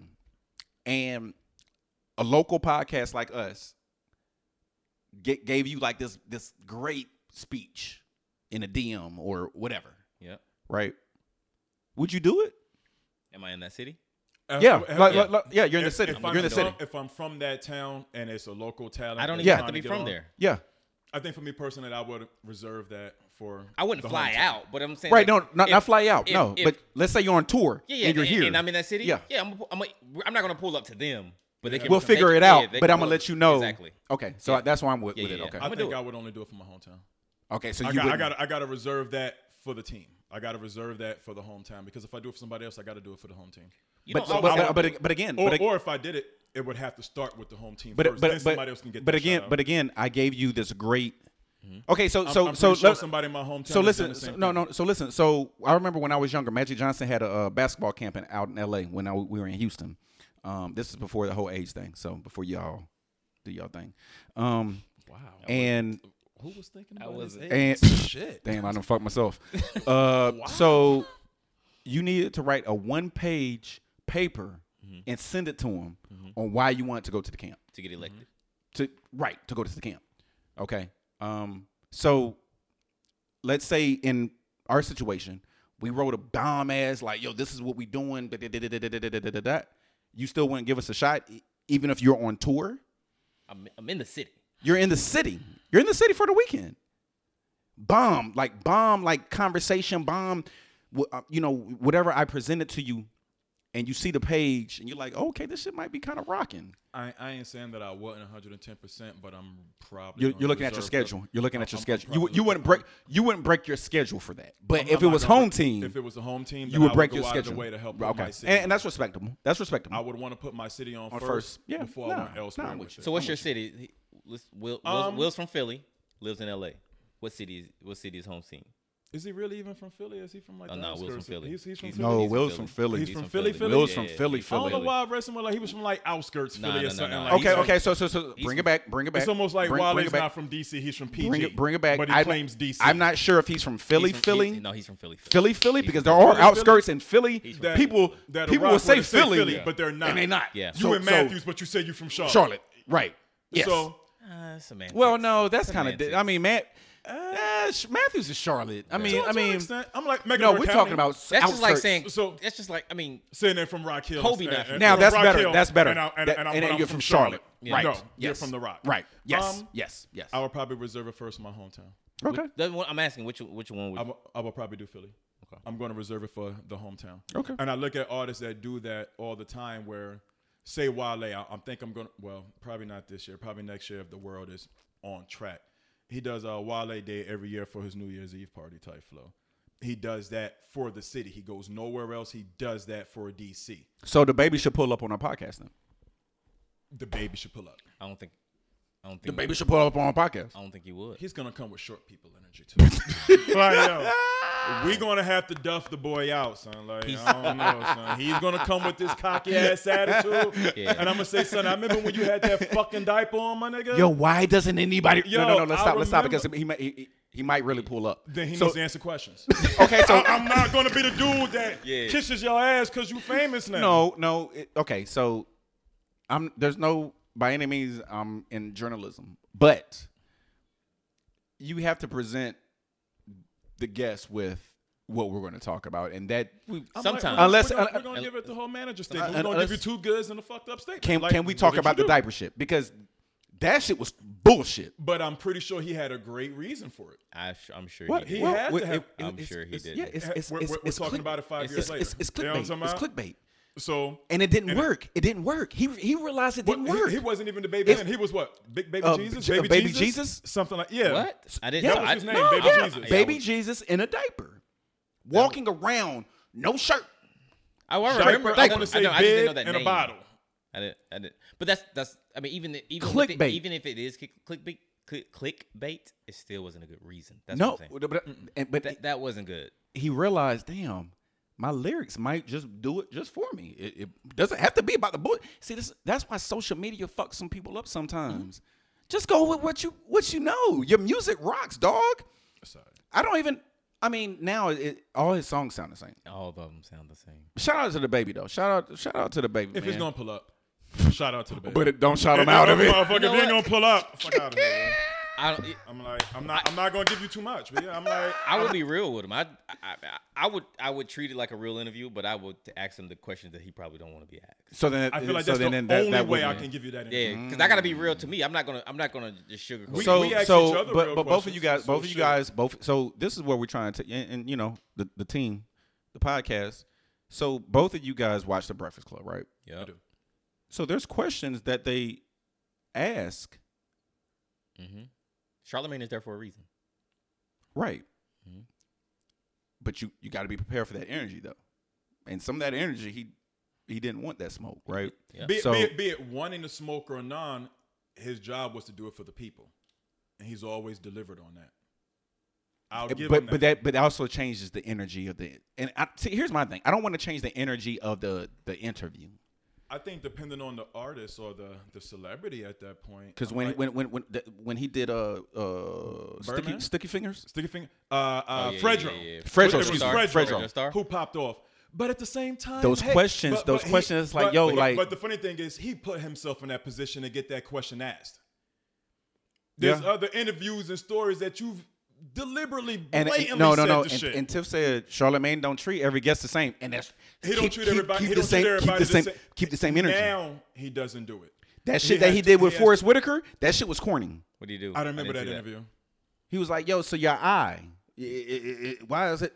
B: and a local podcast like us get, gave you like this this great speech in a DM or whatever,
A: Yep.
B: right? Would you do it?
A: Am I in that city?
C: If-
B: Yeah,
C: if-
B: like-
A: yeah.
B: like- like- yeah. You're in the
C: if-
B: city.
C: if
B: You're
C: I'm
B: in the
C: from-
B: city.
C: If I'm from that town and it's a local talent,
A: I don't
C: and
A: even
B: Yeah.
A: have to be
C: trying get
A: from
C: on,
A: there.
B: Yeah.
C: I think for me personally, I would reserve that for.
A: I wouldn't
C: the
A: fly
C: hometown.
A: out, but I'm saying
B: Right.
A: like,
B: No, not, not
A: if-
B: fly out.
A: if-
B: no.
A: if-
B: but let's say you're on tour
A: yeah, yeah,
B: and you're here.
A: and I'm in that city.
B: Yeah.
A: yeah. I'm, I'm, I'm not gonna pull up to them, but they can.
B: we'll
A: they
B: figure
A: can-
B: it
A: yeah,
B: out.
A: they
B: but
A: can
B: I'm gonna
A: pull
B: let
A: up.
B: you know
A: exactly.
B: Okay, so that's why I'm with,
A: Yeah,
B: with
A: yeah,
B: it.
A: yeah.
B: Okay,
C: I
A: I'ma
C: think
A: do
C: I
A: it.
C: would only do it for my hometown.
B: okay. So
C: I
B: you
C: got, I
B: wouldn't-
C: got, I got to reserve that for the team. I got to reserve that for the home town because if I do it for somebody else, I got to do it for the home team.
A: You
B: but,
A: know, I-
B: but,
A: I-
B: but, but, but again,
C: Or,
B: but,
C: or if I did it, it would have to start with the home team
B: but,
C: first.
B: but,
C: then
B: but,
C: somebody else can get.
B: but
C: that
B: again,
C: shout out.
B: but again, I gave you this great. Okay, so
C: I'm-
B: so
C: I'm
B: so
C: pretty sure
B: let-
C: somebody in my hometown.
B: so
C: has
B: listen,
C: done the
B: so,
C: same
B: no
C: thing.
B: no, so listen. So I remember when I was younger, Magic Johnson had a uh, basketball camp in, out in L.A. when I, we were in Houston. Um, this is before the whole age thing, so before y'all do y'all thing. Um,
C: Wow.
B: and
C: Who was thinking
A: I
C: about this?
A: wasn't.
C: Hey,
B: and (laughs)
C: Shit.
B: Damn, I done fucked myself. Uh, So you needed to write a one page paper and send it to him on why you want to go to the camp.
A: to get elected.
B: To right to go to the camp. Okay. Um, so let's say in our situation, we wrote a bomb ass like, yo, this is what we doing. da- da- da- da- da- da- da- da- da- da- da. You still wouldn't give us a shot, e- even if you're on tour.
A: I'm, I'm in the city.
B: You're in the city. You're in the city for the weekend. Bomb, like bomb, like conversation bomb. wh- uh, You know, whatever I presented to you, and you see the page, and you're like, okay, this shit might be kind of rocking.
C: I, I ain't saying that I wasn't 110, percent but I'm probably.
B: You're,
C: gonna
B: you're looking at your
C: reserve
B: schedule.
C: the-
B: You're looking at
C: I'm-
B: your
C: I'm
B: schedule. You
C: probably
B: you wouldn't
C: looking-
B: break you wouldn't break your schedule for that. But
C: I'm
B: if
C: not
B: it was
C: gonna-
B: home team,
C: if it was a home team,
B: you would break
C: go
B: your
C: out of
B: schedule.
C: the way to help out
B: okay,
C: my
B: and,
C: city.
B: and that's respectable. That's respectable.
C: I would want to put my city on,
B: On
C: first,
B: first. Yeah,
C: before
B: nah,
C: I went
B: nah,
C: elsewhere.
B: I'm
C: with
B: with
C: it.
B: you.
A: So what's your city? He- Let's, Will, Will's,
C: Um,
A: Will's from Philly, lives in L.A. What city? Is, what city is home scene?
C: Is he really even from Philly? Is he from like?
A: Oh
C: the
A: no, Will's from
C: outskirts?
A: Philly.
C: He's, he's from
A: He's-
C: Philly.
B: No,
A: he's
B: Will's from Philly.
C: He's from Philly, Philly?
B: Will's from Philly,
A: he's
C: I don't know
B: Philly.
C: why I read somewhere like he was from like outskirts
A: Nah,
C: Philly
A: nah,
C: or
A: nah,
C: something.
A: nah.
C: like
A: He's
B: okay,
C: that.
B: okay. So so so
A: he's
B: bring
A: from-
B: it back. Bring it back.
C: It's almost like
B: bring, bring
C: Wale's
B: it back.
C: not from DC. He's from PG.
B: Bring it, bring it back.
C: But he
B: I-
C: claims DC.
B: I'm not sure if he's from Philly,
A: He's from-
B: Philly,
A: he- no, he's from Philly.
B: Philly, Philly,
A: He's
B: because
A: from
B: there are
C: Philly.
B: outskirts in Philly.
A: He's from
C: That-
B: people,
C: that
B: people
C: rock
B: will say
C: would've said
B: Philly,
C: Philly, but they're not.
B: and they not.
A: Yeah.
C: You
B: So-
C: and
B: so,
C: Matthews, but you said you from Charlotte.
B: Charlotte, right? Yes.
C: So
A: Uh, semantics.
B: well, no, that's kind of.
A: Semantics.
B: I mean, Matt uh, Sh- Matthews is Charlotte. I mean,
C: to-
B: I
C: to an
B: mean,
C: extent, I'm like Megan
B: no,
C: Thee
B: we're
C: County,
B: talking about
A: that's just like
B: outskirts.
A: saying.
C: So-
A: that's just like I mean.
C: saying they're from Rock Hill.
A: Kobe
C: and-
A: nothing.
C: and-
B: Now
C: from
B: that's
C: Rock
B: better.
C: Hill,
B: That's better.
C: And, I, and,
B: That-
C: and I'm,
B: and
C: but I'm
B: you're
C: from
B: from Charlotte,
A: Yeah.
B: right?
C: No,
B: yes.
C: you're from the Rock.
B: right? Yes,
C: Um,
B: yes, yes.
C: I would probably reserve it first for my hometown.
B: Okay,
A: That one, I'm asking which which one would
C: I will, I will probably do Philly.
A: Okay.
C: I'm going to reserve it for the hometown.
B: Okay.
C: And I look at artists that do that all the time where, say, Wale, I, I think I'm going to, well, probably not this year, probably next year if the world is on track. He does a Wale Day every year for his New Year's Eve party type flow. He does that for the city. He goes nowhere else. He does that for DC.
B: so the baby should pull up on our podcast then.
C: The baby should pull up.
A: I don't think. I don't
B: The
A: think.
B: baby should pull up on our podcast.
A: I don't think you would.
C: He's going to come with short people energy
B: (laughs)
C: too. like, yo, (laughs) we going to have to duff the boy out, son. Like, I don't know, son. He's going to come with this cocky
A: (laughs)
C: ass attitude.
A: Yeah.
C: And I'm going to say, son, I remember when you had that fucking diaper on, my nigga.
B: Yo, why doesn't anybody? no,
C: Yo,
B: no, no. Let's
C: I
B: stop. Let's stop
C: remember-
B: because he might he, he- he might really pull up.
C: Then he
B: so,
C: needs to answer questions. (laughs)
B: okay, so
C: I, am not going to be the dude that
A: Yeah.
C: kisses your ass because you famous now.
B: no, no. it- okay, so I'm there's no by any means I'm in journalism, but you have to present the guest with what we're going to talk about, and that we
C: I'm
A: Sometimes.
C: we're gonna-
B: Unless-
C: we're gonna,
B: uh,
C: we're gonna
A: uh,
C: give it the whole manager statement.
B: uh,
C: we're gonna give you
B: unless-
C: two goods and a fucked up statement.
B: can
C: Like,
B: can we
C: what
B: talk
C: did you
B: about the
C: do?
B: diaper shit because that shit was bullshit.
C: But I'm pretty sure he had a great reason for it.
A: I, sh- I'm sure
B: What
A: he did.
C: He had to
B: What-
C: have-
A: I'm
B: it's-
A: sure he
B: it's-
A: did.
B: Yeah, it's, it's,
C: We're-
B: it's,
C: we're
B: it's
C: talking
B: click-
C: about it five
B: it's,
C: years
B: it's- It's,
C: later. You know
B: clickbait.
C: what I'm
B: it's
C: talking
B: clickbait,
C: So
B: and it didn't work. It didn't work. He he realized it
C: But
B: didn't
C: he-
B: work.
C: He, wasn't even the baby.
B: It's-
C: man. He was what? Big baby
B: Uh,
C: Jesus.
B: J-
C: Baby,
B: Baby
C: Jesus?
B: Jesus?
C: Something like yeah.
A: What? I didn't.
B: Yeah,
A: know.
B: that was
A: I-
C: his
A: no,
C: name, Baby
A: I- I-
C: Jesus.
A: I-
B: baby Jesus in a diaper, walking around, no shirt.
A: I, I
C: Diaper,
A: remember.
C: I
A: I,
B: Diaper.
C: want to
A: don't-
C: say
A: I, know, I just didn't know
C: bib
A: that
C: and a
A: name.
C: bottle.
A: I didn't. I didn't. But that's that's. I mean, even the- even with it-
B: Clickbait.
A: even if it is click, clickbait, click, clickbait, it still wasn't a good reason. That's
B: No,
A: what I'm saying.
B: but, but- and- but
A: That that wasn't good.
B: he realized, damn, my lyrics might just do it just for me. It, it doesn't have to be about the boy. See, this that's why social media fucks some people up sometimes.
C: Mm-hmm.
B: Just go with what you what you know. Your music rocks, dog.
C: Sorry.
B: I don't even. I mean, now it, all his songs sound the same.
A: All of them sound the same.
B: Shout out to the baby though. Shout out, shout out to the baby.
C: If
B: man.
C: it's gonna pull up, shout out to the baby.
B: but it, don't shout him out of it.
C: Motherfucker, if you
A: know
C: ain't gonna
A: what?
C: pull up, fuck out of here.
A: I don't. It,
C: I'm like, I'm not, I'm not gonna give you too much. But yeah, I'm like,
A: I would be real with him. I, I I- I would I would treat it like a real interview, but I would ask him the questions that he probably don't want to be asked.
B: So then,
C: I feel like
B: so
C: that's the
B: then, then that,
C: only
B: that
C: way I
B: wouldn't-
C: can give you that.
A: Yeah,
C: Interview.
A: because I gotta be real to me. I'm not gonna I'm not gonna just sugarcoat. it.
C: We-
B: so
C: we ask
B: so
C: each other
B: but
C: real
B: but both of you guys
C: questions, so
B: both of you
C: shit.
B: guys both so this is what we're trying to and, and you know the the team the podcast so both of you guys watch the breakfast club right
A: Yup.
B: so there's questions that they ask
A: Mm-hmm. Charlemagne is there for a reason.
B: right
A: Mhm.
B: but you you got to be prepared for that energy though and some of that energy he he didn't want that smoke right
A: Yeah.
C: Be, it
B: So-
C: be, it, be it one in the smoke or non, his job was to do it for the people, and he's always delivered on that. I'll give him
B: Eh, but
C: that.
B: but that but also changes the energy of the and I, see here's my thing I don't want to change the energy of the the interview
C: I think depending on the artist or the the celebrity at that point.
B: Because
C: I'm
B: when,
C: like,
B: when when when the- when he did uh uh sticky,
C: Birdman?
B: sticky fingers,
C: sticky finger, uh, uh,
A: Oh, yeah,
C: Fredro,
A: yeah, yeah, yeah.
B: Fredro,
C: It was
B: excuse me,
C: Fredro,
B: Fredro.
A: Star?
C: who popped off. But at the same time,
B: Those
C: hey,
B: questions-
C: but-
B: those
C: but he-
B: questions, it's like,
C: but-
B: yo,
C: but-
B: like-
C: But the funny thing is, he put himself in that position to get that question asked. There's
B: Yeah.
C: other interviews and stories that you've deliberately
B: and,
C: blatantly
B: and no no
C: said
B: no,
C: the
B: and,
C: shit.
B: and Tiff said Charlemagne don't treat every guest the same, and that's
C: he don't
B: keep-
C: treat
B: keep-
C: everybody.
B: keep
C: he
B: the
C: don't
B: same
C: treat
B: keep
C: everybody
B: the same keep the same energy.
C: Now he doesn't do it.
B: that
C: he
B: shit that
C: has
B: he
C: to-
B: did with
C: he has
B: Forrest
C: to-
B: Whitaker, that shit was corny.
A: What do you do?
C: I remember
A: didn't
C: that
A: see
C: interview.
B: He was like, yo, so your eye, i- i- i- i- why is it?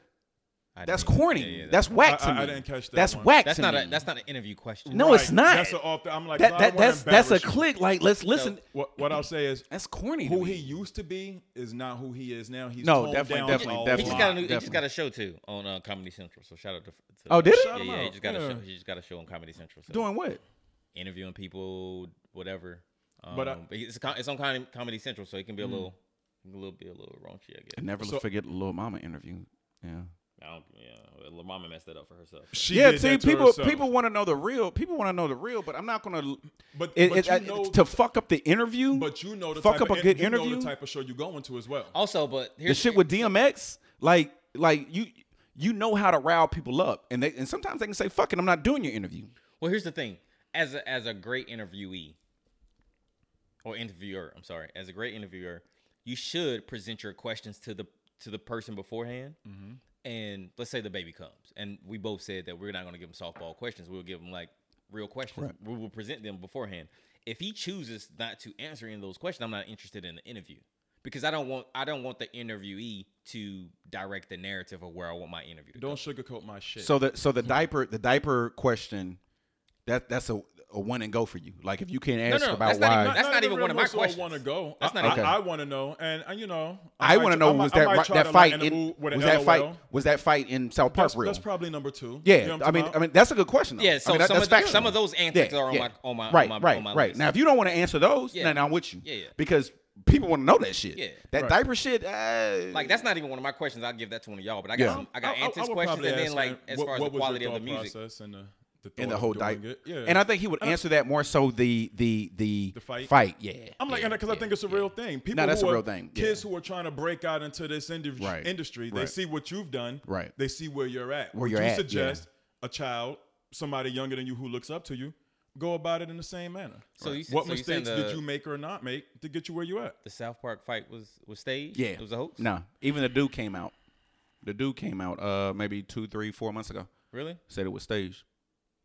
A: I didn't
B: That's
A: see that.
B: corny.
A: Yeah, yeah,
B: that's whack to
C: I-
B: me.
C: I- I didn't catch that
B: That's
C: one.
B: whack.
A: That's
B: to
A: not
B: me.
A: a that's not an interview question.
B: No, it's not.
C: That's an off. I'm like,
B: that,
C: I
B: that
C: don't wanna
B: that's that's a
C: embarrass you.
B: click. Like let's listen.
C: What, what I'll say is,
B: That's corny. to
C: who
B: me.
C: he used to be is not who he is now. He's
B: No,
C: toned
B: definitely,
C: down
B: definitely,
C: a
A: He just got a new, he
B: Definitely.
A: just got a show too on uh, Comedy Central. So shout out to. to
B: Oh, did it?
A: Yeah,
C: Shout him
A: yeah, he
C: out,
A: just got a
C: yeah.
A: show. He just got a show on Comedy Central. So
B: doing what?
A: interviewing people, whatever. Um,
C: But
A: but,
C: I-
A: it's com- it's on Com- Comedy Central, so it can be a little, it can a little be a little raunchy, I
B: I
A: guess.
B: never
C: So-
B: forget the little mama interview. Yeah.
A: I don't, yeah, La Mama messed that up for herself.
C: She
B: yeah,
C: did
B: see,
C: that to
B: people
C: herself.
B: people want to know the real. People want to know the real, but I'm not gonna.
C: But,
B: It,
C: but
B: it,
C: you
B: I-
C: know,
B: to fuck up the interview,
C: but you know the
B: fuck
C: type
B: up
C: of
B: a
C: in-
B: good
C: you know the
B: interview?
C: type of show you're going to as well.
A: Also, but
B: the
A: here's
B: shit with DMX, like like you you know how to rile people up, and they and sometimes they can say, "Fuck it, I'm not doing your interview."
A: well, here's the thing. As a, as a great interviewee or interviewer, I'm sorry, as a great interviewer, you should present your questions to the to the person beforehand. And let's say the baby comes, and we both said that we're not going to give him softball questions. We'll give him like real questions. We will present them beforehand. If he chooses not to answer any of those questions, I'm not interested in the interview because I don't want I don't want the interviewee to direct the narrative of where I want my interview to go.
C: Don't sugarcoat my shit.
B: So the so the diaper the diaper question, that that's a, a one and go for you. Like if you can't ask
A: no, no,
B: about
A: that's not
B: why,
A: even- that's not even one of my questions.
C: I want to go.
A: That's
C: I,
A: not
C: I,
A: even-
C: I want to know, and, and you know,
B: I
C: might
B: want to
C: tr-
B: know
C: might-
B: was
C: I
B: that
C: might
B: ri-
C: try
B: that
C: to
B: fight
C: lighten the
B: in,
C: mood with
B: was
C: an
B: that fight
C: LOL.
B: was that fight in South Park
C: That's,
B: real?
C: that's probably number two.
B: Yeah,
C: You know what I'm
B: I mean,
C: talking
B: I
C: about?
B: mean, that's a good question. though.
A: Yeah, so
B: I mean, that-
A: some,
B: that's
A: of the,
B: factual.
A: some of those answers are on my on my
B: right,
A: on my,
B: right,
A: on my
B: right.
A: list.
B: Now, if you don't want to answer those,
A: Yeah.
B: now, now I'm with you.
A: Yeah, yeah.
B: Because people want to know that shit.
A: Yeah.
B: That
C: Right.
B: diaper shit. Uh,
A: like that's not even one of my questions. I'll give that to one of y'all, but I got
B: Yeah.
A: some, I got
C: would
A: answers questions,
C: probably
A: and then
C: ask
A: like
C: him,
A: as
C: what-
A: far as
C: what
A: the
C: was your
A: quality of the
C: thought
A: music.
C: process and the, the,
B: in
C: thought
B: the
C: of
B: whole
C: doing
B: diaper.
C: it. Yeah.
B: And I think he would answer that more so the the the,
C: The fight?
B: Yeah.
C: I'm like,
A: Yeah,
C: because I
A: yeah,
C: think it's a
A: yeah.
C: real thing. People
B: that's
C: who
B: a
C: are
B: real thing, yeah.
C: Kids who are trying to break out into this industry,
B: Right,
C: industry they
B: right.
C: see what you've done.
B: Right.
C: They see where you're at.
B: Where
C: Would
B: you're
C: you
B: at, yeah.
C: suggest a child, somebody younger than you who looks up to you, go about it in the same manner.
A: So you s-
C: what
A: so you saying
C: mistakes did
A: the-
C: you make or not make to get you where you at?
A: The South Park fight was was staged.
B: Yeah.
A: it was a hoax.
B: Nah, even the dude came out. The dude came out uh maybe two, three, four months ago.
A: really.
B: Said it was staged.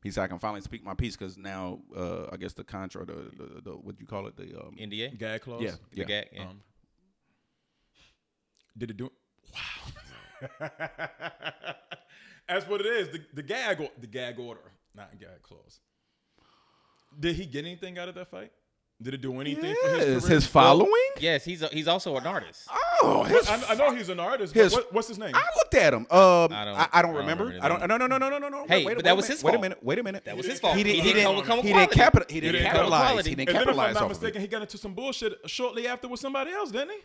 B: He said I can finally speak my piece because now uh I guess the contract, the, the, the what you call it, the um,
A: NDA.
C: Gag clause.
B: yeah,
A: The
B: yeah.
A: gag. Yeah.
C: Um, did it do? Wow. (laughs) That's what it is. The, the gag. or- The gag order, not gag clause. Did he get anything out of that fight? Did it do anything for his
B: Yes,
C: career?
B: his, following.
A: yes, he's a, he's also an artist.
B: oh, his
C: I, I know he's an artist.
B: His-
C: but what, what's his name?
B: I looked at him. Um, I don't,
A: I don't-
B: I,
A: I
B: don't
A: don't
B: remember.
A: remember
B: I don't. No, no, no, no, no, no, no.
A: Hey,
B: wait,
A: but that
B: wait, wait a
A: was
B: minute,
A: his
B: Wait a
A: fault.
B: minute. Wait a minute.
A: That was his
C: didn't-
A: fault.
B: He didn't. He didn't.
A: overcome a
B: He didn't,
A: quality.
B: capital, he didn't
C: didn't have
B: capitalize.
A: quality.
B: He didn't
C: and then, if I'm
B: capitalize
C: not
B: off of it.
C: mistaken, he got into some bullshit shortly after with somebody else, didn't he?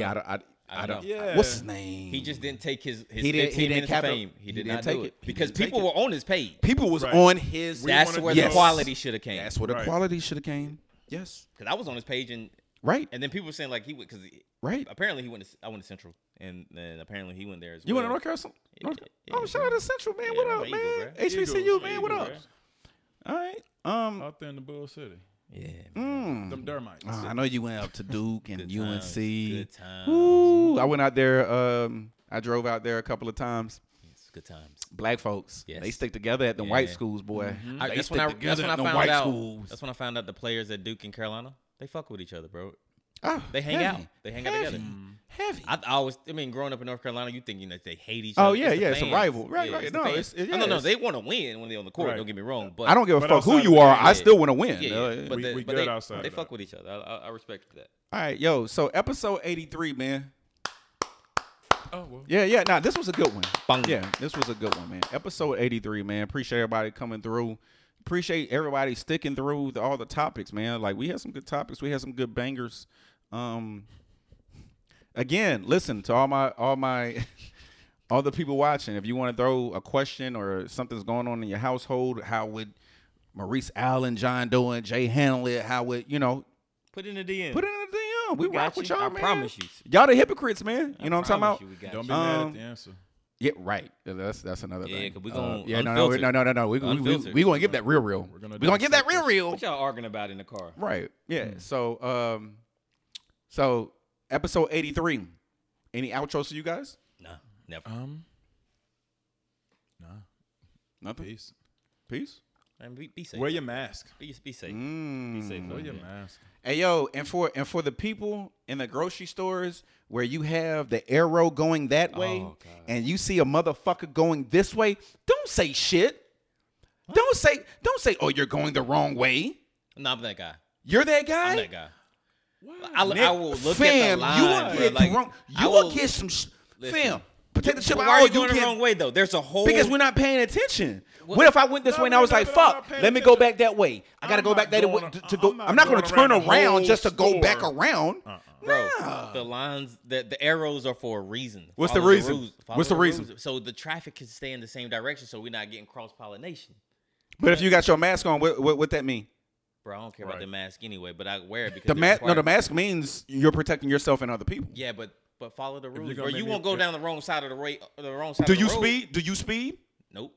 B: Yeah, I don't. I, I
A: don't
B: don't.
A: know.
B: I- What's
C: Yeah.
B: his name?
A: He just didn't take his, his
B: He didn't- he
A: 15
B: didn't
A: minutes
B: capital-
A: of fame. He
B: he
A: did
B: didn't
A: not
B: take
A: do
B: it.
A: it,
B: He
A: because
B: didn't take
A: people
B: it.
A: were on his page.
B: people was
C: Right.
B: on his.
C: We-
A: That's
C: wanna
A: where
B: do-
A: the
B: Yes.
A: quality should have came.
B: That's where the
C: Right.
B: quality should have came. Yes.
A: Because I was on his page and
B: Right.
A: and then people were saying like he would because
B: Right.
A: apparently he went to I went to Central and then apparently he went there as
B: You
A: well.
B: went to North Carolina? North
A: Yeah,
B: oh, shout out to Central, man.
A: Yeah,
B: what
A: I'm
B: up,
A: an Eagle,
B: man?
A: bruh.
B: HBCU,
C: Eagles,
B: man. What up?
C: Eagles,
B: All right. Um.
C: Out there in the Bull City,
A: Yeah,
B: mm.
C: them Dermites.
B: Ah, I know you went up to Duke and
A: times,
B: UNC.
A: Good times.
B: Ooh, I went out there. Um, I drove out there a couple of times.
A: Yes, good times.
B: Black folks,
A: Yes.
B: they stick together at the white
A: Yeah. Mm-hmm.
B: schools, boy.
A: I,
B: They
A: that's
B: stick
A: when I that's
B: together
A: when I
B: at the
A: found
B: white
A: out.
B: schools.
A: That's when I found out the players at Duke and Carolina they fuck with each other, bro.
B: Oh,
A: They hang
B: heavy.
A: out. They hang out together. Mm.
B: Heavy. Heavy.
A: I, I always, I mean, growing up in North Carolina, you thinking that they hate each other.
B: Oh, yeah,
A: the
B: yeah, it's a
A: fans.
B: rival. Right, right.
A: the
B: No,
A: fans.
B: it's- it-
A: no, no,
B: yeah,
A: no.
B: it's-
A: They want to win when they're on the court.
C: Right.
A: Don't get me wrong, but
B: I don't give a
C: But
B: fuck who
C: outside
B: you
C: of
B: are.
C: that,
B: I
A: yeah.
B: still want to win.
A: Yeah,
B: Uh,
A: yeah. But
C: We-
A: they,
C: we
A: but
C: good
A: they,
C: outside
A: they
C: of
A: fuck
C: that.
A: with each other. I, I, I respect that.
B: All right, yo. So episode eighty three, man.
C: Oh well.
B: Yeah, yeah. Nah, this was a good one.
A: Bang.
B: Yeah, this was a good one, man. Episode eighty three, man. Appreciate everybody coming through. Appreciate everybody sticking through the, all the topics, man. Like we had some good topics. We had some good bangers. Um, again, listen to all my all my (laughs) all the people watching. If you want to throw a question or something's going on in your household, how would Maurice Allen, John Doe, and Jay handle it? How would you know?
A: Put in the DM.
B: Put it in the DM. We,
A: We got
B: rock with
A: you.
B: y'all,
A: I
B: man.
A: promise you.
B: Y'all the hypocrites, man. You know what I'm talking
A: Promise
B: about?
A: you, we got
C: Don't be
A: you.
C: mad
B: Um,
C: at the answer.
B: Yeah, right. Yeah, That's that's another
A: Yeah,
B: thing. Uh,
A: 'cause we gonna
B: yeah, no, no, we- no,
A: unfiltered.
B: no, no, no. We we, we,
A: Unfiltered.
B: we gonna give that real, real. We're
C: We're
B: gonna,
C: gonna
B: give that real,
C: dissect
B: real.
A: What y'all arguing about in the car?
B: Right. Yeah.
A: Hmm.
B: So, um, so episode eighty three. Any outros to you guys?
A: Nah, never.
C: Um. Nah.
B: Nothing.
C: Peace.
B: Peace.
A: Man, be, be safe.
C: Wear your mask.
A: Be, be safe.
B: Mm.
A: Be safe.
C: Wear
A: out
C: your
A: there.
C: mask.
B: Hey yo, and for and for the people in the grocery stores where you have the arrow going that way
A: Oh, God.
B: and you see a motherfucker going this way, don't say shit. Don't say don't say oh you're going the wrong way.
A: Nah, I'm that guy.
B: You're that guy?
A: I'm that guy. I, I, I will look at the
B: fam,
A: line.
B: you will
A: bruh,
B: get
A: like,
B: wrong.
A: I
B: You will,
A: will-
B: get some sh-
A: Listen.
B: fam. Potato chip.
A: Why
B: oh,
A: are you going
B: get-
A: the wrong way though? There's a whole
B: Because we're not paying attention. What if I went this
C: No,
B: way and I
C: no,
B: was
C: no,
B: like,
C: no, no, I'm
B: "Fuck,
C: paying
B: let me go
C: attention.
B: back that way. I gotta
C: I'm
B: go
C: not
B: back that
C: going
B: way to,
C: a-
B: to go. I'm
C: I'm
B: not,
C: not
B: gonna
C: going
B: turn
C: around the
B: around
C: whole
B: just to go back
C: store. Uh.
B: around."
A: bro.
B: Nah.
A: The lines, the the arrows are for a reason.
B: What's the
A: Follow
B: reason?
A: rules.
B: What's
A: Follow
B: the reason?
A: rules. So the traffic can stay in the same direction, so we're not getting cross pollination.
B: But if you got your mask on, what what, what that mean?
A: Bro, I don't care
C: Right.
A: about the mask anyway, but I wear it because
B: The
A: they're
B: mask. No, the
A: required-
B: mask means you're protecting yourself and other people.
A: Yeah, but but follow the rules,
C: you're
A: bro.
C: gonna
A: You
C: make
A: won't
C: me-
A: go down the wrong side of the road. The wrong side.
B: Do
A: of the
B: you
A: road.
B: speed? Do you speed?
A: Nope.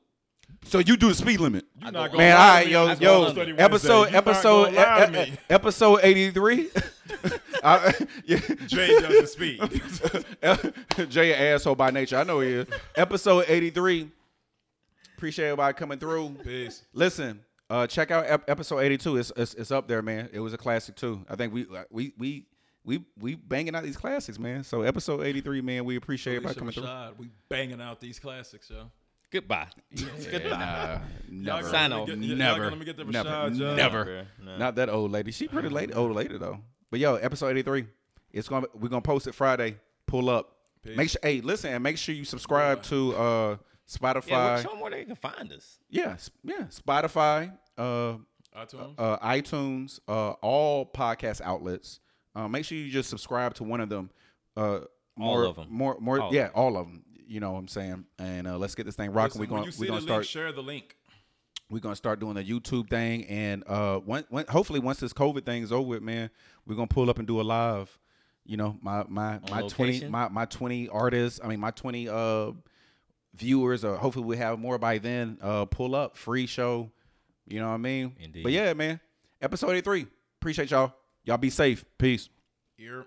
B: So you do the speed limit.
C: You
A: I
C: not
A: go-
C: gonna
B: Man, all
C: lie
B: right,
C: to me
B: yo,
C: on
B: yo,
C: Study Wednesday.
B: episode,
C: You not
B: episode,
C: gonna lie to
B: e- e-
C: me.
B: episode eighty-three. (laughs) I- (laughs) yeah.
C: Jay
B: (laughs)
C: doesn't speak.
B: Jay an asshole by nature. I know he is. Episode 83. Appreciate everybody coming through.
C: Peace.
B: Listen, uh, check out ep- episode 82. It's, it's it's up there, man. It was a classic too. I think we uh, we we we we banging out these classics, man. So episode 83, man, we appreciate everybody coming
C: Alicia
B: through.
C: Rashad, we banging out these classics, yo. (laughs)
A: Goodbye.
B: Nah,
C: Y'all
B: never.
C: gonna
A: Sign
C: let me
A: off.
C: get-
B: Oh,
C: y'all gonna
B: Never.
C: let me get the
B: Never.
C: Rashad, yo.
A: Nah,
B: Never.
A: bruh. Nah.
B: Not that old lady. She pretty lady, old lady though. But yo, episode 83. It's gonna we're gonna post it Friday. Pull up.
C: Peace.
B: Make sure hey, listen, and make sure you subscribe to uh Spotify.
A: Yeah, well, show 'em where they can find us.
B: Yeah, s- yeah. Spotify, uh,
C: iTunes.
B: uh, iTunes, uh, all podcast outlets. Uh, make sure you just subscribe to one of them. Uh, more,
A: of 'em.
B: More, more.
C: Oh.
A: All of
B: yeah, all of them. You know what I'm saying? And uh, let's get this thing rocking.
C: Listen,
B: We're
C: when
B: gonna
C: you see
B: we're
C: the
B: gonna
C: link,
B: start
C: share the link.
B: we're gonna start doing the YouTube thing. And uh, when, when, hopefully once this COVID thing's over, with, man, we're gonna pull up and do a live. You know, my my my twenty
A: location?
B: my my twenty artists. I mean, my twenty uh viewers. Or hopefully we have more by then. Uh, pull up free show. You know what I mean?
A: Indeed.
B: But yeah, man. Episode 83. Appreciate y'all. Y'all be safe. Peace.
C: Here.